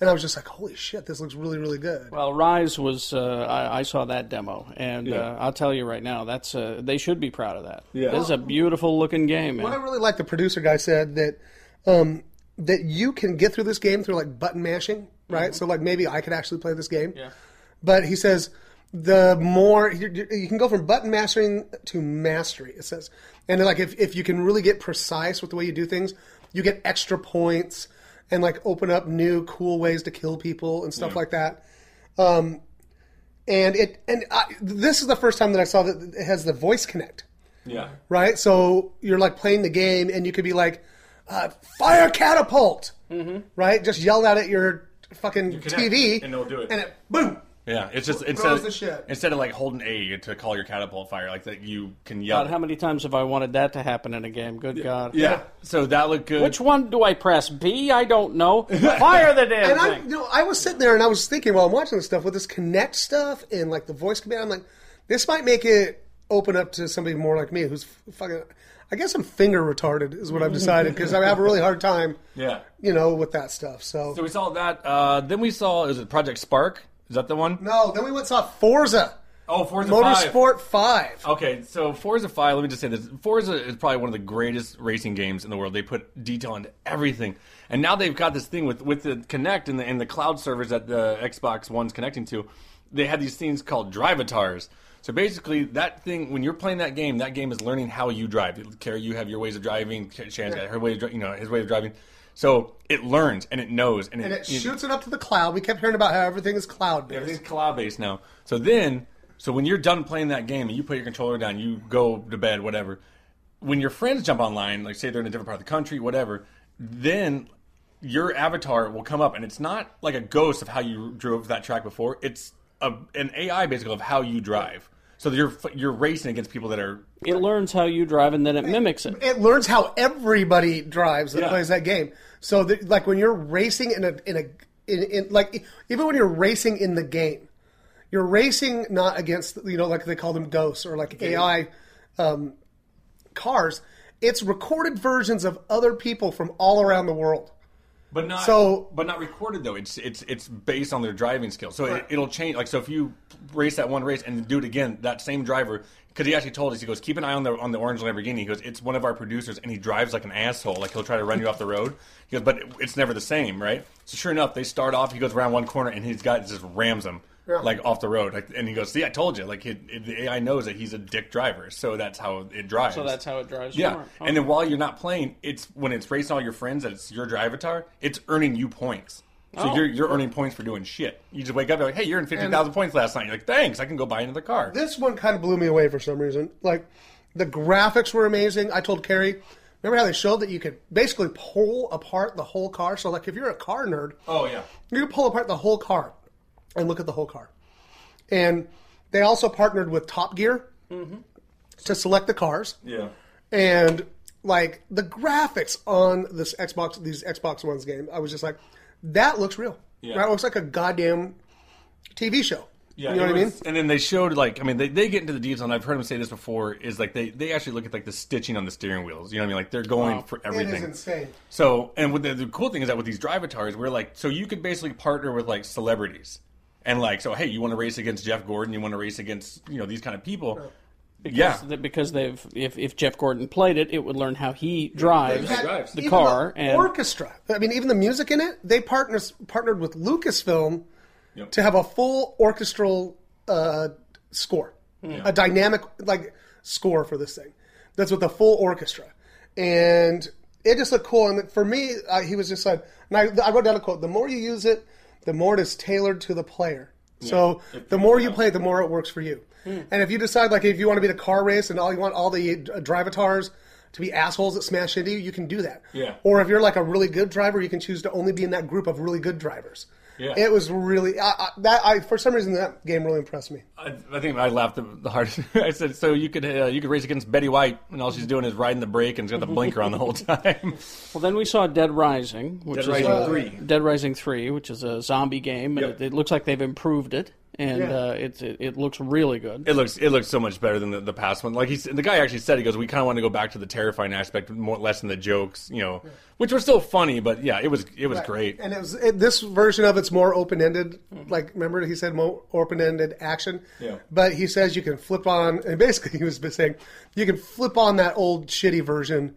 [SPEAKER 12] and I was just like, holy shit, this looks really really good.
[SPEAKER 2] Well, Rise was uh, I, I saw that demo, and
[SPEAKER 12] Yeah.
[SPEAKER 2] uh, I'll tell you right now, that's uh, they should be proud of that.
[SPEAKER 12] Yeah.
[SPEAKER 2] this is a beautiful looking game,
[SPEAKER 12] What I
[SPEAKER 2] man.
[SPEAKER 12] really like the producer guy said that um, that you can get through this game through like button mashing, right? So like maybe I could actually play this game. Yeah. But he says the more you, you you can go from button mastering to mastery. It says, and like if if you can really get precise with the way you do things, you get extra points and like open up new cool ways to kill people and stuff
[SPEAKER 10] Yeah.
[SPEAKER 12] like that. Um, and it and I, this is the first time that I saw that it has the voice connect
[SPEAKER 10] yeah.
[SPEAKER 12] right? So you're like playing the game, and you could be like, uh, "Fire catapult!" Right? Just yell that at your fucking TV,
[SPEAKER 8] *laughs*
[SPEAKER 12] *laughs*
[SPEAKER 10] and they'll do it.
[SPEAKER 12] and it boom.
[SPEAKER 10] Yeah, it's just
[SPEAKER 12] Throws
[SPEAKER 10] instead
[SPEAKER 12] the shit.
[SPEAKER 10] of, instead of like holding A to call your catapult fire, like that you can yell.
[SPEAKER 2] God, how many times have I wanted that to happen in a game? Good God!
[SPEAKER 10] yeah. So that looked good.
[SPEAKER 2] Which one do I press? B? I don't know. Fire the damn
[SPEAKER 12] And I,
[SPEAKER 2] thing.
[SPEAKER 12] you know, I was sitting there and I was thinking while I'm watching this stuff with this connect stuff and like the voice command. I'm like, this might make it open up to somebody more like me who's fucking. I guess I'm finger retarded is what I've decided because I have a really hard time,
[SPEAKER 10] Yeah.
[SPEAKER 12] you know, with that stuff. So
[SPEAKER 10] So we saw that. Uh, then we saw is it Project Spark? Is that the one?
[SPEAKER 12] no, then we went and saw Forza.
[SPEAKER 10] Oh, Forza
[SPEAKER 12] Motorsport Five.
[SPEAKER 10] Okay, so Forza 5, let me just say this. Forza is probably one of the greatest racing games in the world. They put detail into everything. And now they've got this thing with, with the Connect and the, and the cloud servers that the Xbox One's connecting to. They had these things called Drivatars. So basically, that thing, when you're playing that game, that game is learning how you drive. Carrie, you have your ways of driving. Shan's got her way of, dri- you know, his way of driving. So it learns and it knows. And it,
[SPEAKER 12] and it
[SPEAKER 10] you-
[SPEAKER 12] shoots it up to the cloud. We kept hearing about how everything is cloud based.
[SPEAKER 10] Everything's cloud based now. So then, so when you're done playing that game and you put your controller down, you go to bed, whatever. When your friends jump online, like say they're in a different part of the country, whatever, then your avatar will come up and it's not like a ghost of how you drove that track before. It's a, an AI basically of how you drive. So you're you're racing against people that are
[SPEAKER 2] It learns how you drive, and then it mimics it.
[SPEAKER 12] It learns how everybody drives that
[SPEAKER 2] Yeah.
[SPEAKER 12] plays that game. So, that like when you're racing in a in a in, in like even when you're racing in the game, you're racing not against you know like they call them ghosts or like AI um, cars. It's recorded versions of other people from all around the world.
[SPEAKER 10] But not
[SPEAKER 12] So-
[SPEAKER 10] but not recorded though. It's it's it's based on their driving skills. So it, it'll change. Like so, if you race that one race and do it again, that same driver, because he actually told us, he goes, keep an eye on the on the orange Lamborghini. He goes, it's one of our producers, and he drives like an asshole. Like he'll try to run you off the road. He goes, but it- it's never the same, right? So sure enough, they start off. He goes around one corner, and he's got just rams him.
[SPEAKER 12] Yeah.
[SPEAKER 10] Like off the road, like, and he goes, "See, I told you." Like it, it, the AI knows that he's a dick driver, so that's how it drives.
[SPEAKER 2] So that's how it drives.
[SPEAKER 10] Yeah,
[SPEAKER 2] more.
[SPEAKER 10] and then while you're not playing, it's when it's racing all your friends that it's your drive avatar. It's earning you points. So
[SPEAKER 12] Oh.
[SPEAKER 10] you're you're earning points for doing shit. You just wake up and like, hey, you're in fifty thousand points last night. You're like, thanks, I can go buy another car.
[SPEAKER 12] This one kind of blew me away for some reason. Like the graphics were amazing. I told Carrie, remember how they showed that you could basically pull apart the whole car? So like if you're a car nerd,
[SPEAKER 10] Oh yeah,
[SPEAKER 12] you can pull apart the whole car and look at the whole car. And they also partnered with Top Gear to select the cars
[SPEAKER 10] yeah.
[SPEAKER 12] and like the graphics on this Xbox these Xbox One's game, I was just like, that looks real.
[SPEAKER 10] Yeah.
[SPEAKER 12] That looks like a goddamn TV show.
[SPEAKER 10] Yeah,
[SPEAKER 12] you know
[SPEAKER 10] it
[SPEAKER 12] what I mean?
[SPEAKER 10] was- And then they showed like I mean they, they get into the details, and I've heard them say this before. Is like they, they actually look at like the stitching on the steering wheels. You know what I mean? Like they're going
[SPEAKER 12] Wow.
[SPEAKER 10] for
[SPEAKER 12] It is
[SPEAKER 10] everything.
[SPEAKER 12] insane.
[SPEAKER 10] So and with the, the cool thing is that with these drive avatars, we're like so you could basically partner with like celebrities and like so hey, you want to race against Jeff Gordon? You want to race against you know these kind of people?
[SPEAKER 2] Because,
[SPEAKER 10] yeah,
[SPEAKER 2] the- because they've if, if Jeff Gordon played it, it would learn how he drives
[SPEAKER 12] They had
[SPEAKER 2] the
[SPEAKER 12] even
[SPEAKER 2] car
[SPEAKER 12] the
[SPEAKER 2] and
[SPEAKER 12] orchestra. I mean, even the music in it. They partners partnered with Lucasfilm to have a full orchestral uh, score,
[SPEAKER 16] Yeah.
[SPEAKER 12] a dynamic like score for this thing. That's with the full orchestra, and it just looked cool. And for me, I, he was just like, and I, I wrote down a quote: "The more you use it, the more it is tailored to the player." So the more you play, it, the more it works for you. And if you decide, like, if you want to be the car race and all you want all the uh, drivatars to be assholes that smash into you, you can do that.
[SPEAKER 16] Yeah.
[SPEAKER 12] Or if you're like a really good driver, you can choose to only be in that group of really good drivers.
[SPEAKER 10] Yeah.
[SPEAKER 12] It was really I, I, that I for some reason that game really impressed me.
[SPEAKER 10] I, I think I laughed the, the hardest. *laughs* I said, "So you could uh, you could race against Betty White, and all she's doing is riding the brake and's got the blinker on the whole time."
[SPEAKER 2] Well, then we saw Dead Rising, which
[SPEAKER 10] Dead
[SPEAKER 2] is
[SPEAKER 10] Rising
[SPEAKER 2] a,
[SPEAKER 10] 3.
[SPEAKER 2] Dead Rising Three, which is a zombie game, and
[SPEAKER 10] Yep.
[SPEAKER 2] it, it looks like they've improved it, and
[SPEAKER 10] Yeah.
[SPEAKER 2] uh, it's it, it looks really good.
[SPEAKER 10] It looks it looks so much better than the, the past one. Like he's the guy actually said, he goes, "We kind of want to go back to the terrifying aspect, more less than the jokes, you know, which were still funny, but yeah, it was it was
[SPEAKER 12] Right.
[SPEAKER 10] great."
[SPEAKER 12] And it was it, this version of it's more open ended. Like remember he said more open ended action.
[SPEAKER 10] Yeah.
[SPEAKER 12] But he says you can flip on, and basically he was saying you can flip on that old shitty version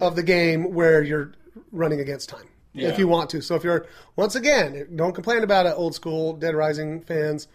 [SPEAKER 12] of the game where you're running against time
[SPEAKER 16] Yeah.
[SPEAKER 12] if you want to. So if you're once again, don't complain about it, old school Dead Rising fans.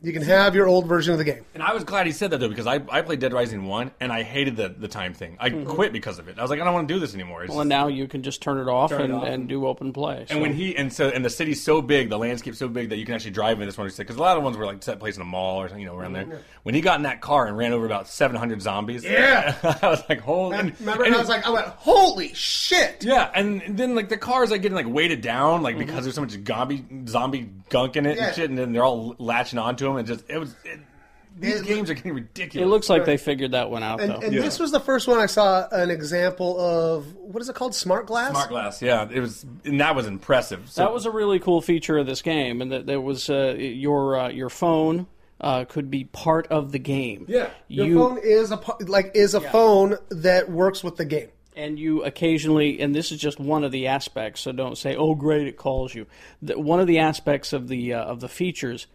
[SPEAKER 12] You can have your old version of the game.
[SPEAKER 10] And I was glad he said that though because I, I played Dead Rising one and I hated the, the time thing. I
[SPEAKER 2] Mhm.
[SPEAKER 10] quit because of it. I was like, I don't want to do this anymore. It's
[SPEAKER 2] Well, and now you can just turn it off,
[SPEAKER 10] Turn it
[SPEAKER 2] and,
[SPEAKER 10] off.
[SPEAKER 2] and do open play. so-
[SPEAKER 10] And when he and so and the city's so big, the landscape's so big that you can actually drive in this one. Because a lot of ones were like set place in a mall or something, you know around
[SPEAKER 12] Mhm.
[SPEAKER 10] there. When he got in that car and ran over about seven hundred zombies,
[SPEAKER 12] Yeah.
[SPEAKER 10] *laughs* I was like, holy. And,
[SPEAKER 12] Remember, and I was like, I went, holy shit! Mm-hmm.
[SPEAKER 10] Yeah, and then like the cars like getting like weighted down like because there's so much zombie zombie gunk in it
[SPEAKER 2] Yeah.
[SPEAKER 10] and shit, and then they're all latching onto him and just it was. It, these games are getting ridiculous.
[SPEAKER 2] it looks like they figured that one out,
[SPEAKER 12] And,
[SPEAKER 2] though.
[SPEAKER 12] and this was the first one I saw an example of what is it called? Smart glass.
[SPEAKER 10] smart glass. Yeah, it was, and that was impressive. So
[SPEAKER 2] that was a really cool feature of this game, and that there was uh, your uh, your phone uh, could be part of the game.
[SPEAKER 12] Yeah, your
[SPEAKER 2] You-
[SPEAKER 12] phone is a pu- like is a phone that works with the game.
[SPEAKER 2] and you occasionally and this is just one of the aspects so don't say oh great it calls you the, one of the aspects of the uh, of the features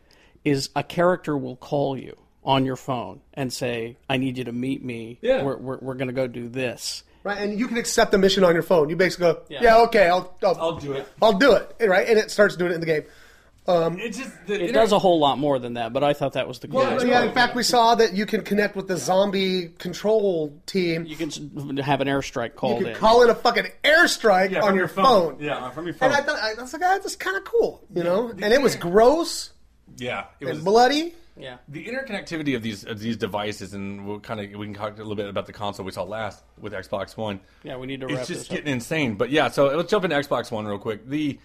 [SPEAKER 2] is a character will call you on your phone and say i need you to meet me
[SPEAKER 12] Yeah.
[SPEAKER 2] we're, we're, we're going to go do this
[SPEAKER 12] Right, and you can accept the mission on your phone. You basically go, yeah, okay, I'll, I'll I'll
[SPEAKER 10] do it.
[SPEAKER 12] I'll do it. Right, and it starts doing it in the game. Um,
[SPEAKER 10] it just
[SPEAKER 2] it does a whole lot more than that but i thought that was the coolest
[SPEAKER 12] Well,
[SPEAKER 2] part.
[SPEAKER 12] yeah, in fact, we saw that you can connect with the zombie control team. You
[SPEAKER 2] can have an airstrike called
[SPEAKER 12] You can
[SPEAKER 2] in.
[SPEAKER 12] call in a fucking airstrike
[SPEAKER 2] Yeah,
[SPEAKER 12] on
[SPEAKER 2] from
[SPEAKER 12] your
[SPEAKER 2] your phone.
[SPEAKER 12] phone.
[SPEAKER 10] Yeah, from your
[SPEAKER 2] phone.
[SPEAKER 12] And I thought I, that's like ah, that's kind of cool, you know. And it was gross
[SPEAKER 10] yeah, it
[SPEAKER 12] and
[SPEAKER 10] was
[SPEAKER 12] bloody.
[SPEAKER 2] Yeah.
[SPEAKER 10] The interconnectivity of these of these devices, and we'll kind of we can talk a little bit about the console we saw last with Xbox One.
[SPEAKER 2] yeah we need to wrap
[SPEAKER 10] It's
[SPEAKER 2] this
[SPEAKER 10] just
[SPEAKER 2] up
[SPEAKER 10] getting insane, but yeah. So let's jump into Xbox One real quick. The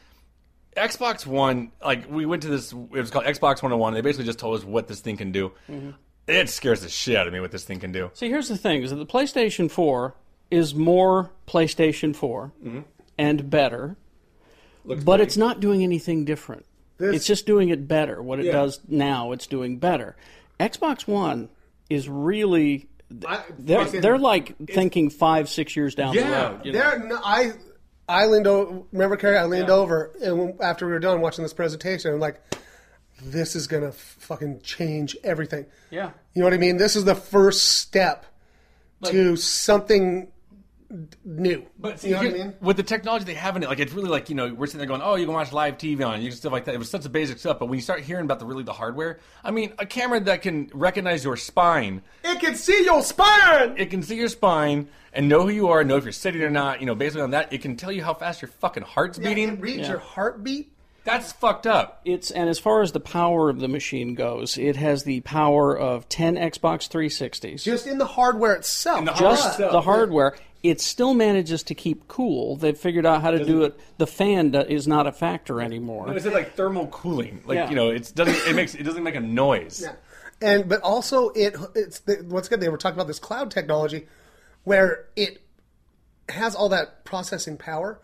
[SPEAKER 10] Xbox One, like we went to this, it was called Xbox One Hundred One. They basically just told us what this thing can do.
[SPEAKER 2] Mhm.
[SPEAKER 10] It scares the shit out of me what this thing can do.
[SPEAKER 2] see here's the thing is that the playstation 4 is more playstation 4
[SPEAKER 12] Mm-hmm.
[SPEAKER 2] and better but it's not doing anything different. it's just doing it better. What it
[SPEAKER 12] Yeah.
[SPEAKER 2] does now, it's doing better. Xbox One is really they're,
[SPEAKER 12] fucking-
[SPEAKER 2] they're like thinking five six years down the road. you know?
[SPEAKER 12] There, no, I, I leaned over. Remember, Carrie, I leaned over, and when, after we were done watching this presentation, I'm like, "This is gonna f- fucking change everything."
[SPEAKER 2] Yeah.
[SPEAKER 12] You know what I mean? This is the first step to something d- new.
[SPEAKER 10] But see,
[SPEAKER 12] you know what I
[SPEAKER 10] here-
[SPEAKER 12] mean?
[SPEAKER 10] with the technology they have in it, like it's really like you know we're sitting there going, oh, you can watch live TV on, it, you can stuff like that. It was such a basic stuff, but when you start hearing about the really the hardware, I mean, a camera that can recognize your spine,
[SPEAKER 12] it can see your spine,
[SPEAKER 10] it can see your spine and know who you are, know if you're sitting or not. You know, basically on that, it can tell you how fast your fucking heart's beating.
[SPEAKER 12] reads your heartbeat.
[SPEAKER 10] That's fucked up.
[SPEAKER 2] It's and as far as the power of the machine goes, it has the power of ten Xbox 360s.
[SPEAKER 12] Just in the hardware itself.
[SPEAKER 2] just the hardware. It still manages to keep cool. They've figured out how to do it. The fan do- is not a factor anymore.
[SPEAKER 10] No, it's like thermal cooling. Like
[SPEAKER 2] Yeah.
[SPEAKER 10] you know, it doesn't. It makes it doesn't make a noise.
[SPEAKER 12] Yeah. and but also it it's the, what's good they were talking about this cloud technology where it has all that processing power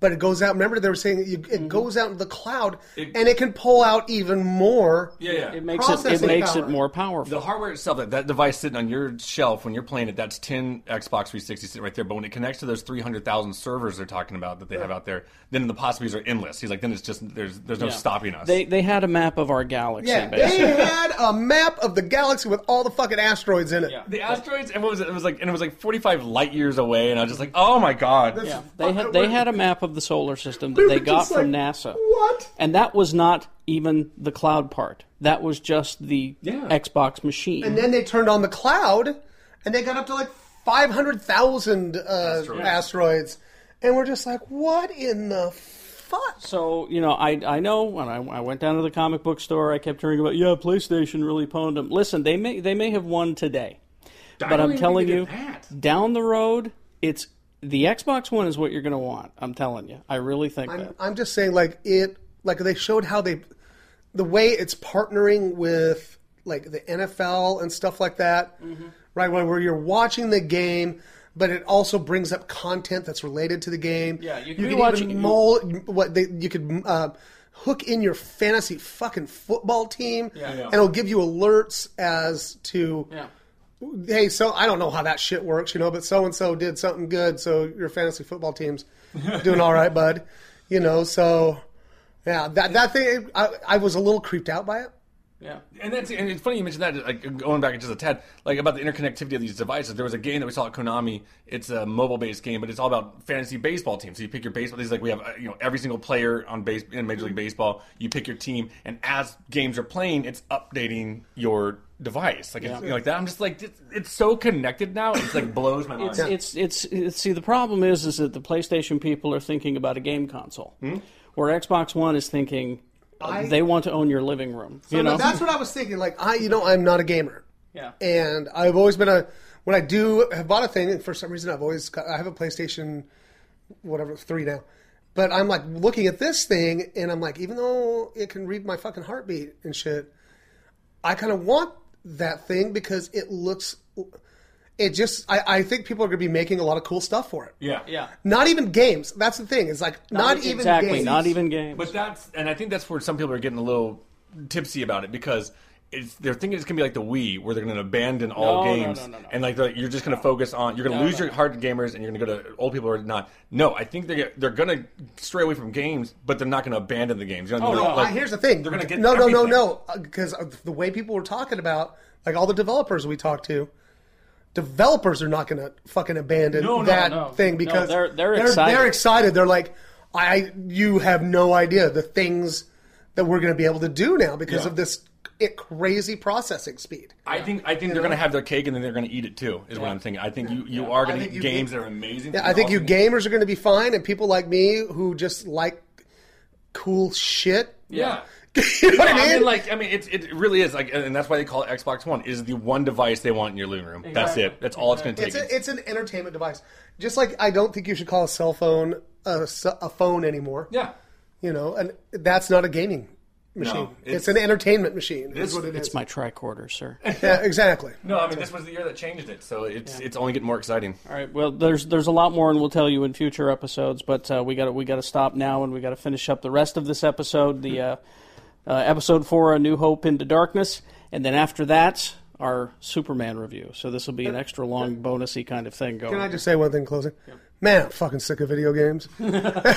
[SPEAKER 12] but it goes out remember they were saying you, it goes out into the cloud and Mm-hmm. it can pull out even more
[SPEAKER 10] Yeah, yeah.
[SPEAKER 2] It makes it, it
[SPEAKER 12] processing
[SPEAKER 2] makes
[SPEAKER 12] power.
[SPEAKER 2] it more powerful.
[SPEAKER 10] The hardware itself, that, that device sitting on your shelf when you're playing it, that's 10 Xbox 360 sitting right there. But when it connects to those 300,000 servers they're talking about that they have out there, then the possibilities are endless. He's like, then it's just, there's there's no
[SPEAKER 2] Yeah.
[SPEAKER 10] stopping us.
[SPEAKER 2] They they had a map of our galaxy.
[SPEAKER 12] yeah
[SPEAKER 2] basically.
[SPEAKER 12] they had a map of the galaxy with all the fucking asteroids in it
[SPEAKER 10] the asteroids, and what was it? It was like, and it was like 45 light years away, and I was just like, Oh my god!
[SPEAKER 2] Yeah, they had they had a map of the solar system that
[SPEAKER 16] We
[SPEAKER 2] they
[SPEAKER 16] were
[SPEAKER 2] got
[SPEAKER 16] just
[SPEAKER 2] from
[SPEAKER 16] like,
[SPEAKER 2] NASA. What? And that was not even the cloud part. That was just the Xbox machine.
[SPEAKER 12] And then they turned on the cloud, and they got up to like five hundred thousand uh, asteroids. and we're just like, what in the fuck?
[SPEAKER 2] So you know, I I know when I, I went down to the comic book store, I kept hearing about yeah, PlayStation really pwned them. Listen, they may they may have won today,
[SPEAKER 10] I
[SPEAKER 2] but
[SPEAKER 10] don't
[SPEAKER 2] I'm
[SPEAKER 10] even
[SPEAKER 2] telling
[SPEAKER 10] think
[SPEAKER 2] you,
[SPEAKER 10] they did
[SPEAKER 2] down the road, it's the Xbox One is what you're going to want. I'm telling you, I really think that.
[SPEAKER 12] I'm, I'm just saying, like it, like they showed how they, the way it's partnering with like the NFL and stuff like that,
[SPEAKER 2] Mm-hmm.
[SPEAKER 12] right? Where, where you're watching the game, but it also brings up content that's related to the game.
[SPEAKER 2] Yeah,
[SPEAKER 12] can
[SPEAKER 2] you can
[SPEAKER 12] you
[SPEAKER 2] be
[SPEAKER 12] could
[SPEAKER 2] watching-
[SPEAKER 12] even mold what they you could. Uh, Hook in your fantasy fucking football team,
[SPEAKER 2] Yeah. Yeah.
[SPEAKER 12] and it'll give you alerts as to
[SPEAKER 2] Yeah.
[SPEAKER 12] hey, so I don't know how that shit works, you know, but so and so did something good, so your fantasy football
[SPEAKER 2] *laughs*
[SPEAKER 12] team's doing all right, bud. You know, so yeah, that that thing, I, I was a little creeped out by it.
[SPEAKER 2] Yeah,
[SPEAKER 10] and that's and it's funny you mentioned that. Like going back just a tad, like about the interconnectivity of these devices. There was a game that we saw at Konami. It's a mobile-based game, but it's all about fantasy baseball teams. So you pick your baseball. These like we have uh, you know every single player on base in Major League Baseball. You pick your team, and as games are playing, it's updating your device. Like it's,
[SPEAKER 2] Yeah.
[SPEAKER 10] you know, like that. I'm just like it's, it's so connected now. It's like blows my mind.
[SPEAKER 2] It's, it's it's it's see the problem is is that the PlayStation people are thinking about a game console, where Xbox One is thinking uh,
[SPEAKER 12] Hmm? I-
[SPEAKER 2] they want to own your living room.
[SPEAKER 12] So
[SPEAKER 2] you know,
[SPEAKER 12] that's what I was thinking. Like I, you know, I'm not a gamer.
[SPEAKER 2] Yeah.
[SPEAKER 12] And I've always been a when I do have bought a thing, and for some reason I've always got, I have a PlayStation, whatever three now. But I'm like looking at this thing, and I'm like, even though it can read my fucking heartbeat and shit, I kind of want that thing because it looks, it just I, I think people are gonna be making a lot of cool stuff for it.
[SPEAKER 10] yeah,
[SPEAKER 2] yeah.
[SPEAKER 12] Not even games. That's the thing. It's like not, even games.
[SPEAKER 2] games.
[SPEAKER 10] But that's and I think that's where some people are getting a little tipsy about it because it's they're thinking it's gonna be like the Wii where they're gonna abandon all
[SPEAKER 2] No, no,
[SPEAKER 10] games
[SPEAKER 2] no, no,
[SPEAKER 10] and like they're- you're just gonna focus on you're gonna
[SPEAKER 2] No,
[SPEAKER 10] lose
[SPEAKER 2] no.
[SPEAKER 10] your hard gamers and you're gonna go to old people or not. No, I think they're gonna- they're gonna stray away from games, but they're not gonna abandon the games. You know
[SPEAKER 12] Oh
[SPEAKER 10] what I mean?
[SPEAKER 12] no!
[SPEAKER 10] Like,
[SPEAKER 12] I- here's the thing.
[SPEAKER 10] They're gonna get
[SPEAKER 12] no, no, no,
[SPEAKER 10] everything.
[SPEAKER 12] no, Because the way people were talking about, like all the developers we talked to, developers are not going to fucking abandon
[SPEAKER 2] No, no,
[SPEAKER 12] that
[SPEAKER 2] no.
[SPEAKER 12] thing
[SPEAKER 2] No,
[SPEAKER 12] because
[SPEAKER 2] they're- they're excited.
[SPEAKER 12] They're excited. They're like, I, you have no idea the things that we're going to be able to do now because
[SPEAKER 10] Yeah.
[SPEAKER 12] of this it crazy processing speed.
[SPEAKER 10] I think I think they're gonna have their cake and then they're gonna eat it too. Is what
[SPEAKER 12] Yeah.
[SPEAKER 10] I'm thinking. I think you, you
[SPEAKER 12] I
[SPEAKER 10] are gonna
[SPEAKER 12] think
[SPEAKER 10] eat
[SPEAKER 12] you
[SPEAKER 10] games
[SPEAKER 12] get-
[SPEAKER 10] that are amazing.
[SPEAKER 12] Yeah,
[SPEAKER 10] but
[SPEAKER 12] I
[SPEAKER 10] you're
[SPEAKER 12] think
[SPEAKER 10] also
[SPEAKER 12] you
[SPEAKER 10] gonna-
[SPEAKER 12] gamers are going to be fine, and people like me who just like cool shit.
[SPEAKER 10] Yeah.
[SPEAKER 3] *laughs*
[SPEAKER 12] you know what I
[SPEAKER 10] No,
[SPEAKER 12] mean?
[SPEAKER 10] like, I mean, it's, it really is like, and that's why they call it Xbox One. Is the one device they want in your living room. That's
[SPEAKER 12] Exactly.
[SPEAKER 10] it. That's all it's going to take.
[SPEAKER 12] It's, a, it's an entertainment device. Just like I don't think you should call a cell phone a, s- a phone anymore.
[SPEAKER 10] Yeah.
[SPEAKER 12] You know, and that's not a gaming
[SPEAKER 2] No,
[SPEAKER 12] machine.
[SPEAKER 2] it's-
[SPEAKER 12] it's, an entertainment machine. Is what it
[SPEAKER 2] it's
[SPEAKER 12] is.
[SPEAKER 2] my tricorder, sir.
[SPEAKER 12] yeah, exactly.
[SPEAKER 10] no, I mean, this was the year that changed it, so it's it's only getting more exciting.
[SPEAKER 2] All right. Well, there's there's a lot more, and we'll tell you in future episodes. But uh, we got we got to stop now, and we got to finish up the rest of this episode. The uh, uh, episode four, A New Hope into Darkness, and then after that, our Superman review. So this will be an extra long, bonusy kind of thing going.
[SPEAKER 12] Can I just say one thing in closing? Man, I'm fucking sick of video games.
[SPEAKER 2] uh,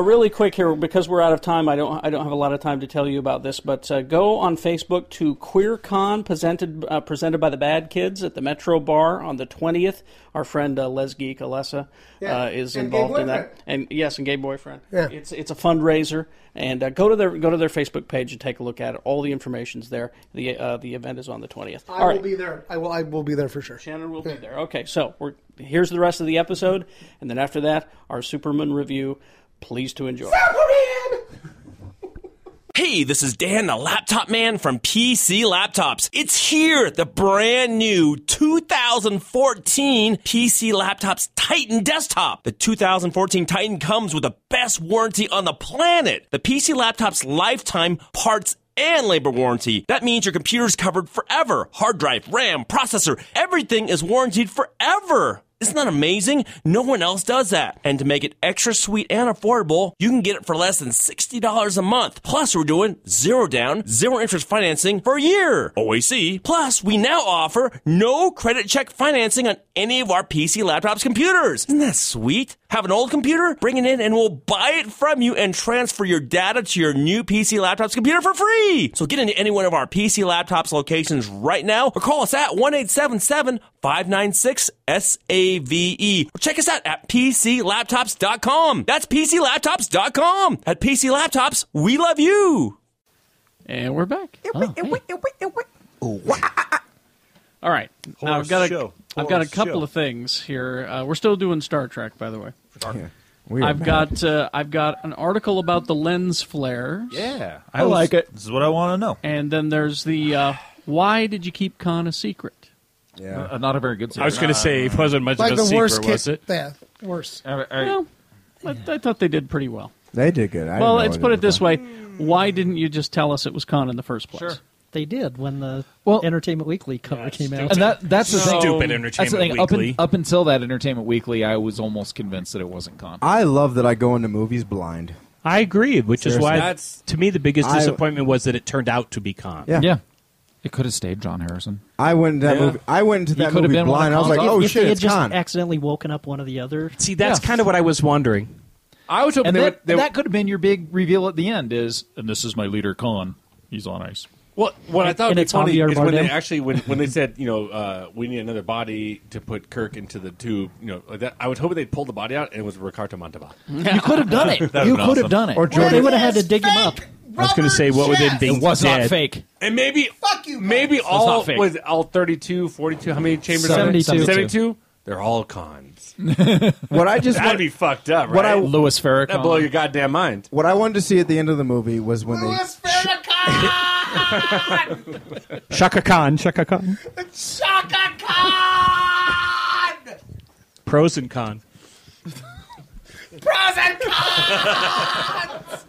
[SPEAKER 2] really quick here because we're out of time. I don't I don't have a lot of time to tell you about this, but uh, go on Facebook to QueerCon presented uh, presented by the Bad Kids at the Metro Bar on the twentieth. Our friend uh, Les Geek Alessa
[SPEAKER 12] Yeah,
[SPEAKER 2] uh, is
[SPEAKER 12] and gay
[SPEAKER 2] involved in that,
[SPEAKER 12] boyfriend.
[SPEAKER 2] and yes, and gay boyfriend.
[SPEAKER 12] Yeah.
[SPEAKER 2] It's it's a fundraiser, and uh, go to their go to their Facebook page and take a look at it. All the information's there. The uh, the event is on the twentieth.
[SPEAKER 12] I
[SPEAKER 2] All right.
[SPEAKER 12] will be there. I will. I will be there for sure.
[SPEAKER 2] Shannon will be there. Okay, so we're here's the rest of the episode, and then after that, our Superman review. Please to enjoy.
[SPEAKER 11] Hey, this is Dan, the laptop man from PC Laptops. It's here, the brand new 2014 PC Laptops Titan desktop. The 2014 Titan comes with the best warranty on the planet. The PC Laptops lifetime parts and labor warranty. That means your computer's covered forever. Hard drive, RAM, processor, everything is warranted forever. Isn't that amazing? No one else does that. And to make it extra sweet and affordable, you can get it for less than $60 a month. Plus, we're doing zero down, zero interest financing for a year. OAC. Plus, we now offer no credit check financing on any of our PC laptops computers. Isn't that sweet? Have an old computer? Bring it in and we'll buy it from you and transfer your data to your new PC laptop's computer for free. So get into any one of our PC laptops locations right now or call us at 1 877 596 SA A V E. Or check us out at PCLaptops.com. That's PCLaptops.com. At PC Laptops, we love you.
[SPEAKER 2] And we're back.
[SPEAKER 1] Oh,
[SPEAKER 2] All right. Now, I've
[SPEAKER 8] Horse
[SPEAKER 2] got a,
[SPEAKER 8] show.
[SPEAKER 2] have got a
[SPEAKER 8] Horse
[SPEAKER 2] couple
[SPEAKER 8] show.
[SPEAKER 2] of things here. Uh, we're still doing Star Trek, by the way.
[SPEAKER 8] Yeah.
[SPEAKER 1] We are
[SPEAKER 2] I've
[SPEAKER 1] back.
[SPEAKER 2] got uh, I've got an article about the lens flares.
[SPEAKER 1] Yeah, I like it. This is what I want to know.
[SPEAKER 2] And then there's the uh, why did you keep Khan a secret?
[SPEAKER 1] Yeah.
[SPEAKER 3] Uh, not a very good
[SPEAKER 6] I was going to say it wasn't much of a secret, was it?
[SPEAKER 12] Yeah, worse.
[SPEAKER 2] Well, I, I thought they did pretty well.
[SPEAKER 5] They did good. I
[SPEAKER 2] well,
[SPEAKER 5] didn't know
[SPEAKER 2] let's
[SPEAKER 5] it
[SPEAKER 2] put
[SPEAKER 5] was
[SPEAKER 2] it this way: Why didn't you just tell us it was Khan in the first place? Sure.
[SPEAKER 4] They did when the Entertainment Weekly cover came out.
[SPEAKER 3] And that that's the thing.
[SPEAKER 4] So-
[SPEAKER 3] that's the thing. Up, in- up until that Entertainment Weekly, I was almost convinced that it wasn't Con.
[SPEAKER 5] I love that I go into movies blind.
[SPEAKER 6] I agree, which is
[SPEAKER 5] Seriously.
[SPEAKER 6] why
[SPEAKER 5] That's-
[SPEAKER 6] to me the biggest
[SPEAKER 5] I-
[SPEAKER 6] disappointment was that it turned out to be Khan.
[SPEAKER 5] Yeah. Yeah.
[SPEAKER 3] It could have stayed John Harrison.
[SPEAKER 5] I went into that
[SPEAKER 6] Yeah.
[SPEAKER 5] movie. I went into
[SPEAKER 6] You
[SPEAKER 5] that
[SPEAKER 6] could've
[SPEAKER 5] movie
[SPEAKER 6] been one of
[SPEAKER 5] blind. I was like,
[SPEAKER 6] Khan's
[SPEAKER 5] oh
[SPEAKER 6] if
[SPEAKER 5] shit,
[SPEAKER 4] they had
[SPEAKER 5] it's
[SPEAKER 4] just
[SPEAKER 5] Khan.
[SPEAKER 4] accidentally woken up one or the other.
[SPEAKER 6] See, that's kind of what I was wondering.
[SPEAKER 3] I was
[SPEAKER 6] hoping
[SPEAKER 3] and
[SPEAKER 6] they
[SPEAKER 3] that,
[SPEAKER 6] would- they would-
[SPEAKER 3] that could have been your big reveal at the end. Is and this is my leader Khan. He's
[SPEAKER 12] *laughs*
[SPEAKER 3] on ice.
[SPEAKER 10] What what I
[SPEAKER 3] And-
[SPEAKER 10] thought
[SPEAKER 3] and
[SPEAKER 10] would be
[SPEAKER 3] it's
[SPEAKER 10] funny
[SPEAKER 3] Javier
[SPEAKER 10] is when they
[SPEAKER 3] Bardem.
[SPEAKER 10] actually when, when
[SPEAKER 3] *laughs*
[SPEAKER 10] they said you know uh, we need another body to put Kirk into the tube you know like that I was hoping they'd pull the body out and it was Ricardo Montalban.
[SPEAKER 3] *laughs* You could have done it. you could
[SPEAKER 10] That
[SPEAKER 3] have
[SPEAKER 10] would've been
[SPEAKER 3] done
[SPEAKER 10] awesome.
[SPEAKER 3] it.
[SPEAKER 10] Or Jordan-
[SPEAKER 4] they would have had to dig him up.
[SPEAKER 6] I was going to say what would it be?
[SPEAKER 3] It was not
[SPEAKER 6] dead?
[SPEAKER 3] fake.
[SPEAKER 10] And maybe fuck you. Maybe all
[SPEAKER 6] not fake.
[SPEAKER 10] was all 32, 42, How many chambers? are there?
[SPEAKER 3] 72.
[SPEAKER 10] 72? They're all
[SPEAKER 3] *laughs*
[SPEAKER 10] cons.
[SPEAKER 5] What I just
[SPEAKER 10] that'd
[SPEAKER 5] want-
[SPEAKER 10] be fucked up.
[SPEAKER 5] what I-
[SPEAKER 10] right?
[SPEAKER 5] Louis Farrakhan.
[SPEAKER 10] That blow your goddamn mind.
[SPEAKER 5] What I wanted to see at the end of the movie was when they
[SPEAKER 6] Shaka Khan, Shaka Khan.
[SPEAKER 8] Shaka Khan!
[SPEAKER 6] Pros and cons.
[SPEAKER 8] Pros and cons!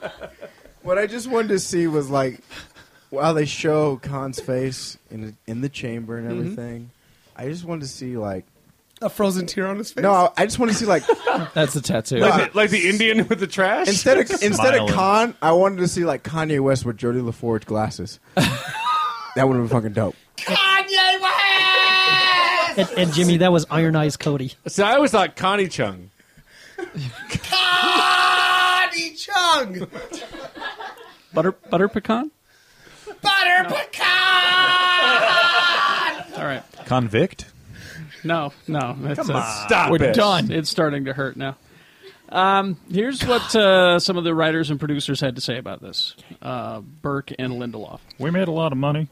[SPEAKER 5] What I just wanted to see was like while they show Khan's face in in the chamber and
[SPEAKER 10] Mm-hmm.
[SPEAKER 12] Mhm.
[SPEAKER 5] everything. I just wanted to see like
[SPEAKER 12] A frozen tear on his face.
[SPEAKER 5] no, I just want to see like
[SPEAKER 3] that's the tattoo.
[SPEAKER 10] Like, the, like the Indian with the trash.
[SPEAKER 5] Instead of *laughs* instead of
[SPEAKER 10] Smiling.
[SPEAKER 5] Khan, I wanted to see like Kanye West with Jodie LaForge glasses. that would have been fucking dope.
[SPEAKER 8] Kanye West!
[SPEAKER 4] And, and Jimmy, that was Ironized Cody.
[SPEAKER 10] So I always thought Connie Chung.
[SPEAKER 8] Connie Chung!
[SPEAKER 2] Butter butter pecan.
[SPEAKER 8] Butter pecan!
[SPEAKER 2] All right.
[SPEAKER 1] Convict.
[SPEAKER 2] No, no. That's,
[SPEAKER 1] Come
[SPEAKER 2] that's-
[SPEAKER 1] on. Stop
[SPEAKER 2] we're
[SPEAKER 1] it.
[SPEAKER 2] done. It's starting to hurt now. Um, here's what uh, some of the writers and producers had to say about this: uh, Burke and Lindelof.
[SPEAKER 3] We made a lot
[SPEAKER 2] *laughs*
[SPEAKER 3] of money.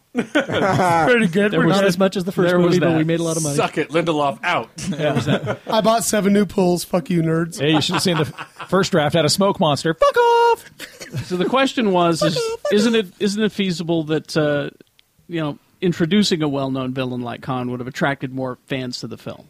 [SPEAKER 2] Pretty
[SPEAKER 4] good.
[SPEAKER 2] There
[SPEAKER 4] We're
[SPEAKER 2] was
[SPEAKER 4] not
[SPEAKER 2] that-
[SPEAKER 4] as much as the first
[SPEAKER 2] there was
[SPEAKER 4] movie, but
[SPEAKER 2] that.
[SPEAKER 4] we made a lot of money.
[SPEAKER 10] Suck it, Lindelof out.
[SPEAKER 12] *laughs* I bought seven new pulls. Fuck you, nerds.
[SPEAKER 3] Yeah, you should have seen the first draft had a smoke monster. Fuck off.
[SPEAKER 2] So the question was: is, Isn't it isn't it feasible that uh, you know introducing a well-known villain like Khan would have attracted more fans to the film?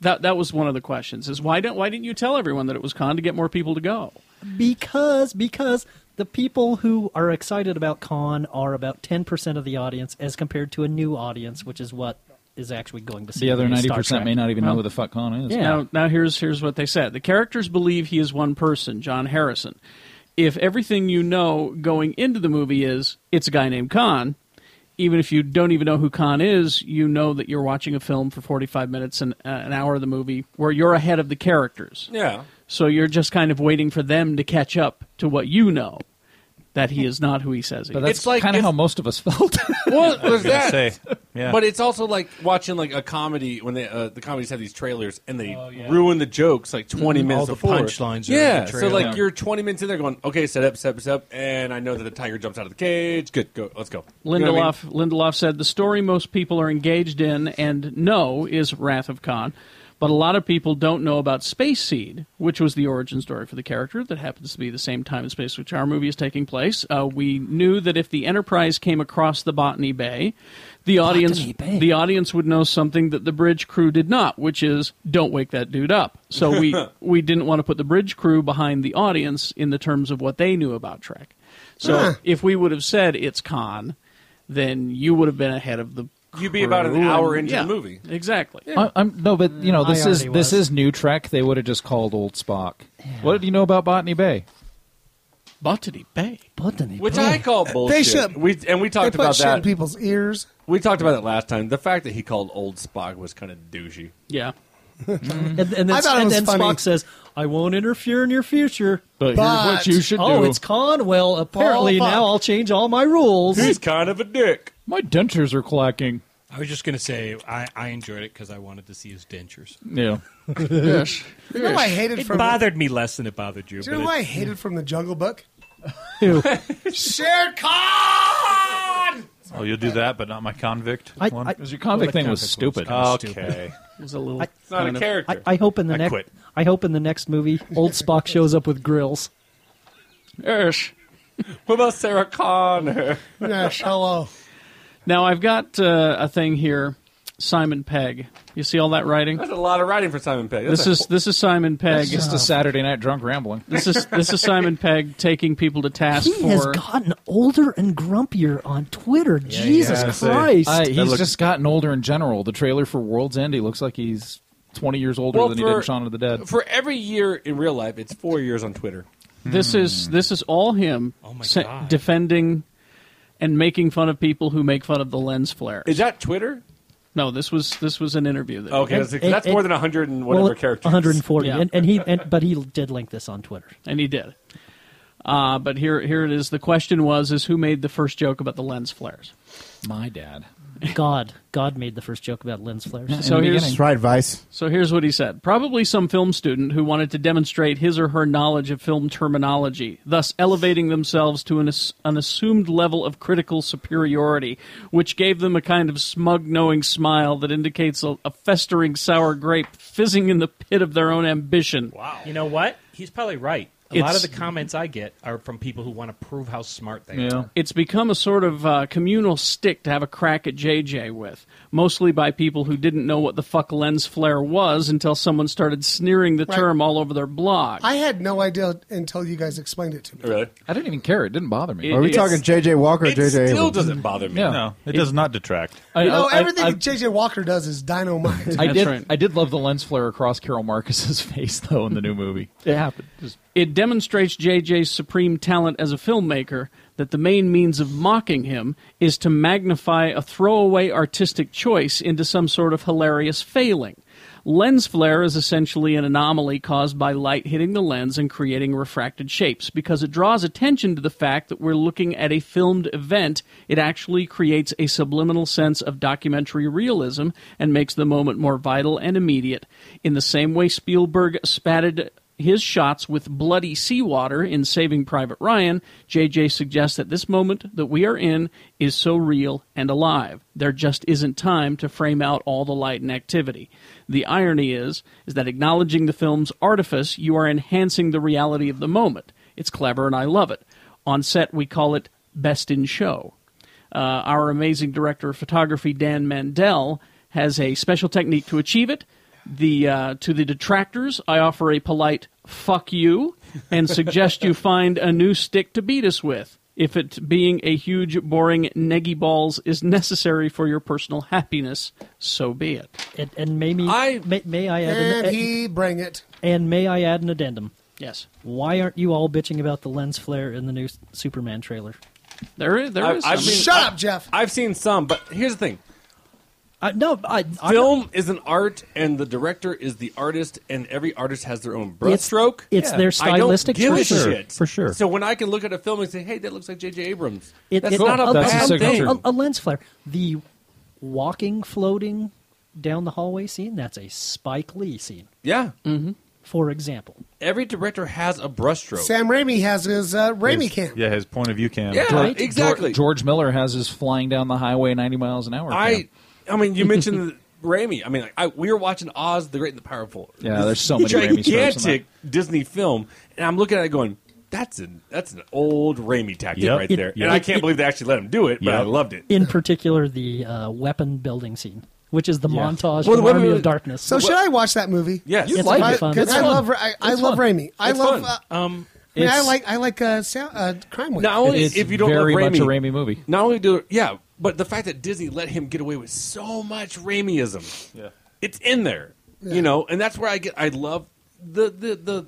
[SPEAKER 2] That that was one of the questions: is why don't why didn't you tell everyone that it was Khan to get more people to go?
[SPEAKER 4] Because because the people who are excited about con are about ten percent of the audience, as compared to a new audience, which is what is actually going to see
[SPEAKER 3] The other
[SPEAKER 4] Star
[SPEAKER 3] ninety percent
[SPEAKER 4] Trek.
[SPEAKER 3] may not even know
[SPEAKER 2] Well,
[SPEAKER 3] who the fuck Khan is.
[SPEAKER 2] Now, now here's here's what they said. The characters believe he is one person, John Harrison. If everything you know going into the movie is it's a guy named Khan, even if you don't even know who Khan is, you know that you're watching a film for 45 minutes and uh, an hour of the movie where you're ahead of the characters.
[SPEAKER 10] Yeah.
[SPEAKER 2] So you're just kind of waiting for them to catch up to what you know that he is not who he says he
[SPEAKER 3] But
[SPEAKER 2] is.
[SPEAKER 3] that's kind of how most of us felt.
[SPEAKER 10] Well, there's
[SPEAKER 3] gonna
[SPEAKER 10] that.
[SPEAKER 3] say, yeah.
[SPEAKER 10] But it's also like watching like a comedy when they uh, the comedies have these trailers and they ruin the jokes like 20
[SPEAKER 3] Mm,
[SPEAKER 6] Mhm.
[SPEAKER 10] minutes
[SPEAKER 6] All the
[SPEAKER 10] before.
[SPEAKER 6] punchlines are in
[SPEAKER 10] Yeah,
[SPEAKER 6] the
[SPEAKER 10] so
[SPEAKER 6] trailer.
[SPEAKER 10] like
[SPEAKER 6] Yeah.
[SPEAKER 10] you're 20 minutes in there going, okay, set up, set up, set up, and I know that the tiger jumps out of the cage. Good, go, let's go. You know what I mean?
[SPEAKER 2] Lindelof Lindelof said the story most people are engaged in and know is Wrath of Khan, but a lot of people don't know about Space Seed, which was the origin story for the character that happens to be the same time and space which our movie is taking place. Uh, we knew that if the Enterprise came across the Botany Bay, the audience the audience would know something that the bridge crew did not, which is don't wake that dude up. So
[SPEAKER 10] *laughs*
[SPEAKER 2] we we didn't want to put the bridge crew behind the audience in the terms of what they knew about Trek. So
[SPEAKER 10] Huh.
[SPEAKER 2] if we would have said it's Khan, then you would have been ahead of the.
[SPEAKER 10] You'd be about an hour into
[SPEAKER 2] Yeah,
[SPEAKER 10] the movie.
[SPEAKER 2] Exactly.
[SPEAKER 3] I, am no, but you know
[SPEAKER 2] Mm,
[SPEAKER 3] this
[SPEAKER 2] I
[SPEAKER 3] is
[SPEAKER 2] already
[SPEAKER 3] this
[SPEAKER 2] was.
[SPEAKER 3] is new Trek. They would have just called old Spock. What do you know about Botany Bay?
[SPEAKER 2] Botany Bay.
[SPEAKER 4] Botany
[SPEAKER 10] Which I call bullshit.
[SPEAKER 12] They should.
[SPEAKER 10] We and we talked
[SPEAKER 12] they put
[SPEAKER 10] about
[SPEAKER 12] shit in
[SPEAKER 10] that.
[SPEAKER 12] people's ears.
[SPEAKER 10] We talked about that last time. The fact that he called old Spock was kind of douchey.
[SPEAKER 2] Yeah.
[SPEAKER 4] and, and then,
[SPEAKER 12] I thought it
[SPEAKER 4] and
[SPEAKER 12] was
[SPEAKER 4] then
[SPEAKER 12] funny.
[SPEAKER 4] Spock says, "I won't interfere in your future."
[SPEAKER 3] But,
[SPEAKER 10] here's what you should
[SPEAKER 4] oh,
[SPEAKER 10] do.
[SPEAKER 4] it's con. Well, apparently
[SPEAKER 10] Fuck.
[SPEAKER 4] now I'll change all my rules.
[SPEAKER 10] He's kind of a dick.
[SPEAKER 3] My dentures are clacking.
[SPEAKER 6] I was just gonna say I, I enjoyed it because I wanted to see his dentures. *laughs*
[SPEAKER 3] Yeah.
[SPEAKER 12] Yes. You know I hated
[SPEAKER 6] It
[SPEAKER 12] from-
[SPEAKER 6] bothered me less than it bothered you.
[SPEAKER 12] Do you know
[SPEAKER 6] but
[SPEAKER 12] who I
[SPEAKER 6] it-
[SPEAKER 12] hated from the Jungle Book? *laughs*
[SPEAKER 6] Who?
[SPEAKER 12] Shere Khan!
[SPEAKER 1] Oh, you'll do that, but not my convict
[SPEAKER 4] I-
[SPEAKER 1] one.
[SPEAKER 4] I-
[SPEAKER 1] Because
[SPEAKER 4] your convict thing was
[SPEAKER 1] convict
[SPEAKER 4] stupid.
[SPEAKER 10] *laughs*
[SPEAKER 1] Okay,
[SPEAKER 2] It was a little.
[SPEAKER 1] It's not a
[SPEAKER 4] kind of-
[SPEAKER 1] character.
[SPEAKER 4] I, I hope in the
[SPEAKER 1] I
[SPEAKER 4] next.
[SPEAKER 1] quit.
[SPEAKER 4] I hope in the next movie, old Spock shows up with grills.
[SPEAKER 2] Ish.
[SPEAKER 10] What about Sarah Connor?
[SPEAKER 12] Yes, hello.
[SPEAKER 2] Now I've got uh, a thing here, Simon Pegg. You see all that writing?
[SPEAKER 10] That's a lot of writing for Simon Pegg. That's
[SPEAKER 2] This
[SPEAKER 10] a-
[SPEAKER 2] is this is Simon Pegg.
[SPEAKER 10] That's just a
[SPEAKER 3] Saturday night drunk rambling.
[SPEAKER 2] This is this is Simon Pegg taking people to task
[SPEAKER 4] He
[SPEAKER 2] for.
[SPEAKER 4] has gotten older and grumpier on Twitter. Jesus Christ!
[SPEAKER 3] Uh, he's just gotten older in general. The trailer for World's End, he looks like he's 20 years older
[SPEAKER 10] Well,
[SPEAKER 3] than he did in
[SPEAKER 10] for-
[SPEAKER 3] Shaun of the Dead.
[SPEAKER 10] For every year in real life, it's four years on Twitter.
[SPEAKER 2] This is this is all him se- defending and making fun of people who make fun of the lens flare.
[SPEAKER 10] Is that Twitter?
[SPEAKER 2] No, this was this was an interview. That
[SPEAKER 10] Okay, that's, that's more than hundred and whatever characters.
[SPEAKER 4] 140,
[SPEAKER 2] Yeah.
[SPEAKER 4] and, and he, and, but he did link this on Twitter.
[SPEAKER 2] and he did. Uh, but here here it is. The question was: Is who made the first joke about the lens flares?
[SPEAKER 3] My dad.
[SPEAKER 4] God, God made the first joke about lens flares.
[SPEAKER 2] So here's
[SPEAKER 5] right, Vice.
[SPEAKER 2] So here's what he said. Probably some film student who wanted to demonstrate his or her knowledge of film terminology, thus elevating themselves to an, ass- an assumed level of critical superiority, which gave them a kind of smug, knowing smile that indicates a, a festering sour grape fizzing in the pit of their own ambition. Wow.
[SPEAKER 6] You know what? He's probably right. A lot
[SPEAKER 2] It's-
[SPEAKER 6] of the comments I get are from people who want to prove how smart they are.
[SPEAKER 2] It's become a sort of uh, communal stick to have a crack at JJ with, mostly by people who didn't know what the fuck lens flare was until someone started sneering the
[SPEAKER 12] Right.
[SPEAKER 2] term all over their blog.
[SPEAKER 12] I had no idea until you guys explained it to me.
[SPEAKER 10] Really?
[SPEAKER 3] I didn't even care. It didn't bother me.
[SPEAKER 12] It- Are we it's- talking
[SPEAKER 5] J.J. Walker or
[SPEAKER 12] it
[SPEAKER 5] J.J.
[SPEAKER 12] still
[SPEAKER 5] Abrams?
[SPEAKER 12] doesn't
[SPEAKER 10] bother me.
[SPEAKER 1] No, it, does not detract.
[SPEAKER 3] I-
[SPEAKER 12] you know,
[SPEAKER 3] I- I-
[SPEAKER 12] everything
[SPEAKER 3] I-
[SPEAKER 12] JJ Walker does is dynamite.
[SPEAKER 3] I did. I did love the lens flare across Carol Marcus's *laughs* face though in the new movie. It happened.
[SPEAKER 2] It demonstrates JJ's supreme talent as a filmmaker that the main means of mocking him is to magnify a throwaway artistic choice into some sort of hilarious failing. Lens flare is essentially an anomaly caused by light hitting the lens and creating refracted shapes. Because it draws attention to the fact that we're looking at a filmed event, it actually creates a subliminal sense of documentary realism and makes the moment more vital and immediate. In the same way Spielberg spatted his shots with bloody seawater in Saving Private Ryan, JJ suggests that this moment that we are in is so real and alive. There just isn't time to frame out all the light and activity. The irony is is that acknowledging the film's artifice, you are enhancing the reality of the moment. It's clever and I love it. On set we call it best in show. Uh, our amazing director of photography, Dan Mandel, has a special technique to achieve it. The uh, to the detractors, I offer a polite "fuck you" and suggest you find a new stick to beat us with. If it being a huge, boring neggy balls is necessary for your personal happiness, so be it.
[SPEAKER 4] And, and maybe may, may I add
[SPEAKER 12] And
[SPEAKER 4] an, uh,
[SPEAKER 12] he bring it.
[SPEAKER 4] and may I add an addendum?
[SPEAKER 2] Yes.
[SPEAKER 4] Why aren't you all bitching about the lens flare in the new S- Superman trailer?
[SPEAKER 2] There is. There
[SPEAKER 10] I-
[SPEAKER 2] is
[SPEAKER 10] I've
[SPEAKER 2] some.
[SPEAKER 10] seen-
[SPEAKER 2] Shut
[SPEAKER 12] up, Jeff.
[SPEAKER 10] I've seen some, but here's the thing.
[SPEAKER 4] I, Uh, no, I,
[SPEAKER 10] film is an art, and the director is the artist, and every artist has their own brushstroke.
[SPEAKER 4] it's their
[SPEAKER 10] I don't
[SPEAKER 4] stylistic
[SPEAKER 10] give a
[SPEAKER 4] choice. For sure,
[SPEAKER 10] shit.
[SPEAKER 4] for sure.
[SPEAKER 10] So when I can look at a film and say, "Hey, that looks like J.J. Abrams,"
[SPEAKER 4] It-
[SPEAKER 10] that's
[SPEAKER 4] it-
[SPEAKER 10] not a bad thing.
[SPEAKER 4] A, a lens flare. The walking, floating down the hallway scene. That's a Spike Lee scene,
[SPEAKER 10] Yeah,
[SPEAKER 3] Mm-hmm.
[SPEAKER 4] for example.
[SPEAKER 10] every director has a brushstroke.
[SPEAKER 12] Sam Raimi has his uh, Raimi
[SPEAKER 10] Yes.
[SPEAKER 12] cam.
[SPEAKER 1] Yeah, his point of view cam.
[SPEAKER 10] Yeah, exactly.
[SPEAKER 3] George, Miller has his flying down the highway 90 miles an hour.
[SPEAKER 10] I, I
[SPEAKER 3] cam.
[SPEAKER 10] mean, you
[SPEAKER 3] *laughs*
[SPEAKER 10] mentioned Raimi. I mean, like, I, we were watching Oz the Great and the Powerful.
[SPEAKER 3] Yeah,
[SPEAKER 10] This
[SPEAKER 3] there's so many Raimi strokes in that.
[SPEAKER 10] gigantic Disney film, and I'm looking at it going, "That's an that's an old Raimi tactic
[SPEAKER 4] Yep.
[SPEAKER 10] right
[SPEAKER 4] It-
[SPEAKER 10] there,"
[SPEAKER 4] it-
[SPEAKER 10] and I can't
[SPEAKER 4] it-
[SPEAKER 10] believe they actually let him do it. But I
[SPEAKER 4] Yep.
[SPEAKER 10] loved it.
[SPEAKER 4] In particular, the uh, weapon building scene, which is the
[SPEAKER 10] Yeah.
[SPEAKER 4] montage
[SPEAKER 10] Well,
[SPEAKER 4] from
[SPEAKER 10] wait, wait,
[SPEAKER 4] Army
[SPEAKER 10] wait.
[SPEAKER 4] of Darkness.
[SPEAKER 12] So should I watch that movie?
[SPEAKER 10] Yes.
[SPEAKER 4] You'd like
[SPEAKER 12] I-
[SPEAKER 4] it.
[SPEAKER 12] Cause
[SPEAKER 4] It's
[SPEAKER 12] I
[SPEAKER 4] fun.
[SPEAKER 12] love I, I
[SPEAKER 4] It's
[SPEAKER 12] love
[SPEAKER 4] fun.
[SPEAKER 12] Raimi. I
[SPEAKER 4] It's
[SPEAKER 12] love.
[SPEAKER 4] fun.
[SPEAKER 12] Uh,
[SPEAKER 10] um,
[SPEAKER 12] I, mean, I
[SPEAKER 10] it's-
[SPEAKER 12] like I like uh, Sa- uh, Crime Wave.
[SPEAKER 10] Not only if you don't love Raimi,
[SPEAKER 3] movie.
[SPEAKER 10] Not only do yeah, but the fact that Disney let him get away with so much Raimiism, yeah, it's in there,
[SPEAKER 12] Yeah.
[SPEAKER 10] you know, and that's where I get I love the the the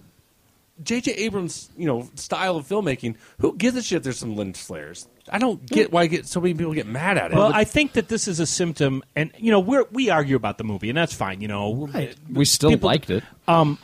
[SPEAKER 10] J.J. Abrams you know style of filmmaking. Who gives a shit? if There's some lens flares. I don't get why I get so many people get mad at it.
[SPEAKER 6] Well, I think that this is a symptom, and you know, we we argue about the movie, and that's fine. You know,
[SPEAKER 3] we still liked it.
[SPEAKER 6] Um,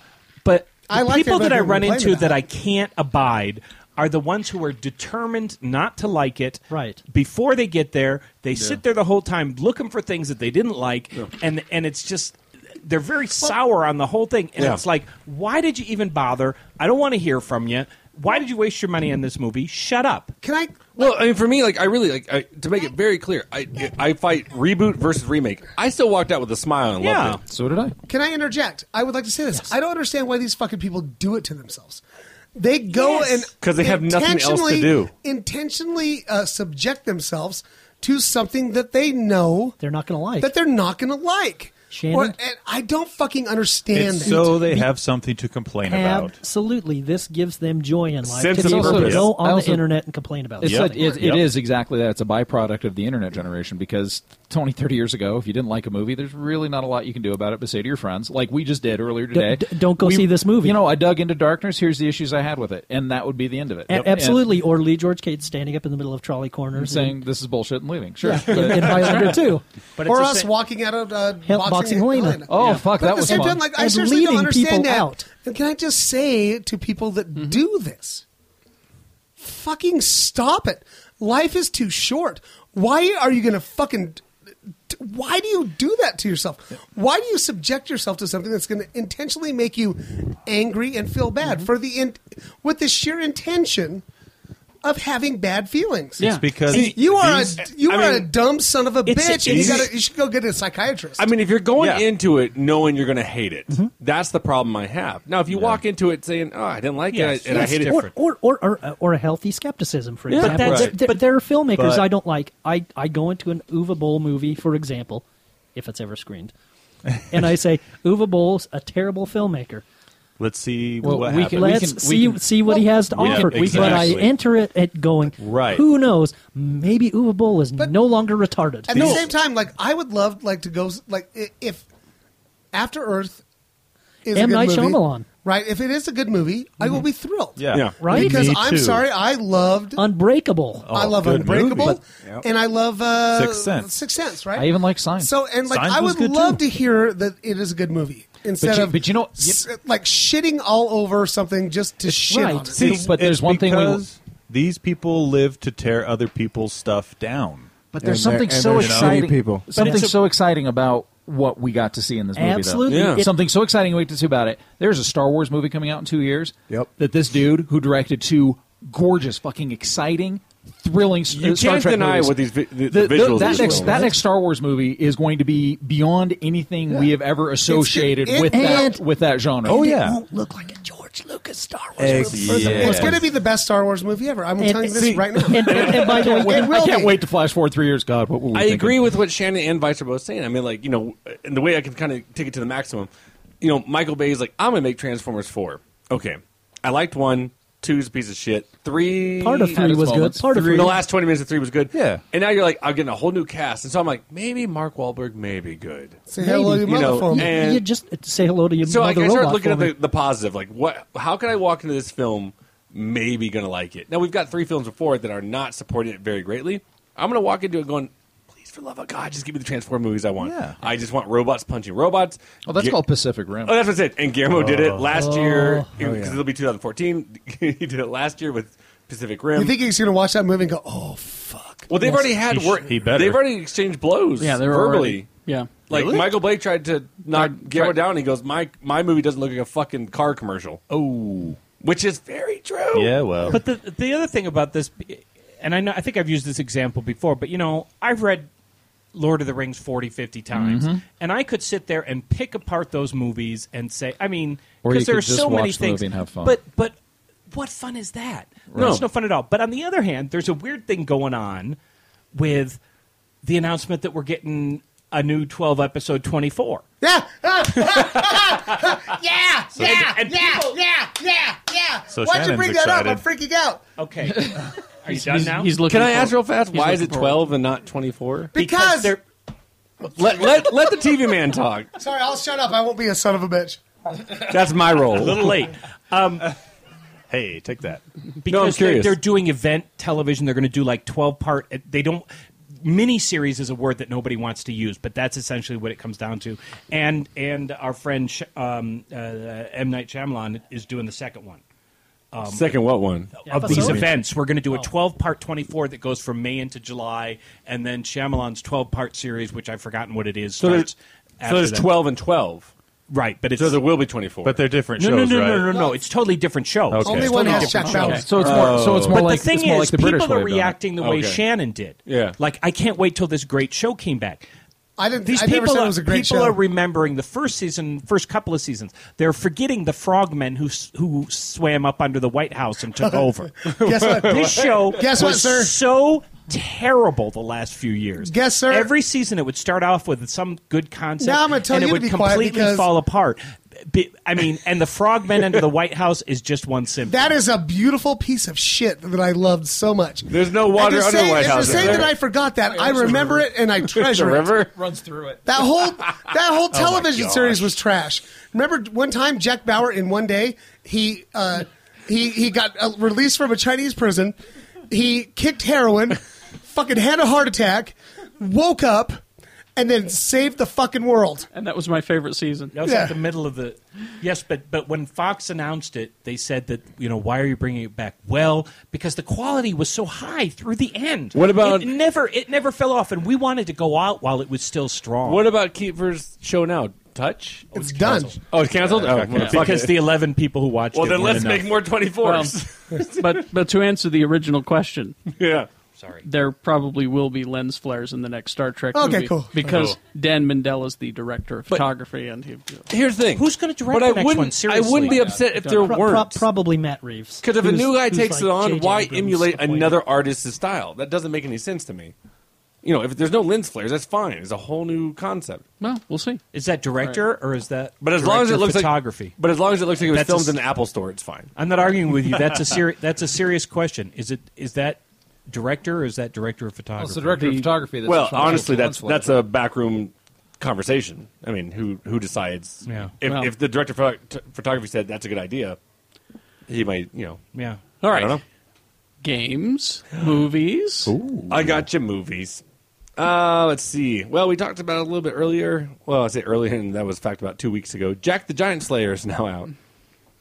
[SPEAKER 6] but
[SPEAKER 12] I
[SPEAKER 6] the
[SPEAKER 12] liked it,
[SPEAKER 6] people
[SPEAKER 12] but
[SPEAKER 6] that I
[SPEAKER 12] didn't
[SPEAKER 6] run
[SPEAKER 12] complain
[SPEAKER 6] into
[SPEAKER 12] about
[SPEAKER 6] that
[SPEAKER 12] it.
[SPEAKER 6] I can't abide are the ones who are determined not to like it. Right. Before they get there, they sit there the whole time looking for things that they didn't like, and and it's just they're very sour on the whole thing, and
[SPEAKER 10] Yeah.
[SPEAKER 6] it's like, why did you even bother? I don't want to hear from you. Why did you waste your money on this movie? Shut up.
[SPEAKER 12] Can I?
[SPEAKER 10] Well, I mean, for me, like I really like I, to make it very clear. I I fight reboot versus remake. I still walked out with a smile and
[SPEAKER 6] Yeah.
[SPEAKER 10] loved it.
[SPEAKER 3] So did I.
[SPEAKER 12] Can I interject? I would like to say this. I don't understand why these fucking people do it to themselves. They go
[SPEAKER 10] Yes.
[SPEAKER 12] and
[SPEAKER 10] 'Cause they have nothing else to
[SPEAKER 12] intentionally-
[SPEAKER 10] do.
[SPEAKER 12] Intentionally uh, subject themselves to something that they know
[SPEAKER 4] they're not going to like.
[SPEAKER 12] That they're not going to like.
[SPEAKER 4] Shannon?
[SPEAKER 12] and I don't fucking understand.
[SPEAKER 1] It's
[SPEAKER 12] it.
[SPEAKER 1] so they have something to complain about.
[SPEAKER 4] Absolutely, this gives them joy in life
[SPEAKER 1] Sense
[SPEAKER 4] to
[SPEAKER 1] of
[SPEAKER 4] be able to
[SPEAKER 1] purpose.
[SPEAKER 4] go
[SPEAKER 3] I
[SPEAKER 4] on
[SPEAKER 3] also-
[SPEAKER 4] the internet and complain about
[SPEAKER 3] It's
[SPEAKER 4] something.
[SPEAKER 3] a, it, it is exactly that. It's a byproduct of the internet generation because 20, 30 years ago, if you didn't like a movie, there's really not a lot you can do about it but say to your friends, like we just did earlier today.
[SPEAKER 4] d- don't go
[SPEAKER 3] we-
[SPEAKER 4] see this movie.
[SPEAKER 3] You know, I dug into darkness. Here's the issues I had with it. And that would be the end of it.
[SPEAKER 4] A-
[SPEAKER 3] Yep.
[SPEAKER 4] Absolutely, or Lee George Cade standing up in the middle of trolley
[SPEAKER 3] And
[SPEAKER 12] Mm-hmm.
[SPEAKER 4] corners
[SPEAKER 3] saying this is bullshit and leaving. Sure.
[SPEAKER 4] Yeah, and-
[SPEAKER 12] *laughs*
[SPEAKER 4] and Highlander too. But
[SPEAKER 12] or
[SPEAKER 4] it's the
[SPEAKER 12] us
[SPEAKER 4] same-
[SPEAKER 12] walking out of uh,
[SPEAKER 4] Hell,
[SPEAKER 12] boxing,
[SPEAKER 4] Boxing Helena.
[SPEAKER 3] Oh, fuck,
[SPEAKER 12] but
[SPEAKER 3] that
[SPEAKER 12] at the
[SPEAKER 3] was
[SPEAKER 12] same
[SPEAKER 3] fun.
[SPEAKER 12] time, like I
[SPEAKER 4] And
[SPEAKER 12] seriously don't
[SPEAKER 4] leading people
[SPEAKER 12] understand that.
[SPEAKER 4] out.
[SPEAKER 12] And can I just say to people that do this, fucking stop it! Life is too short. Why are you going to fucking? t- Why do you do that to yourself? Why do you subject yourself to something that's going to intentionally make you angry and feel bad for the in, with the sheer intention of having bad feelings?
[SPEAKER 1] It's Yeah. because
[SPEAKER 12] And you are
[SPEAKER 10] these-
[SPEAKER 12] a you
[SPEAKER 10] I
[SPEAKER 12] are a
[SPEAKER 10] mean,
[SPEAKER 12] dumb son of a
[SPEAKER 10] it's-
[SPEAKER 12] bitch, and you
[SPEAKER 10] it's-
[SPEAKER 12] gotta you should go get a psychiatrist.
[SPEAKER 10] I mean, if you're going
[SPEAKER 12] Yeah.
[SPEAKER 10] into it knowing you're going to hate it,
[SPEAKER 3] Mm-hmm.
[SPEAKER 10] that's the problem I have. Now, if you walk into it saying, "Oh, I didn't like
[SPEAKER 4] Yes,
[SPEAKER 10] it," and
[SPEAKER 4] yes.
[SPEAKER 10] I hate it,
[SPEAKER 4] Or, or, or, or, or a healthy skepticism, for
[SPEAKER 10] Yeah, but
[SPEAKER 4] example.
[SPEAKER 10] that's-
[SPEAKER 4] There- there, there are filmmakers
[SPEAKER 10] but-
[SPEAKER 4] I don't like. I, I go into an Uva Bowl movie, for example, if it's ever screened, and I say, Uva Boll's a terrible filmmaker.
[SPEAKER 1] Let's see
[SPEAKER 4] Well,
[SPEAKER 1] what
[SPEAKER 4] we
[SPEAKER 1] happens.
[SPEAKER 4] can, let's see see what he has to
[SPEAKER 1] Yeah,
[SPEAKER 4] offer. But I
[SPEAKER 1] exactly.
[SPEAKER 4] enter it at going,
[SPEAKER 1] Right.
[SPEAKER 4] who knows? Maybe Uva Boll is no longer retarded.
[SPEAKER 12] At the same time, like I would love like to go s- like i- if After Earth is
[SPEAKER 4] M.
[SPEAKER 12] a
[SPEAKER 4] Night
[SPEAKER 12] good movie,
[SPEAKER 4] Shyamalan.
[SPEAKER 12] right? If it is a good movie, I will be thrilled.
[SPEAKER 4] Yeah. Yeah. Right?
[SPEAKER 12] Because
[SPEAKER 4] Me
[SPEAKER 12] I'm
[SPEAKER 4] too.
[SPEAKER 12] sorry, I loved
[SPEAKER 4] Unbreakable.
[SPEAKER 12] I love Unbreakable, and I love uh,
[SPEAKER 3] Sixth Sense.
[SPEAKER 12] Sixth Sense, right?
[SPEAKER 3] I even like Signs.
[SPEAKER 12] So and like
[SPEAKER 3] Signs
[SPEAKER 12] I
[SPEAKER 3] was
[SPEAKER 12] would
[SPEAKER 3] good,
[SPEAKER 12] love to hear that it is a good movie instead
[SPEAKER 3] you-
[SPEAKER 12] of
[SPEAKER 3] but you know-
[SPEAKER 12] s- like shitting all over something just to shit on it.
[SPEAKER 1] It's- it's because these people live to tear other people's stuff down.
[SPEAKER 3] But there's something so exciting. Something so exciting about what we got to see in this movie. though.
[SPEAKER 1] Absolutely. Yeah. It-
[SPEAKER 3] something so exciting we got to see about it. There's a Star Wars movie coming out in two years. Yep. That this dude who directed two gorgeous, fucking exciting, thrilling s-
[SPEAKER 10] You
[SPEAKER 3] uh, Star
[SPEAKER 10] can't
[SPEAKER 3] Trek
[SPEAKER 10] deny
[SPEAKER 3] movies.
[SPEAKER 10] what these vi- the- the visuals
[SPEAKER 3] that,
[SPEAKER 10] these
[SPEAKER 3] next,
[SPEAKER 10] will.
[SPEAKER 3] that next Star Wars movie is going to be beyond anything we have ever associated
[SPEAKER 12] it-
[SPEAKER 3] with
[SPEAKER 12] and-
[SPEAKER 3] that with that genre.
[SPEAKER 10] Oh,
[SPEAKER 12] and it won't
[SPEAKER 3] look
[SPEAKER 12] like a George Lucas Star Wars
[SPEAKER 3] Ex-
[SPEAKER 12] movie. First of all,
[SPEAKER 3] yeah.
[SPEAKER 12] It's going to be the best Star Wars movie ever. I'm telling you this right now. *laughs*
[SPEAKER 10] *laughs*
[SPEAKER 12] It
[SPEAKER 3] I
[SPEAKER 12] will
[SPEAKER 3] can't
[SPEAKER 12] be.
[SPEAKER 3] wait to flash forward three years. God, what were we
[SPEAKER 10] I
[SPEAKER 3] thinking?
[SPEAKER 10] agree with what Shannon and Vice are both saying. I mean, like you know, and the way I can kind of take it to the maximum, you know, Michael Bay is like, I'm gonna make Transformers four. Okay, I liked one, two's a piece of shit, three.
[SPEAKER 4] Part of
[SPEAKER 10] had
[SPEAKER 4] three
[SPEAKER 10] its
[SPEAKER 4] was good.
[SPEAKER 10] moments.
[SPEAKER 4] Part of
[SPEAKER 10] Three-
[SPEAKER 4] three-
[SPEAKER 10] the last twenty minutes of three was good.
[SPEAKER 1] Yeah,
[SPEAKER 10] and now you're like, I'm getting a whole new cast, and so I'm like, maybe Mark Wahlberg may be good.
[SPEAKER 4] Say hello to your mother
[SPEAKER 10] know,
[SPEAKER 4] for me.
[SPEAKER 10] and-
[SPEAKER 4] You just say hello to your
[SPEAKER 10] so like,
[SPEAKER 4] mother
[SPEAKER 10] I started
[SPEAKER 4] robot
[SPEAKER 10] looking
[SPEAKER 4] for
[SPEAKER 10] at
[SPEAKER 4] me.
[SPEAKER 10] the, the positive. Like, what? How can I walk into this film maybe going to like it? Now we've got three films before it that are not supporting it very greatly. I'm going to walk into it going, please, for love of God, just give me the Transform movies I want.
[SPEAKER 3] Yeah.
[SPEAKER 10] I just want robots punching robots.
[SPEAKER 3] Oh, that's
[SPEAKER 10] Ga-
[SPEAKER 3] called Pacific Rim.
[SPEAKER 10] Oh, that's what I said. And Guillermo did it
[SPEAKER 3] Oh.
[SPEAKER 10] last year
[SPEAKER 3] Oh,
[SPEAKER 10] because
[SPEAKER 3] yeah.
[SPEAKER 10] it'll be 2014. *laughs* he did it last year with Pacific Rim.
[SPEAKER 12] You think he's going to watch that movie and go, oh, fuck.
[SPEAKER 10] well, they've already had work. They've already exchanged blows.
[SPEAKER 12] Yeah, they're
[SPEAKER 10] verbally.
[SPEAKER 12] already-
[SPEAKER 2] yeah.
[SPEAKER 10] Like
[SPEAKER 2] Really?
[SPEAKER 10] Michael Blake tried to knock Guillermo down. He goes, "My my movie doesn't look like a fucking car commercial."
[SPEAKER 1] Oh,
[SPEAKER 10] which is very true.
[SPEAKER 1] Yeah, well.
[SPEAKER 6] But the the other thing about this, and I know I think I've used this example before, but you know I've read Lord of the Rings 40, 50 times,
[SPEAKER 3] Mhm.
[SPEAKER 6] and I could sit there and pick apart those movies and say, I mean,
[SPEAKER 3] Or you
[SPEAKER 6] because there
[SPEAKER 3] could
[SPEAKER 6] are
[SPEAKER 3] just
[SPEAKER 6] so many
[SPEAKER 3] watch the
[SPEAKER 6] things.
[SPEAKER 3] movie and have fun.
[SPEAKER 6] But but what fun is that?
[SPEAKER 3] Right.
[SPEAKER 6] There's no fun at all. But on the other hand, there's a weird thing going on with the announcement that we're getting a new 12 episode 24.
[SPEAKER 12] Yeah. yeah,
[SPEAKER 6] So-
[SPEAKER 12] yeah,
[SPEAKER 6] and- and
[SPEAKER 12] yeah, yeah, yeah, yeah.
[SPEAKER 6] So
[SPEAKER 12] Why'd you
[SPEAKER 6] Shannon's
[SPEAKER 12] bring that up? I'm
[SPEAKER 6] excited.
[SPEAKER 12] freaking out.
[SPEAKER 6] Okay. Are you done now?
[SPEAKER 10] Can I ask real fast? Why is it 12 and not 24?
[SPEAKER 12] Because-
[SPEAKER 6] they're
[SPEAKER 10] let, let let the TV man talk.
[SPEAKER 12] *laughs* Sorry, I'll shut up. I won't be a son of a bitch.
[SPEAKER 10] That's my
[SPEAKER 6] A
[SPEAKER 10] role.
[SPEAKER 6] little
[SPEAKER 10] *laughs*
[SPEAKER 6] late. Um,
[SPEAKER 1] *laughs*
[SPEAKER 3] *laughs*
[SPEAKER 1] hey, take that.
[SPEAKER 6] Because
[SPEAKER 1] No, I'm
[SPEAKER 6] They're,
[SPEAKER 1] curious.
[SPEAKER 6] they're doing event television. They're going to do like twelve part. eh, They don't. Miniseries is a word that nobody wants to use, but that's essentially what it comes down to. And and our friend Sh- um, uh, M Night Shyamalan is doing the second one. um,
[SPEAKER 10] Second what one?
[SPEAKER 6] of these
[SPEAKER 10] Episode?
[SPEAKER 6] events. We're going to do a 12 part 24 that goes from May into July, and then Shyamalan's 12 part series, which I've forgotten what it is.
[SPEAKER 10] So there's-
[SPEAKER 6] starts
[SPEAKER 10] so
[SPEAKER 6] after
[SPEAKER 10] there's
[SPEAKER 6] that.
[SPEAKER 10] 12 and 12.
[SPEAKER 6] Right, but it's
[SPEAKER 10] So there will be 24. But they're different
[SPEAKER 6] no,
[SPEAKER 10] shows,
[SPEAKER 6] no, no, No,
[SPEAKER 10] right?
[SPEAKER 6] no, no, no. It's totally different shows.
[SPEAKER 10] Okay. Only one has
[SPEAKER 6] different
[SPEAKER 10] checked
[SPEAKER 6] shows.
[SPEAKER 10] out. So it's more- so it's more
[SPEAKER 6] but
[SPEAKER 10] like-
[SPEAKER 6] the thing
[SPEAKER 10] it's more
[SPEAKER 6] is,
[SPEAKER 10] like the British
[SPEAKER 6] people
[SPEAKER 10] way
[SPEAKER 6] are
[SPEAKER 10] of doing it.
[SPEAKER 6] reacting the way
[SPEAKER 10] Okay.
[SPEAKER 6] Shannon did.
[SPEAKER 10] Yeah.
[SPEAKER 6] like I can't wait till this great show came back.
[SPEAKER 12] I didn't.
[SPEAKER 6] These
[SPEAKER 12] I
[SPEAKER 6] people,
[SPEAKER 12] never said
[SPEAKER 6] are,
[SPEAKER 12] it was a great
[SPEAKER 6] people
[SPEAKER 12] show.
[SPEAKER 6] are remembering the first season, first couple of seasons. They're forgetting the frogmen who s- who swam up under the White House
[SPEAKER 12] *laughs*
[SPEAKER 6] and took over.
[SPEAKER 12] Guess what?
[SPEAKER 6] This show
[SPEAKER 12] Guess what,
[SPEAKER 6] was
[SPEAKER 12] sir?
[SPEAKER 6] so terrible the last few years.
[SPEAKER 12] Guess, sir?
[SPEAKER 6] Every season it would start off with some good concept
[SPEAKER 12] Now I'm gonna tell
[SPEAKER 6] and
[SPEAKER 12] you
[SPEAKER 6] it
[SPEAKER 12] to
[SPEAKER 6] would
[SPEAKER 12] be quiet
[SPEAKER 6] completely
[SPEAKER 12] because-
[SPEAKER 6] fall apart. Be- I mean, and the frogmen under the White House is just one symptom.
[SPEAKER 12] That is a beautiful piece of shit that I loved so much.
[SPEAKER 6] There's no
[SPEAKER 12] and to say, and To say
[SPEAKER 6] there.
[SPEAKER 12] that I forgot that, I remember it *laughs* and I treasure
[SPEAKER 10] *laughs* The river?
[SPEAKER 12] it.
[SPEAKER 3] Runs through it.
[SPEAKER 12] That *laughs* whole that
[SPEAKER 10] *laughs*
[SPEAKER 12] whole
[SPEAKER 10] Oh my
[SPEAKER 12] television
[SPEAKER 10] gosh.
[SPEAKER 12] series was trash. Remember one time Jack Bauer in one day he uh, he he got uh, released from a Chinese prison. He kicked heroin, fucking had a heart attack, woke up, and then saved the fucking world.
[SPEAKER 2] And that was my favorite season.
[SPEAKER 6] That was at the middle of the. Yes, but but when Fox announced it, they said that you know why are you bringing it back? Well, because the quality was so high through the end.
[SPEAKER 10] What about-
[SPEAKER 6] it? Never it never fell off, and we wanted to go out while it was still strong.
[SPEAKER 10] What about Kiefer's show now? Touch?
[SPEAKER 12] It's done.
[SPEAKER 10] Oh, it's canceled?
[SPEAKER 6] Yeah,
[SPEAKER 10] Oh,
[SPEAKER 6] it's got
[SPEAKER 10] well,
[SPEAKER 6] canceled.
[SPEAKER 10] fuck
[SPEAKER 6] Because
[SPEAKER 10] it.
[SPEAKER 6] the 11 people who watched
[SPEAKER 10] Well,
[SPEAKER 6] it
[SPEAKER 10] then
[SPEAKER 6] weren't
[SPEAKER 10] let's
[SPEAKER 6] enough.
[SPEAKER 10] make more 24s. *laughs*
[SPEAKER 2] Well, but but to answer the original question,
[SPEAKER 10] yeah,
[SPEAKER 6] sorry,
[SPEAKER 2] there probably will be lens flares in the next Star Trek.
[SPEAKER 10] Okay,
[SPEAKER 2] movie
[SPEAKER 10] cool.
[SPEAKER 2] Because
[SPEAKER 10] Cool.
[SPEAKER 2] Dan Mandel is the director of photography, and he.
[SPEAKER 10] Here's the thing.
[SPEAKER 6] Who's going to
[SPEAKER 10] But I wouldn't. I wouldn't be upset if there
[SPEAKER 4] Pro- pro-
[SPEAKER 10] weren't.
[SPEAKER 4] probably Matt Reeves.
[SPEAKER 10] Because if a
[SPEAKER 4] who's-
[SPEAKER 10] new guy
[SPEAKER 4] who's
[SPEAKER 10] takes
[SPEAKER 4] like
[SPEAKER 10] it on,
[SPEAKER 4] J.J.
[SPEAKER 10] why
[SPEAKER 4] Abrams
[SPEAKER 10] emulate
[SPEAKER 4] appointed.
[SPEAKER 10] another artist's style? That doesn't make any sense to me. You know, if there's no lens flares, that's fine. It's a whole new concept.
[SPEAKER 2] Well, we'll see.
[SPEAKER 6] Is that director or is that?
[SPEAKER 10] But as long as it
[SPEAKER 6] director
[SPEAKER 10] looks
[SPEAKER 6] photography.
[SPEAKER 10] like but as long as it looks like it was
[SPEAKER 6] That's a
[SPEAKER 10] filmed
[SPEAKER 6] s-
[SPEAKER 10] in an Apple store, it's fine.
[SPEAKER 6] I'm not arguing with you. That's a
[SPEAKER 10] *laughs*
[SPEAKER 6] seri- That's a serious question. Is it? Is that director or is that director of photography?
[SPEAKER 10] well, honestly, that's that's a backroom conversation. I mean, who who decides?
[SPEAKER 6] Yeah.
[SPEAKER 10] If,
[SPEAKER 6] Well-
[SPEAKER 10] if the director of pho- t- photography said that's a good idea, he might. You know.
[SPEAKER 6] Yeah.
[SPEAKER 10] All right. I don't know.
[SPEAKER 2] Games, movies.
[SPEAKER 10] I got you movies. Uh, let's see. Well, we talked about it a little bit earlier. Well, I say earlier, and that was a fact about two weeks ago. Jack the Giant Slayer is now out.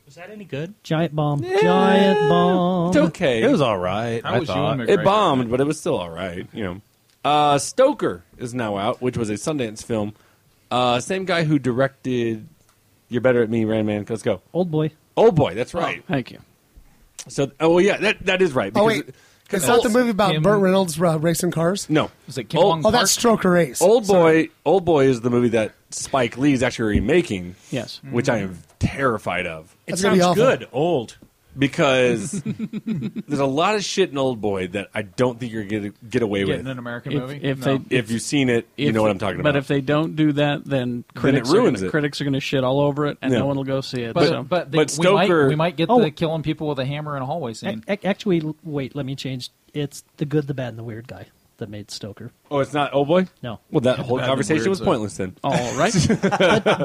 [SPEAKER 6] Was that any good?
[SPEAKER 4] Giant
[SPEAKER 10] Um,
[SPEAKER 4] bomb. Giant bomb.
[SPEAKER 10] It's okay.
[SPEAKER 4] It was
[SPEAKER 10] all right.
[SPEAKER 4] How I was thought. Ewan McGregor?
[SPEAKER 10] it bombed, but it was still all right. You know, uh, Stoker is now out, which was a Sundance film. Uh, same guy who directed "You're Better at Me," Rain Man. Let's go.
[SPEAKER 4] Old boy.
[SPEAKER 10] Oh boy, that's right.
[SPEAKER 2] thank you.
[SPEAKER 10] So, oh well, yeah, that that is right.
[SPEAKER 12] Oh
[SPEAKER 10] because-
[SPEAKER 12] wait, it's not the
[SPEAKER 10] Old-
[SPEAKER 12] movie about Burt Reynolds uh, racing cars.
[SPEAKER 10] No,
[SPEAKER 12] oh, that's Stroker Race.
[SPEAKER 10] Old boy, old boy is the movie that Spike Lee is actually remaking.
[SPEAKER 2] Yes.
[SPEAKER 10] which I am terrified of.
[SPEAKER 6] It
[SPEAKER 12] That's gonna be
[SPEAKER 6] sounds
[SPEAKER 12] awful.
[SPEAKER 6] good. Old.
[SPEAKER 10] because *laughs* there's a lot of shit in Old Boy that I don't think you're gonna get away
[SPEAKER 3] Getting
[SPEAKER 10] with.
[SPEAKER 3] an American
[SPEAKER 2] If-
[SPEAKER 3] movie?
[SPEAKER 2] if
[SPEAKER 3] No.
[SPEAKER 2] they-
[SPEAKER 10] if you've seen it, you
[SPEAKER 2] If-
[SPEAKER 10] know what I'm talking
[SPEAKER 2] But
[SPEAKER 10] about.
[SPEAKER 2] if they don't do that, then
[SPEAKER 10] it
[SPEAKER 2] critics are
[SPEAKER 10] ruins
[SPEAKER 2] gonna,
[SPEAKER 10] it.
[SPEAKER 2] critics are going to shit all over it, and
[SPEAKER 10] Yeah.
[SPEAKER 2] no one will go see it.
[SPEAKER 3] But,
[SPEAKER 2] so.
[SPEAKER 3] but, they-
[SPEAKER 10] But
[SPEAKER 3] we might-
[SPEAKER 10] Stoker-
[SPEAKER 3] we might get
[SPEAKER 4] Oh.
[SPEAKER 3] the killing people with a hammer in a hallway scene.
[SPEAKER 4] Ac- ac- Actually, l- wait. Let me change. It's the good, the bad, and the weird guy that made Stoker.
[SPEAKER 10] oh, it's not Old Boy.
[SPEAKER 4] No.
[SPEAKER 10] Well, that
[SPEAKER 4] Good,
[SPEAKER 10] whole
[SPEAKER 4] bad, and
[SPEAKER 10] conversation
[SPEAKER 4] weird,
[SPEAKER 10] was
[SPEAKER 4] so-
[SPEAKER 10] pointless then.
[SPEAKER 2] All
[SPEAKER 10] *laughs*
[SPEAKER 2] right.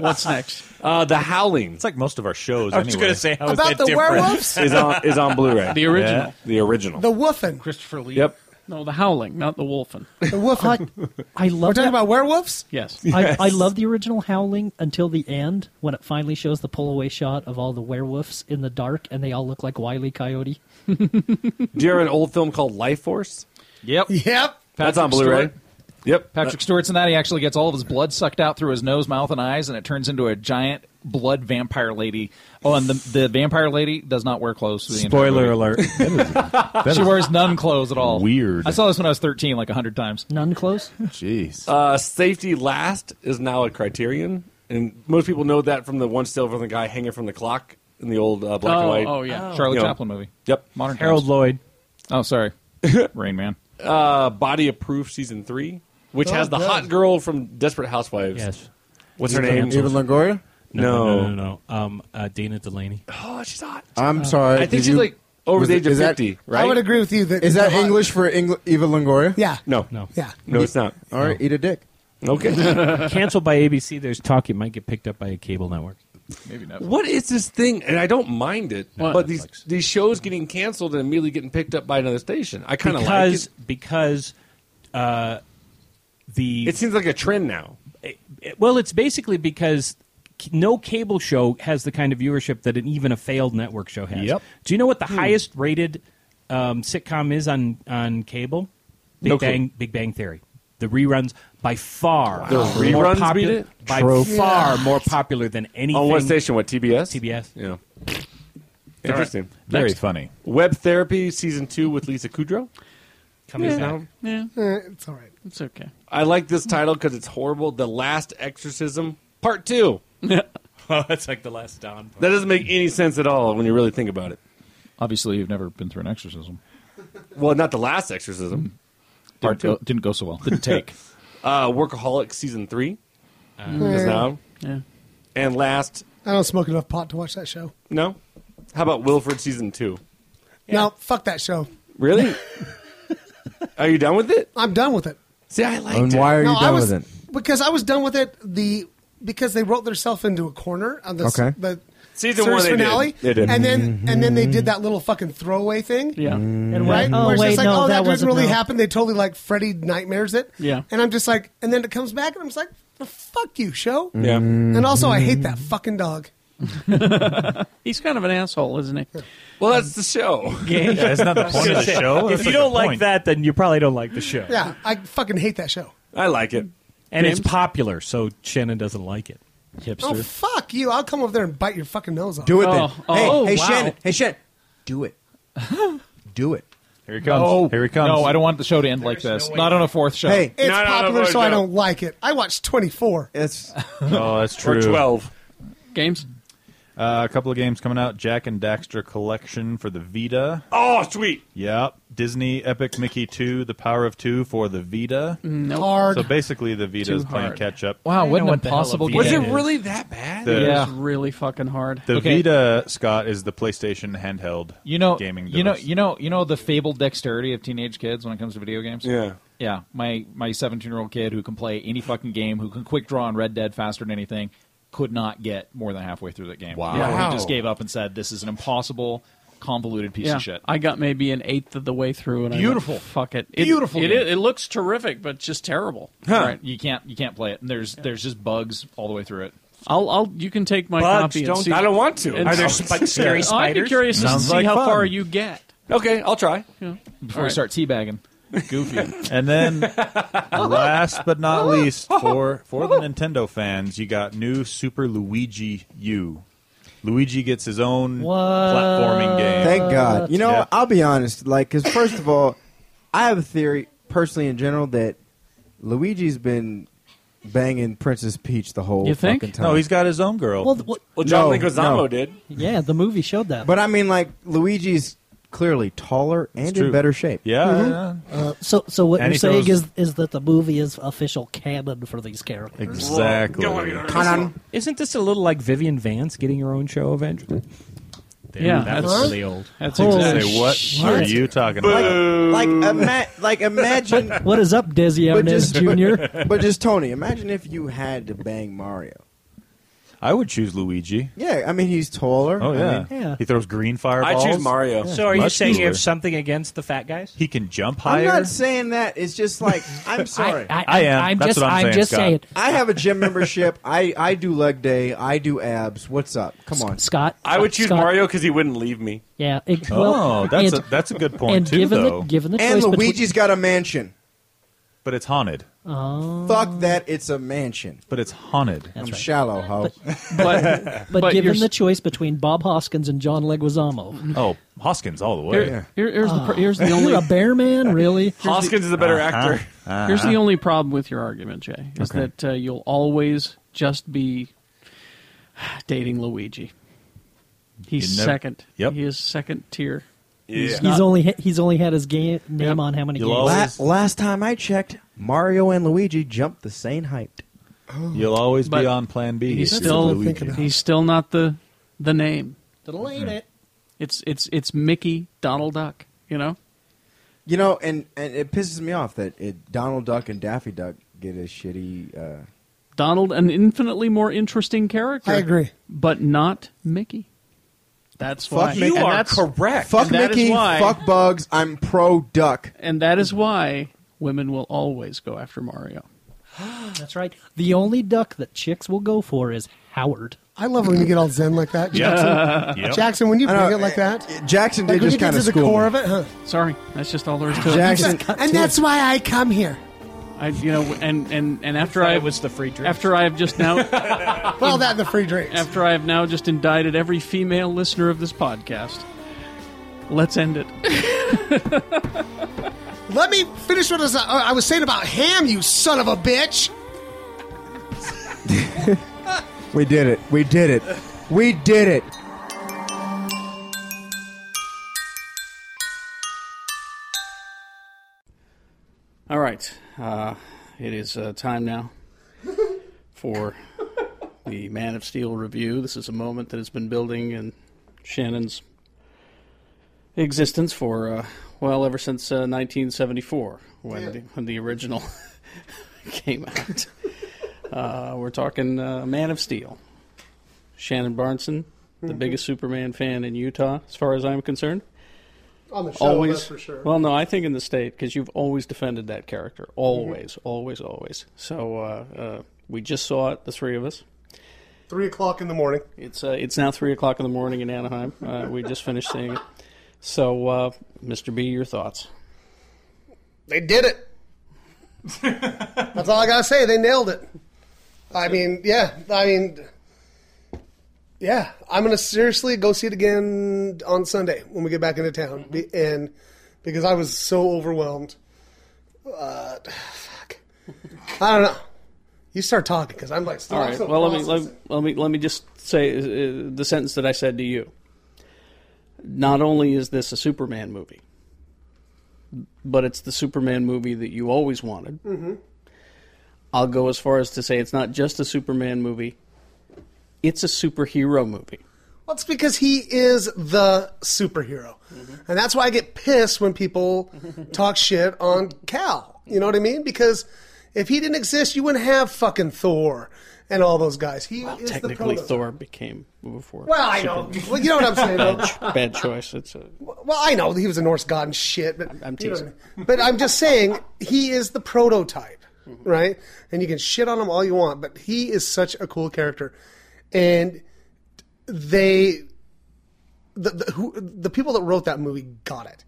[SPEAKER 2] What's next?
[SPEAKER 10] Uh, the Howling. It's
[SPEAKER 1] like most of our shows.
[SPEAKER 10] I was just
[SPEAKER 1] anyway.
[SPEAKER 10] gonna say, how is About that the different? werewolves? Is on- is on Blu-ray.
[SPEAKER 2] The original.
[SPEAKER 10] Yeah. The original.
[SPEAKER 12] The Wolfen.
[SPEAKER 2] Christopher Lee.
[SPEAKER 10] Yep.
[SPEAKER 2] No, the Howling, not the Wolfen.
[SPEAKER 12] The Wolfen.
[SPEAKER 4] I love.
[SPEAKER 12] We're talking about werewolves.
[SPEAKER 2] Yes.
[SPEAKER 4] I,
[SPEAKER 2] Yes.
[SPEAKER 4] I love the original Howling until the end when it finally shows the pull away shot of all the werewolves in the dark and they all look like Wiley Coyote.
[SPEAKER 10] Do you have an old film called Life Force?
[SPEAKER 3] *laughs* Yep.
[SPEAKER 12] Yep.
[SPEAKER 10] That's on Blu-ray. Yep.
[SPEAKER 3] Patrick Stewart's in that. He actually gets all of his blood sucked out through his nose, mouth, and eyes, and it turns into a giant blood vampire lady. Oh, and the, the vampire lady does not wear clothes. through The entire
[SPEAKER 6] Spoiler
[SPEAKER 3] movie. *laughs*
[SPEAKER 6] alert.
[SPEAKER 3] she wears none clothes at all.
[SPEAKER 1] Weird.
[SPEAKER 3] I saw this when I was 13, like 100 times.
[SPEAKER 4] None clothes?
[SPEAKER 1] Jeez.
[SPEAKER 10] Uh, safety last is now a criterion, and most people know that from the one still from the guy hanging from the clock in the old uh, black
[SPEAKER 3] Oh,
[SPEAKER 10] and white.
[SPEAKER 3] oh, yeah. Charlie Chaplin movie.
[SPEAKER 10] Yep,
[SPEAKER 3] Modern Harold times.
[SPEAKER 6] Lloyd.
[SPEAKER 10] *laughs*
[SPEAKER 3] Oh, sorry. Rain Man.
[SPEAKER 10] Uh, Body of Proof season three, which
[SPEAKER 3] Oh,
[SPEAKER 10] has the
[SPEAKER 3] good.
[SPEAKER 10] hot girl from Desperate Housewives. Yes, what's her name?
[SPEAKER 5] Eva Longoria.
[SPEAKER 6] No,
[SPEAKER 10] No.
[SPEAKER 6] no, no. no, no. Um, uh, Dana Delaney.
[SPEAKER 10] Oh, she's hot.
[SPEAKER 5] I'm
[SPEAKER 6] Um,
[SPEAKER 5] sorry.
[SPEAKER 10] I think
[SPEAKER 5] did
[SPEAKER 10] she's
[SPEAKER 5] you-
[SPEAKER 10] like over
[SPEAKER 5] was
[SPEAKER 10] the
[SPEAKER 5] it-
[SPEAKER 10] age of
[SPEAKER 5] is that-
[SPEAKER 10] fifty, right?
[SPEAKER 12] I would agree with you that
[SPEAKER 5] Is that
[SPEAKER 12] the hot-
[SPEAKER 5] English for Engl- Eva Longoria?
[SPEAKER 12] Yeah.
[SPEAKER 10] No,
[SPEAKER 6] no,
[SPEAKER 12] yeah.
[SPEAKER 10] No, it's not.
[SPEAKER 5] All right, eat a dick.
[SPEAKER 10] Okay.
[SPEAKER 6] *laughs* Canceled by ABC. There's talk it might get picked up by a cable network.
[SPEAKER 3] Maybe not.
[SPEAKER 10] What is this thing? And I don't mind it, but these these shows getting canceled and immediately getting picked up by another station. I kind of like
[SPEAKER 6] because
[SPEAKER 10] it.
[SPEAKER 6] because uh, the
[SPEAKER 10] It seems like a trend now.
[SPEAKER 6] well, it's basically because no cable show has the kind of viewership that an, even a failed network show has.
[SPEAKER 10] Yep.
[SPEAKER 6] Do you know what the
[SPEAKER 10] Hmm.
[SPEAKER 6] highest rated um, sitcom is on on cable? Big
[SPEAKER 10] No clue.
[SPEAKER 6] Bang Big Bang Theory. The reruns by far
[SPEAKER 10] The
[SPEAKER 6] more
[SPEAKER 10] reruns
[SPEAKER 6] popu-
[SPEAKER 10] beat it?
[SPEAKER 6] by
[SPEAKER 10] Trope.
[SPEAKER 6] far
[SPEAKER 10] Yeah.
[SPEAKER 6] more popular than anything
[SPEAKER 10] On what station? What TBS?
[SPEAKER 6] TBS.
[SPEAKER 10] Yeah. Interesting.
[SPEAKER 6] All right. Very Next.
[SPEAKER 10] funny. Web Therapy season two with Lisa Kudrow. Coming
[SPEAKER 12] yeah.
[SPEAKER 10] down.
[SPEAKER 2] Yeah.
[SPEAKER 12] it's all right.
[SPEAKER 2] It's okay.
[SPEAKER 10] I like this title because it's horrible. The Last Exorcism Part Two.
[SPEAKER 6] *laughs* oh, that's like the last Don.
[SPEAKER 10] That doesn't make any sense at all when you really think about it.
[SPEAKER 3] Obviously, you've never been through an exorcism.
[SPEAKER 10] Well, not the last exorcism.
[SPEAKER 3] Didn't go- didn't
[SPEAKER 10] *laughs*
[SPEAKER 3] go so well. Didn't take.
[SPEAKER 10] uh, Workaholic season three.
[SPEAKER 12] Mm.
[SPEAKER 10] is now.
[SPEAKER 2] Yeah.
[SPEAKER 10] And last,
[SPEAKER 12] I don't smoke enough pot to watch that show.
[SPEAKER 10] no. How about Wilfred season two?
[SPEAKER 12] No, fuck that show.
[SPEAKER 10] Really? Are you done with it?
[SPEAKER 12] I'm done with it.
[SPEAKER 10] See, I liked
[SPEAKER 5] And why are
[SPEAKER 12] No,
[SPEAKER 5] you
[SPEAKER 12] I
[SPEAKER 5] done
[SPEAKER 12] was,
[SPEAKER 5] with it?
[SPEAKER 12] Because I was done with it. The because they wrote themselves into a corner on the
[SPEAKER 5] Okay. Mm-hmm.
[SPEAKER 12] the
[SPEAKER 10] Season
[SPEAKER 12] series
[SPEAKER 10] one, they did.
[SPEAKER 12] finale,
[SPEAKER 10] They did.
[SPEAKER 12] and then and then they did that little fucking throwaway thing.
[SPEAKER 2] Yeah.
[SPEAKER 12] And
[SPEAKER 4] went,
[SPEAKER 12] right?
[SPEAKER 4] oh,
[SPEAKER 12] Where it's
[SPEAKER 4] wait,
[SPEAKER 12] just like,
[SPEAKER 4] no,
[SPEAKER 12] oh,
[SPEAKER 4] that
[SPEAKER 12] that, didn't
[SPEAKER 4] wasn't
[SPEAKER 12] really
[SPEAKER 4] real.
[SPEAKER 12] happen. They totally like Freddy nightmares it.
[SPEAKER 4] Yeah.
[SPEAKER 12] And I'm just like, and then it comes back, and I'm just like, the fuck you, show.
[SPEAKER 2] Yeah.
[SPEAKER 5] Mm-hmm.
[SPEAKER 12] And also, I hate that fucking dog.
[SPEAKER 2] He's kind of an asshole, isn't he?
[SPEAKER 10] Well, that's the show.
[SPEAKER 6] Yeah,
[SPEAKER 10] that's not the
[SPEAKER 6] *laughs*
[SPEAKER 10] point of the show.
[SPEAKER 6] If
[SPEAKER 10] That's
[SPEAKER 6] you don't
[SPEAKER 10] like the
[SPEAKER 6] like
[SPEAKER 10] point.
[SPEAKER 6] that, then you probably don't like the show.
[SPEAKER 12] Yeah, I fucking hate that show.
[SPEAKER 10] I like it.
[SPEAKER 6] And it's
[SPEAKER 12] James?
[SPEAKER 6] popular, so Shannon doesn't like it.
[SPEAKER 12] Oh fuck you! I'll come over there and bite your fucking nose off.
[SPEAKER 6] Do it then. Oh,
[SPEAKER 5] hey,
[SPEAKER 6] oh,
[SPEAKER 5] hey
[SPEAKER 6] wow.
[SPEAKER 5] Shannon. Hey, Shannon. Do it. do it.
[SPEAKER 3] Here he
[SPEAKER 5] comes.
[SPEAKER 3] No.
[SPEAKER 5] Here he comes.
[SPEAKER 3] No, I don't want the show to end like this. Not on a fourth show.
[SPEAKER 5] Hey.
[SPEAKER 12] It's popular, so I don't like it. I watched 24.
[SPEAKER 5] It's
[SPEAKER 1] Oh, that's
[SPEAKER 5] Or
[SPEAKER 1] true.
[SPEAKER 5] 12.
[SPEAKER 2] Games?
[SPEAKER 1] Uh, a couple of games coming out. Jack and Daxter Collection for the Vita.
[SPEAKER 10] Oh, sweet.
[SPEAKER 1] Yep. Disney Epic Mickey 2, The Power of 2 for the Vita.
[SPEAKER 2] Nope.
[SPEAKER 12] Hard.
[SPEAKER 1] So basically, the Vita
[SPEAKER 2] Too
[SPEAKER 1] is playing
[SPEAKER 2] hard.
[SPEAKER 1] catch up.
[SPEAKER 2] Wow, what an impossible game.
[SPEAKER 10] that bad?
[SPEAKER 1] The-
[SPEAKER 2] it
[SPEAKER 1] Yeah.
[SPEAKER 2] was really fucking hard.
[SPEAKER 1] The Vita, Scott, is the PlayStation handheld
[SPEAKER 3] You know,
[SPEAKER 1] gaming
[SPEAKER 3] you know,
[SPEAKER 1] device.
[SPEAKER 3] you know, you know the fabled dexterity of teenage kids when it comes to video games.
[SPEAKER 1] Yeah.
[SPEAKER 3] yeah. My my seventeen year old kid who can play any fucking game, who can quick draw on Red Dead faster than anything, could not get more than halfway through that game.
[SPEAKER 2] Wow.
[SPEAKER 3] Yeah,
[SPEAKER 2] Wow.
[SPEAKER 3] he just gave up and said, "This is an impossible, convoluted piece
[SPEAKER 2] yeah,
[SPEAKER 3] of shit."
[SPEAKER 2] I got maybe an eighth of the way through, and
[SPEAKER 3] Beautiful.
[SPEAKER 2] I went, fuck it. it
[SPEAKER 3] Beautiful
[SPEAKER 2] It,
[SPEAKER 3] game.
[SPEAKER 2] it, it looks terrific, but just terrible. Right.
[SPEAKER 3] You can't you can't play it. And there's there's just bugs all the way through it.
[SPEAKER 2] I'll, I'll, you can take my
[SPEAKER 3] Bugs,
[SPEAKER 2] copy. and
[SPEAKER 3] don't-
[SPEAKER 2] see-
[SPEAKER 3] I don't want to.
[SPEAKER 2] and- *laughs*
[SPEAKER 3] Are there sp- scary
[SPEAKER 2] Oh, I'd be
[SPEAKER 3] spiders?
[SPEAKER 2] curious just to
[SPEAKER 3] Sounds
[SPEAKER 2] see
[SPEAKER 3] like
[SPEAKER 2] how
[SPEAKER 3] fun.
[SPEAKER 2] far you get.
[SPEAKER 10] Okay, I'll try.
[SPEAKER 3] Before
[SPEAKER 2] All
[SPEAKER 3] we
[SPEAKER 2] right.
[SPEAKER 3] start teabagging, goofy.
[SPEAKER 1] And then, last but not least, for for the Nintendo fans, you got new Super Luigi U. Luigi gets his own
[SPEAKER 10] Uh,
[SPEAKER 1] platforming game.
[SPEAKER 5] Thank God. You know,
[SPEAKER 1] Yeah.
[SPEAKER 5] I'll be honest. Like, because first of all, I have a theory personally in general that Luigi's been banging Princess Peach the whole
[SPEAKER 4] You think?
[SPEAKER 5] fucking time.
[SPEAKER 1] No, he's got his own girl.
[SPEAKER 4] Well, th- what-
[SPEAKER 10] Well,
[SPEAKER 5] No,
[SPEAKER 10] John Leguizamo
[SPEAKER 5] no.
[SPEAKER 10] did.
[SPEAKER 4] Yeah, the movie showed that.
[SPEAKER 5] But I mean, like Luigi's clearly taller and in
[SPEAKER 1] true.
[SPEAKER 5] better shape.
[SPEAKER 1] Yeah,
[SPEAKER 10] Mm-hmm.
[SPEAKER 4] Mhm. Uh, so, so what
[SPEAKER 5] And
[SPEAKER 4] you're
[SPEAKER 5] he
[SPEAKER 4] saying
[SPEAKER 5] throws-
[SPEAKER 4] is is that the movie is official canon for these characters.
[SPEAKER 1] Exactly.
[SPEAKER 4] Oh,
[SPEAKER 6] Isn't this a little like Vivian Vance getting her own show eventually?
[SPEAKER 5] Yeah,
[SPEAKER 6] that
[SPEAKER 5] that's-
[SPEAKER 6] was really old.
[SPEAKER 5] that's Holy exactly-
[SPEAKER 1] Say, what are you talking about?
[SPEAKER 5] Like, ima- like imagine
[SPEAKER 4] *laughs* what is up, Desi
[SPEAKER 5] But
[SPEAKER 4] Arnaz
[SPEAKER 5] just-
[SPEAKER 4] Jr.?
[SPEAKER 1] *laughs*
[SPEAKER 5] But, but just Tony, imagine if you had to bang Mario.
[SPEAKER 1] I would choose Luigi.
[SPEAKER 5] Yeah, I mean he's taller.
[SPEAKER 1] Oh
[SPEAKER 5] I
[SPEAKER 1] yeah.
[SPEAKER 5] mean,
[SPEAKER 1] He throws green fireballs.
[SPEAKER 6] So are you
[SPEAKER 1] Much
[SPEAKER 6] saying you
[SPEAKER 1] cooler.
[SPEAKER 6] have something against the fat guys?
[SPEAKER 1] He can jump
[SPEAKER 5] I'm
[SPEAKER 1] higher.
[SPEAKER 5] not saying that. It's just like I'm sorry.
[SPEAKER 1] I- I am. I'm That's just- what I'm I'm saying, just Scott. saying.
[SPEAKER 5] I have a gym membership. I I do leg day. I do abs. What's up? Come on,
[SPEAKER 4] Scott.
[SPEAKER 10] I would choose
[SPEAKER 4] Scott-
[SPEAKER 10] Mario because he wouldn't leave me.
[SPEAKER 4] Yeah. It,
[SPEAKER 5] Oh,
[SPEAKER 4] well,
[SPEAKER 5] that's
[SPEAKER 4] and-
[SPEAKER 5] a- that's a good
[SPEAKER 4] and given The, given the
[SPEAKER 5] and
[SPEAKER 4] choice between-
[SPEAKER 5] Luigi's got a mansion.
[SPEAKER 1] But it's haunted.
[SPEAKER 4] Oh.
[SPEAKER 5] Fuck that! It's a mansion.
[SPEAKER 1] But it's haunted.
[SPEAKER 5] I'm shallow, ho.
[SPEAKER 1] *laughs*
[SPEAKER 4] but, given the choice between Bob Hoskins and John Leguizamo,
[SPEAKER 1] oh, Hoskins all the way.
[SPEAKER 4] Here-
[SPEAKER 2] Here, here's the pr- here's the
[SPEAKER 4] Uh, *laughs* you're
[SPEAKER 2] only
[SPEAKER 4] a bear man,
[SPEAKER 2] *laughs*
[SPEAKER 4] really?
[SPEAKER 2] Uh,
[SPEAKER 1] Uh-huh.
[SPEAKER 2] Here's the only problem with your argument, Jay, is that uh, you'll always just be dating Luigi. He's
[SPEAKER 4] You never-
[SPEAKER 2] second. He is second tier.
[SPEAKER 4] He's,
[SPEAKER 2] not-
[SPEAKER 4] he's only ha- he's only had his game name on how many games?
[SPEAKER 5] La- last time I checked, Mario and Luigi jumped the same *gasps* height.
[SPEAKER 1] You'll always
[SPEAKER 2] But
[SPEAKER 1] be on Plan B.
[SPEAKER 2] He's
[SPEAKER 1] if you're
[SPEAKER 2] still
[SPEAKER 1] Luigi.
[SPEAKER 2] he's still not the the name.
[SPEAKER 1] Hmm.
[SPEAKER 4] Delayed it.
[SPEAKER 2] It's it's it's Mickey Donald Duck. You know.
[SPEAKER 5] You know, and, and it pisses me off that it, Donald Duck and Daffy Duck get a shitty. Uh,
[SPEAKER 2] Donald, an infinitely more interesting character.
[SPEAKER 5] I agree.
[SPEAKER 2] but not Mickey. That's
[SPEAKER 5] fuck
[SPEAKER 2] why
[SPEAKER 5] Mickey.
[SPEAKER 2] and that's-
[SPEAKER 5] Fuck
[SPEAKER 2] and that is
[SPEAKER 5] Mickey.
[SPEAKER 2] why-
[SPEAKER 5] Fuck Bugs. I'm pro Duck.
[SPEAKER 2] and that is why women will always go after Mario.
[SPEAKER 4] *gasps* That's right. The only duck that chicks will go for is Howard.
[SPEAKER 12] I love *laughs* when you get all zen like that,
[SPEAKER 4] Yeah.
[SPEAKER 12] Jackson.
[SPEAKER 4] Yep.
[SPEAKER 12] Jackson, when you
[SPEAKER 4] I
[SPEAKER 12] bring
[SPEAKER 4] know,
[SPEAKER 12] it like that,
[SPEAKER 5] eh, Jackson
[SPEAKER 12] like
[SPEAKER 5] did
[SPEAKER 12] when
[SPEAKER 5] just
[SPEAKER 12] you get
[SPEAKER 5] kinda
[SPEAKER 12] to the
[SPEAKER 5] school
[SPEAKER 12] core
[SPEAKER 5] me.
[SPEAKER 12] of it, huh?
[SPEAKER 2] Sorry, that's just all there is to it.
[SPEAKER 5] Jackson-
[SPEAKER 12] and that's why I come here.
[SPEAKER 2] I, you know, and and and after I was the free drink. After I have just *laughs* now,
[SPEAKER 12] well, that and the free drinks.
[SPEAKER 2] After I have now just indicted every female listener of this podcast, let's end it.
[SPEAKER 12] Let me finish what I was, uh, I was saying about ham, you son of a bitch.
[SPEAKER 5] uh, *laughs* We did it. We did it. We did it.
[SPEAKER 2] All right, uh, it is uh,
[SPEAKER 12] *laughs*
[SPEAKER 2] time now for the Man of Steel review. This is a moment that has been building in Shannon's existence for uh, well ever since uh, 1974 when
[SPEAKER 12] Yeah.
[SPEAKER 2] the, when the original *laughs* came out. Uh, we're talking uh, Man of Steel. Shannon Barneson, the
[SPEAKER 12] Mhm.
[SPEAKER 2] biggest Superman fan in Utah, as far as I'm concerned.
[SPEAKER 12] On the show, that's for sure.
[SPEAKER 2] Well, no, I think in the state because you've always defended that character,
[SPEAKER 12] Mm-hmm.
[SPEAKER 2] always, always, always. So uh, uh, we just saw it, the three of us.
[SPEAKER 12] Three o'clock in the morning.
[SPEAKER 2] It's uh, it's now three o'clock in the morning in Anaheim.
[SPEAKER 12] *laughs*
[SPEAKER 2] Uh, we just finished seeing it. So, uh, Mr. B, your thoughts?
[SPEAKER 12] They did it. That's all I gotta say. They nailed it. I mean, yeah. I mean, yeah. I'm gonna seriously go see it again on Sunday when we get back into town, Be-
[SPEAKER 2] Mm-hmm.
[SPEAKER 12] and because I was so overwhelmed. Uh, fuck. I don't know. You start talking because I'm like. Still
[SPEAKER 2] All right.
[SPEAKER 12] still
[SPEAKER 2] Well, let me
[SPEAKER 12] processing.
[SPEAKER 2] let, let me let me just say uh, the sentence that I said to you. Not only is this a Superman movie, but it's the Superman movie that you always wanted.
[SPEAKER 12] Mhm.
[SPEAKER 2] I'll go as far as to say it's not just a Superman movie; it's a superhero movie.
[SPEAKER 12] Well, it's because he is the superhero.
[SPEAKER 2] Mm-hmm.
[SPEAKER 12] And that's why I get pissed when
[SPEAKER 2] *laughs*
[SPEAKER 12] people talk shit on Cal. You know what I mean? Because if he didn't exist, you wouldn't have fucking Thor and all those guys. He is
[SPEAKER 2] Technically,
[SPEAKER 12] the proto-
[SPEAKER 2] Thor became before.
[SPEAKER 12] Well, I know. Well, you know what I'm saying, though.
[SPEAKER 2] Bad, bad choice. It's a
[SPEAKER 12] Well, I know he was a Norse god and shit, but
[SPEAKER 2] I'm
[SPEAKER 12] you know
[SPEAKER 2] teasing.
[SPEAKER 12] what I mean. but I'm just saying he is the prototype,
[SPEAKER 2] Mm-hmm.
[SPEAKER 12] right? And you can shit on him all you want, but he is such a cool character, and they, the the, who, the people that wrote that movie got it.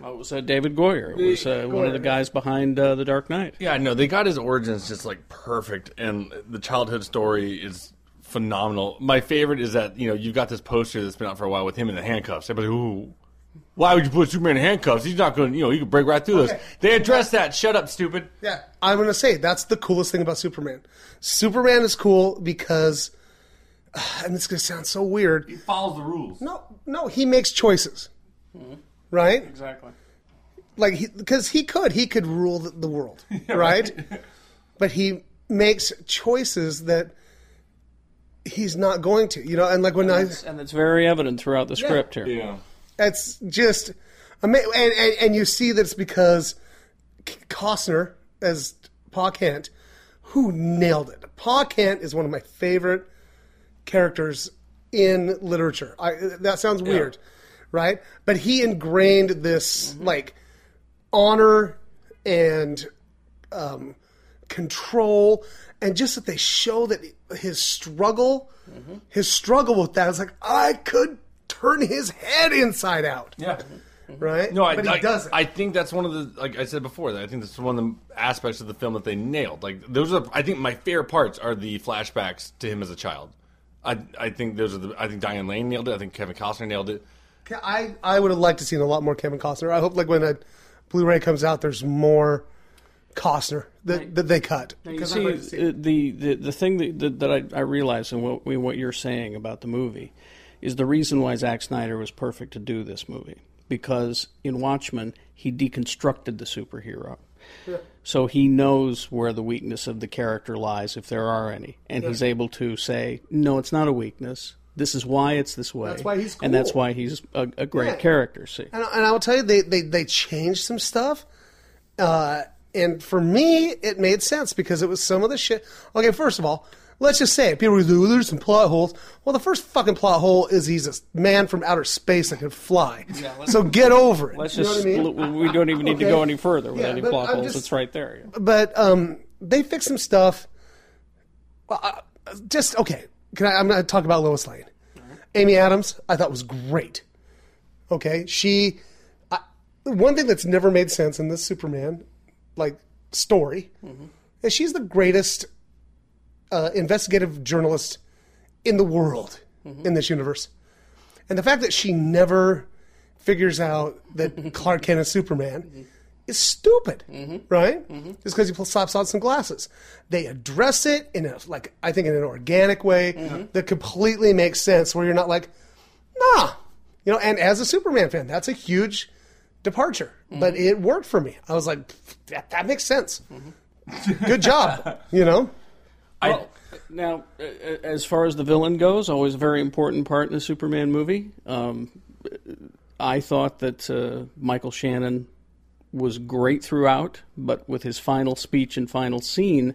[SPEAKER 2] Well, it was uh, David Goyer. It was uh, one of the guys behind uh, The Dark Knight.
[SPEAKER 10] Yeah, no, they got his origins just like perfect, and the childhood story is phenomenal. My favorite is that you know you've got this poster that's been out for a while with him in the handcuffs. Everybody's like, ooh, why would you put Superman in handcuffs? He's not going. to You know, he could break right through those. They addressed that. Shut up, stupid.
[SPEAKER 12] Yeah, I'm gonna say that's the coolest thing about Superman. Superman is cool because, *sighs* and it's gonna sound so weird. He
[SPEAKER 10] follows the rules.
[SPEAKER 12] No, no, he makes choices, Mm-hmm. right?
[SPEAKER 2] Exactly.
[SPEAKER 12] Like, because he, could, he could rule the, the
[SPEAKER 10] *laughs*
[SPEAKER 12] world, right? but he makes choices that he's not going to, you know. And like when I,
[SPEAKER 2] And it's very evident throughout the
[SPEAKER 12] Yeah.
[SPEAKER 2] script here.
[SPEAKER 10] Yeah.
[SPEAKER 12] that's just ama- and, and and you see that it's because K- Costner as Pa Kent, who nailed it. Pa Kent is one of my favorite characters in literature. I, that sounds
[SPEAKER 10] Yeah.
[SPEAKER 12] weird, right? But he ingrained this
[SPEAKER 10] Mm-hmm.
[SPEAKER 12] like honor and um, control, and just that they show that his struggle,
[SPEAKER 10] Mm-hmm.
[SPEAKER 12] his struggle with that is like I could turn his head inside out.
[SPEAKER 10] Yeah. Mm-hmm.
[SPEAKER 12] Right?
[SPEAKER 10] No, I,
[SPEAKER 12] but he
[SPEAKER 10] I,
[SPEAKER 12] doesn't.
[SPEAKER 10] I think that's one of the like I said before. that I think that's one of the aspects of the film that they nailed. Like those are, I think my favorite parts are the flashbacks to him as a child. I I think those are the. I think Diane Lane nailed it. I think Kevin Costner nailed it.
[SPEAKER 12] Ca- I, I would have liked to seen a lot more Kevin Costner. I hope like when a Blu-ray comes out, there's more Costner that, that they cut.
[SPEAKER 2] Now, you see, uh, the, the, the thing that, that, that I, I realize and what, we, what you're saying about the movie is the reason why Zack Snyder was perfect to do this movie. Because in Watchmen, he deconstructed the superhero.
[SPEAKER 16] Yeah.
[SPEAKER 2] So he knows where the weakness of the character lies, if there are any. And he's
[SPEAKER 16] Yeah.
[SPEAKER 2] able to say, no, it's not a weakness. This is why it's this way.
[SPEAKER 12] That's why he's
[SPEAKER 2] And that's
[SPEAKER 12] cool.
[SPEAKER 2] why he's a, a great
[SPEAKER 12] Yeah.
[SPEAKER 2] character, see?
[SPEAKER 12] And, and I will tell you, they, they, they changed some stuff. Uh, and for me, it made sense because it was some of the shit. Okay, first of all, let's just say it. People are like, there's some plot holes. Well, the first fucking plot hole is he's a man from outer space that can fly. so get over it.
[SPEAKER 2] Let's
[SPEAKER 12] You know
[SPEAKER 2] just,
[SPEAKER 12] what I mean?
[SPEAKER 2] we don't even need to
[SPEAKER 12] Okay.
[SPEAKER 2] go any further with
[SPEAKER 12] Yeah,
[SPEAKER 2] any
[SPEAKER 12] but
[SPEAKER 2] plot
[SPEAKER 12] I'm
[SPEAKER 2] holes.
[SPEAKER 12] just-
[SPEAKER 2] it's right there.
[SPEAKER 12] But um, they fixed some stuff. Well, I- just okay. Can I? I'm going to talk about Lois Lane. Amy Adams, I thought was great. Okay, she. I, one thing that's never made sense in this Superman, like story, is she's the greatest uh, investigative journalist in the world in this universe, and the fact that she never figures out that Clark Kent is Superman is stupid, right? Just because he pl- slaps on some glasses. They address it in a like I think in an organic way that completely makes sense, where you're not like, nah, you know. And as a Superman fan, that's a huge departure, but it worked for me. I was like, that, that makes sense. Good
[SPEAKER 10] *laughs*
[SPEAKER 12] job, you know.
[SPEAKER 2] Well, now, uh, uh, as far as the villain goes, always a very important part in a Superman movie. Um, I thought that uh, Michael Shannon was great throughout, but with his final speech and final scene,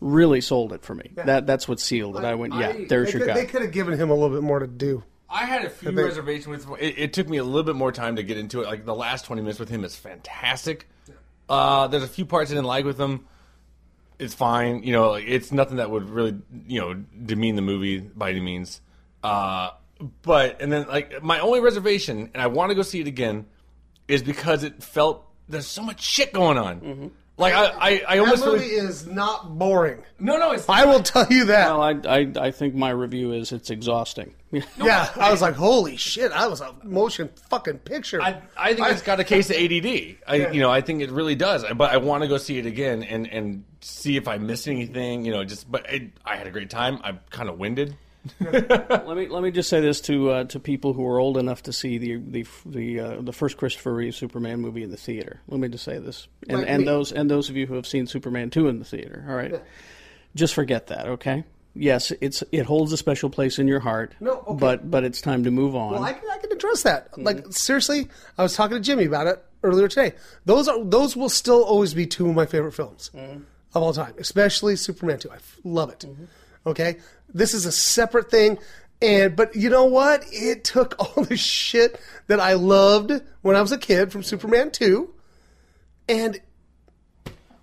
[SPEAKER 2] really sold it for me. That that's what sealed it. I, went, yeah, there's
[SPEAKER 12] they could,
[SPEAKER 2] your guy.
[SPEAKER 12] They could have given him a little bit more to do.
[SPEAKER 10] I had a few
[SPEAKER 12] They-
[SPEAKER 10] reservations with. It, it took me a little bit more time to get into it. Like the last twenty minutes with him is fantastic. Uh, there's a few parts I didn't like with him. It's fine, you know. like, It's nothing that would really, you know, demean the movie by any means. Uh, but and then like my only reservation, and I want to go see it again, is because it felt there's so much shit going on. Like I, I, I almost
[SPEAKER 12] Mm-hmm. that
[SPEAKER 10] really-
[SPEAKER 12] movie is not boring.
[SPEAKER 10] No, no, it's.
[SPEAKER 12] I will tell you that.
[SPEAKER 2] Well, I, I I think my review is it's exhausting. *laughs*
[SPEAKER 12] yeah, I was like, holy shit! I was a motion fucking picture. I,
[SPEAKER 10] I think it's got a case of ADD. I, you know, I think it really does. But I want to go see it again and and see if I missed anything. You know, just but it, I had a great time. I'm kind of winded.
[SPEAKER 2] *laughs* let me let me just say this to uh, to people who are old enough to see the the the uh, the first Christopher Reeve Superman movie in the theater. Let me just say this, and
[SPEAKER 17] Like
[SPEAKER 2] and
[SPEAKER 17] me.
[SPEAKER 2] those and those of you who have seen Superman two in the theater. All right, just forget that. Okay. Yes, it's it holds a special place in your heart.
[SPEAKER 12] No, okay.
[SPEAKER 2] but but it's time to move on. Mm-hmm.
[SPEAKER 12] Well, I can, I can address that. Like seriously, I was talking to Jimmy about it earlier today. Those are those will still always be two of my favorite films
[SPEAKER 2] Mm-hmm.
[SPEAKER 12] of all time, especially Superman two. I f- love it. Okay, this is a separate thing, and but you know what? It took *laughs* all the shit that I loved when I was a kid from Superman two, and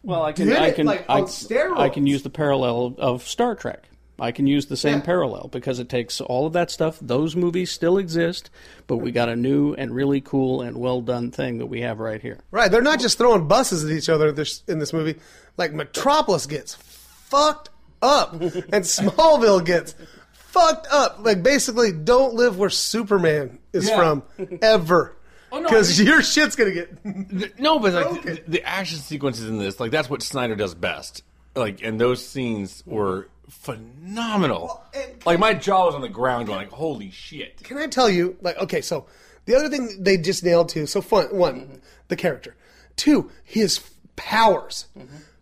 [SPEAKER 2] Well, I can,
[SPEAKER 12] did
[SPEAKER 2] I
[SPEAKER 12] it,
[SPEAKER 2] can,
[SPEAKER 12] like,
[SPEAKER 2] I,
[SPEAKER 12] on steroids.
[SPEAKER 2] I can use the parallel of Star Trek. I can use the same parallel because it takes all of that stuff. Those movies still exist, but we got a new and really cool and well done thing that we have right here.
[SPEAKER 12] Right, they're not just throwing buses at each other in this- in this movie. Like Metropolis gets fucked
[SPEAKER 10] *laughs*
[SPEAKER 12] up, and Smallville gets fucked up. Like basically, don't live where Superman is
[SPEAKER 10] Yeah. *laughs* Oh,
[SPEAKER 12] from ever,
[SPEAKER 10] no,
[SPEAKER 12] because
[SPEAKER 10] I mean-
[SPEAKER 12] your shit's gonna get. *laughs*
[SPEAKER 10] No, but like the, the action sequences in this, like that's what Snyder does best. Like, and those scenes were phenomenal. Like my jaw was on the ground, going like, "Holy shit!"
[SPEAKER 12] Can I tell you? Like, okay, so the other thing they just nailed too. So fun. One, the character. Two, his f- powers.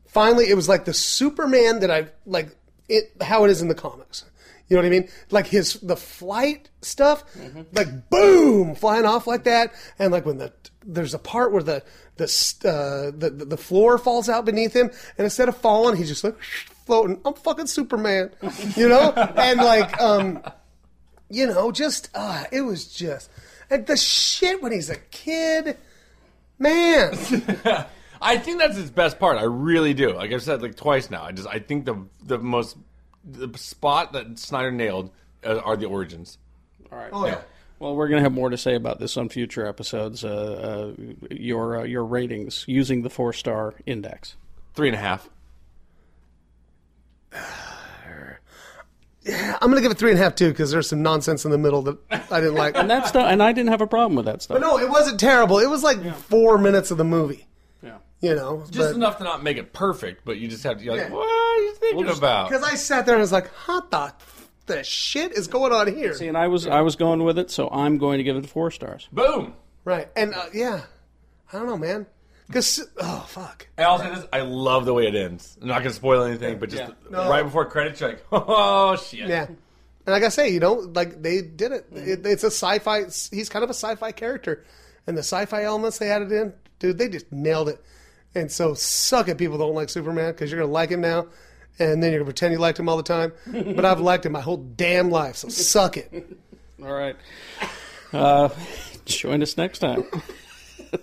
[SPEAKER 12] Finally, it was like the Superman that I've like it, how it is in the comics. You know what I mean? Like his the flight stuff, like boom, flying off like that, and like when the there's a part where the the s- uh, the the floor falls out beneath him, and instead of falling, he's just like floating. I'm fucking Superman, you know? and like um, you know, just uh, it was just and the shit when he's a kid, man.
[SPEAKER 10] I think that's his best part. I really do. Like I've said like twice now. I just I think the the most the spot that Snyder nailed uh, are the origins.
[SPEAKER 2] All right.
[SPEAKER 12] Oh, yeah.
[SPEAKER 2] Well, we're going to have more to say about this on future episodes. Uh, uh, your uh, your ratings using the four star index.
[SPEAKER 10] Three and a half.
[SPEAKER 12] I'm gonna give it three and a half too because there's some nonsense in the middle that I didn't like.
[SPEAKER 2] *laughs* and that's and I didn't have a problem with that stuff.
[SPEAKER 12] But no, it wasn't terrible. It was like four minutes of the movie.
[SPEAKER 2] Yeah.
[SPEAKER 12] You know,
[SPEAKER 10] Just enough to not make it perfect, but you just have to. You're like,
[SPEAKER 12] Yeah.
[SPEAKER 10] what are you thinking about?
[SPEAKER 12] because I sat there and I was like, "What the, the shit is going on here?"
[SPEAKER 2] See, and I was I was going with it, so I'm going to give it four stars.
[SPEAKER 10] Boom.
[SPEAKER 12] Right, and uh, yeah, I don't know, man. Because oh fuck,
[SPEAKER 10] And I'll say this: I love the way it ends. I'm not gonna spoil anything, but just right before credits, you're like, *laughs* oh shit.
[SPEAKER 12] yeah. And like I say, you know, like they did it. it it's a sci-fi. He's kind of a sci-fi character, and the sci-fi elements they added in, dude, they just nailed it. And so, suck it, people don't like Superman because you're gonna like him now, and then you're gonna pretend you liked him all the time. but I've liked him my whole damn life, so suck it.
[SPEAKER 2] All right. Uh, *laughs* join us next time.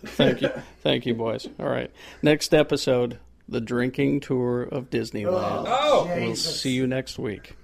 [SPEAKER 2] Thank you. Thank you, boys. All right. Next episode the drinking tour of Disneyland.
[SPEAKER 16] Oh,
[SPEAKER 2] we'll
[SPEAKER 16] Jesus.
[SPEAKER 2] see you next week.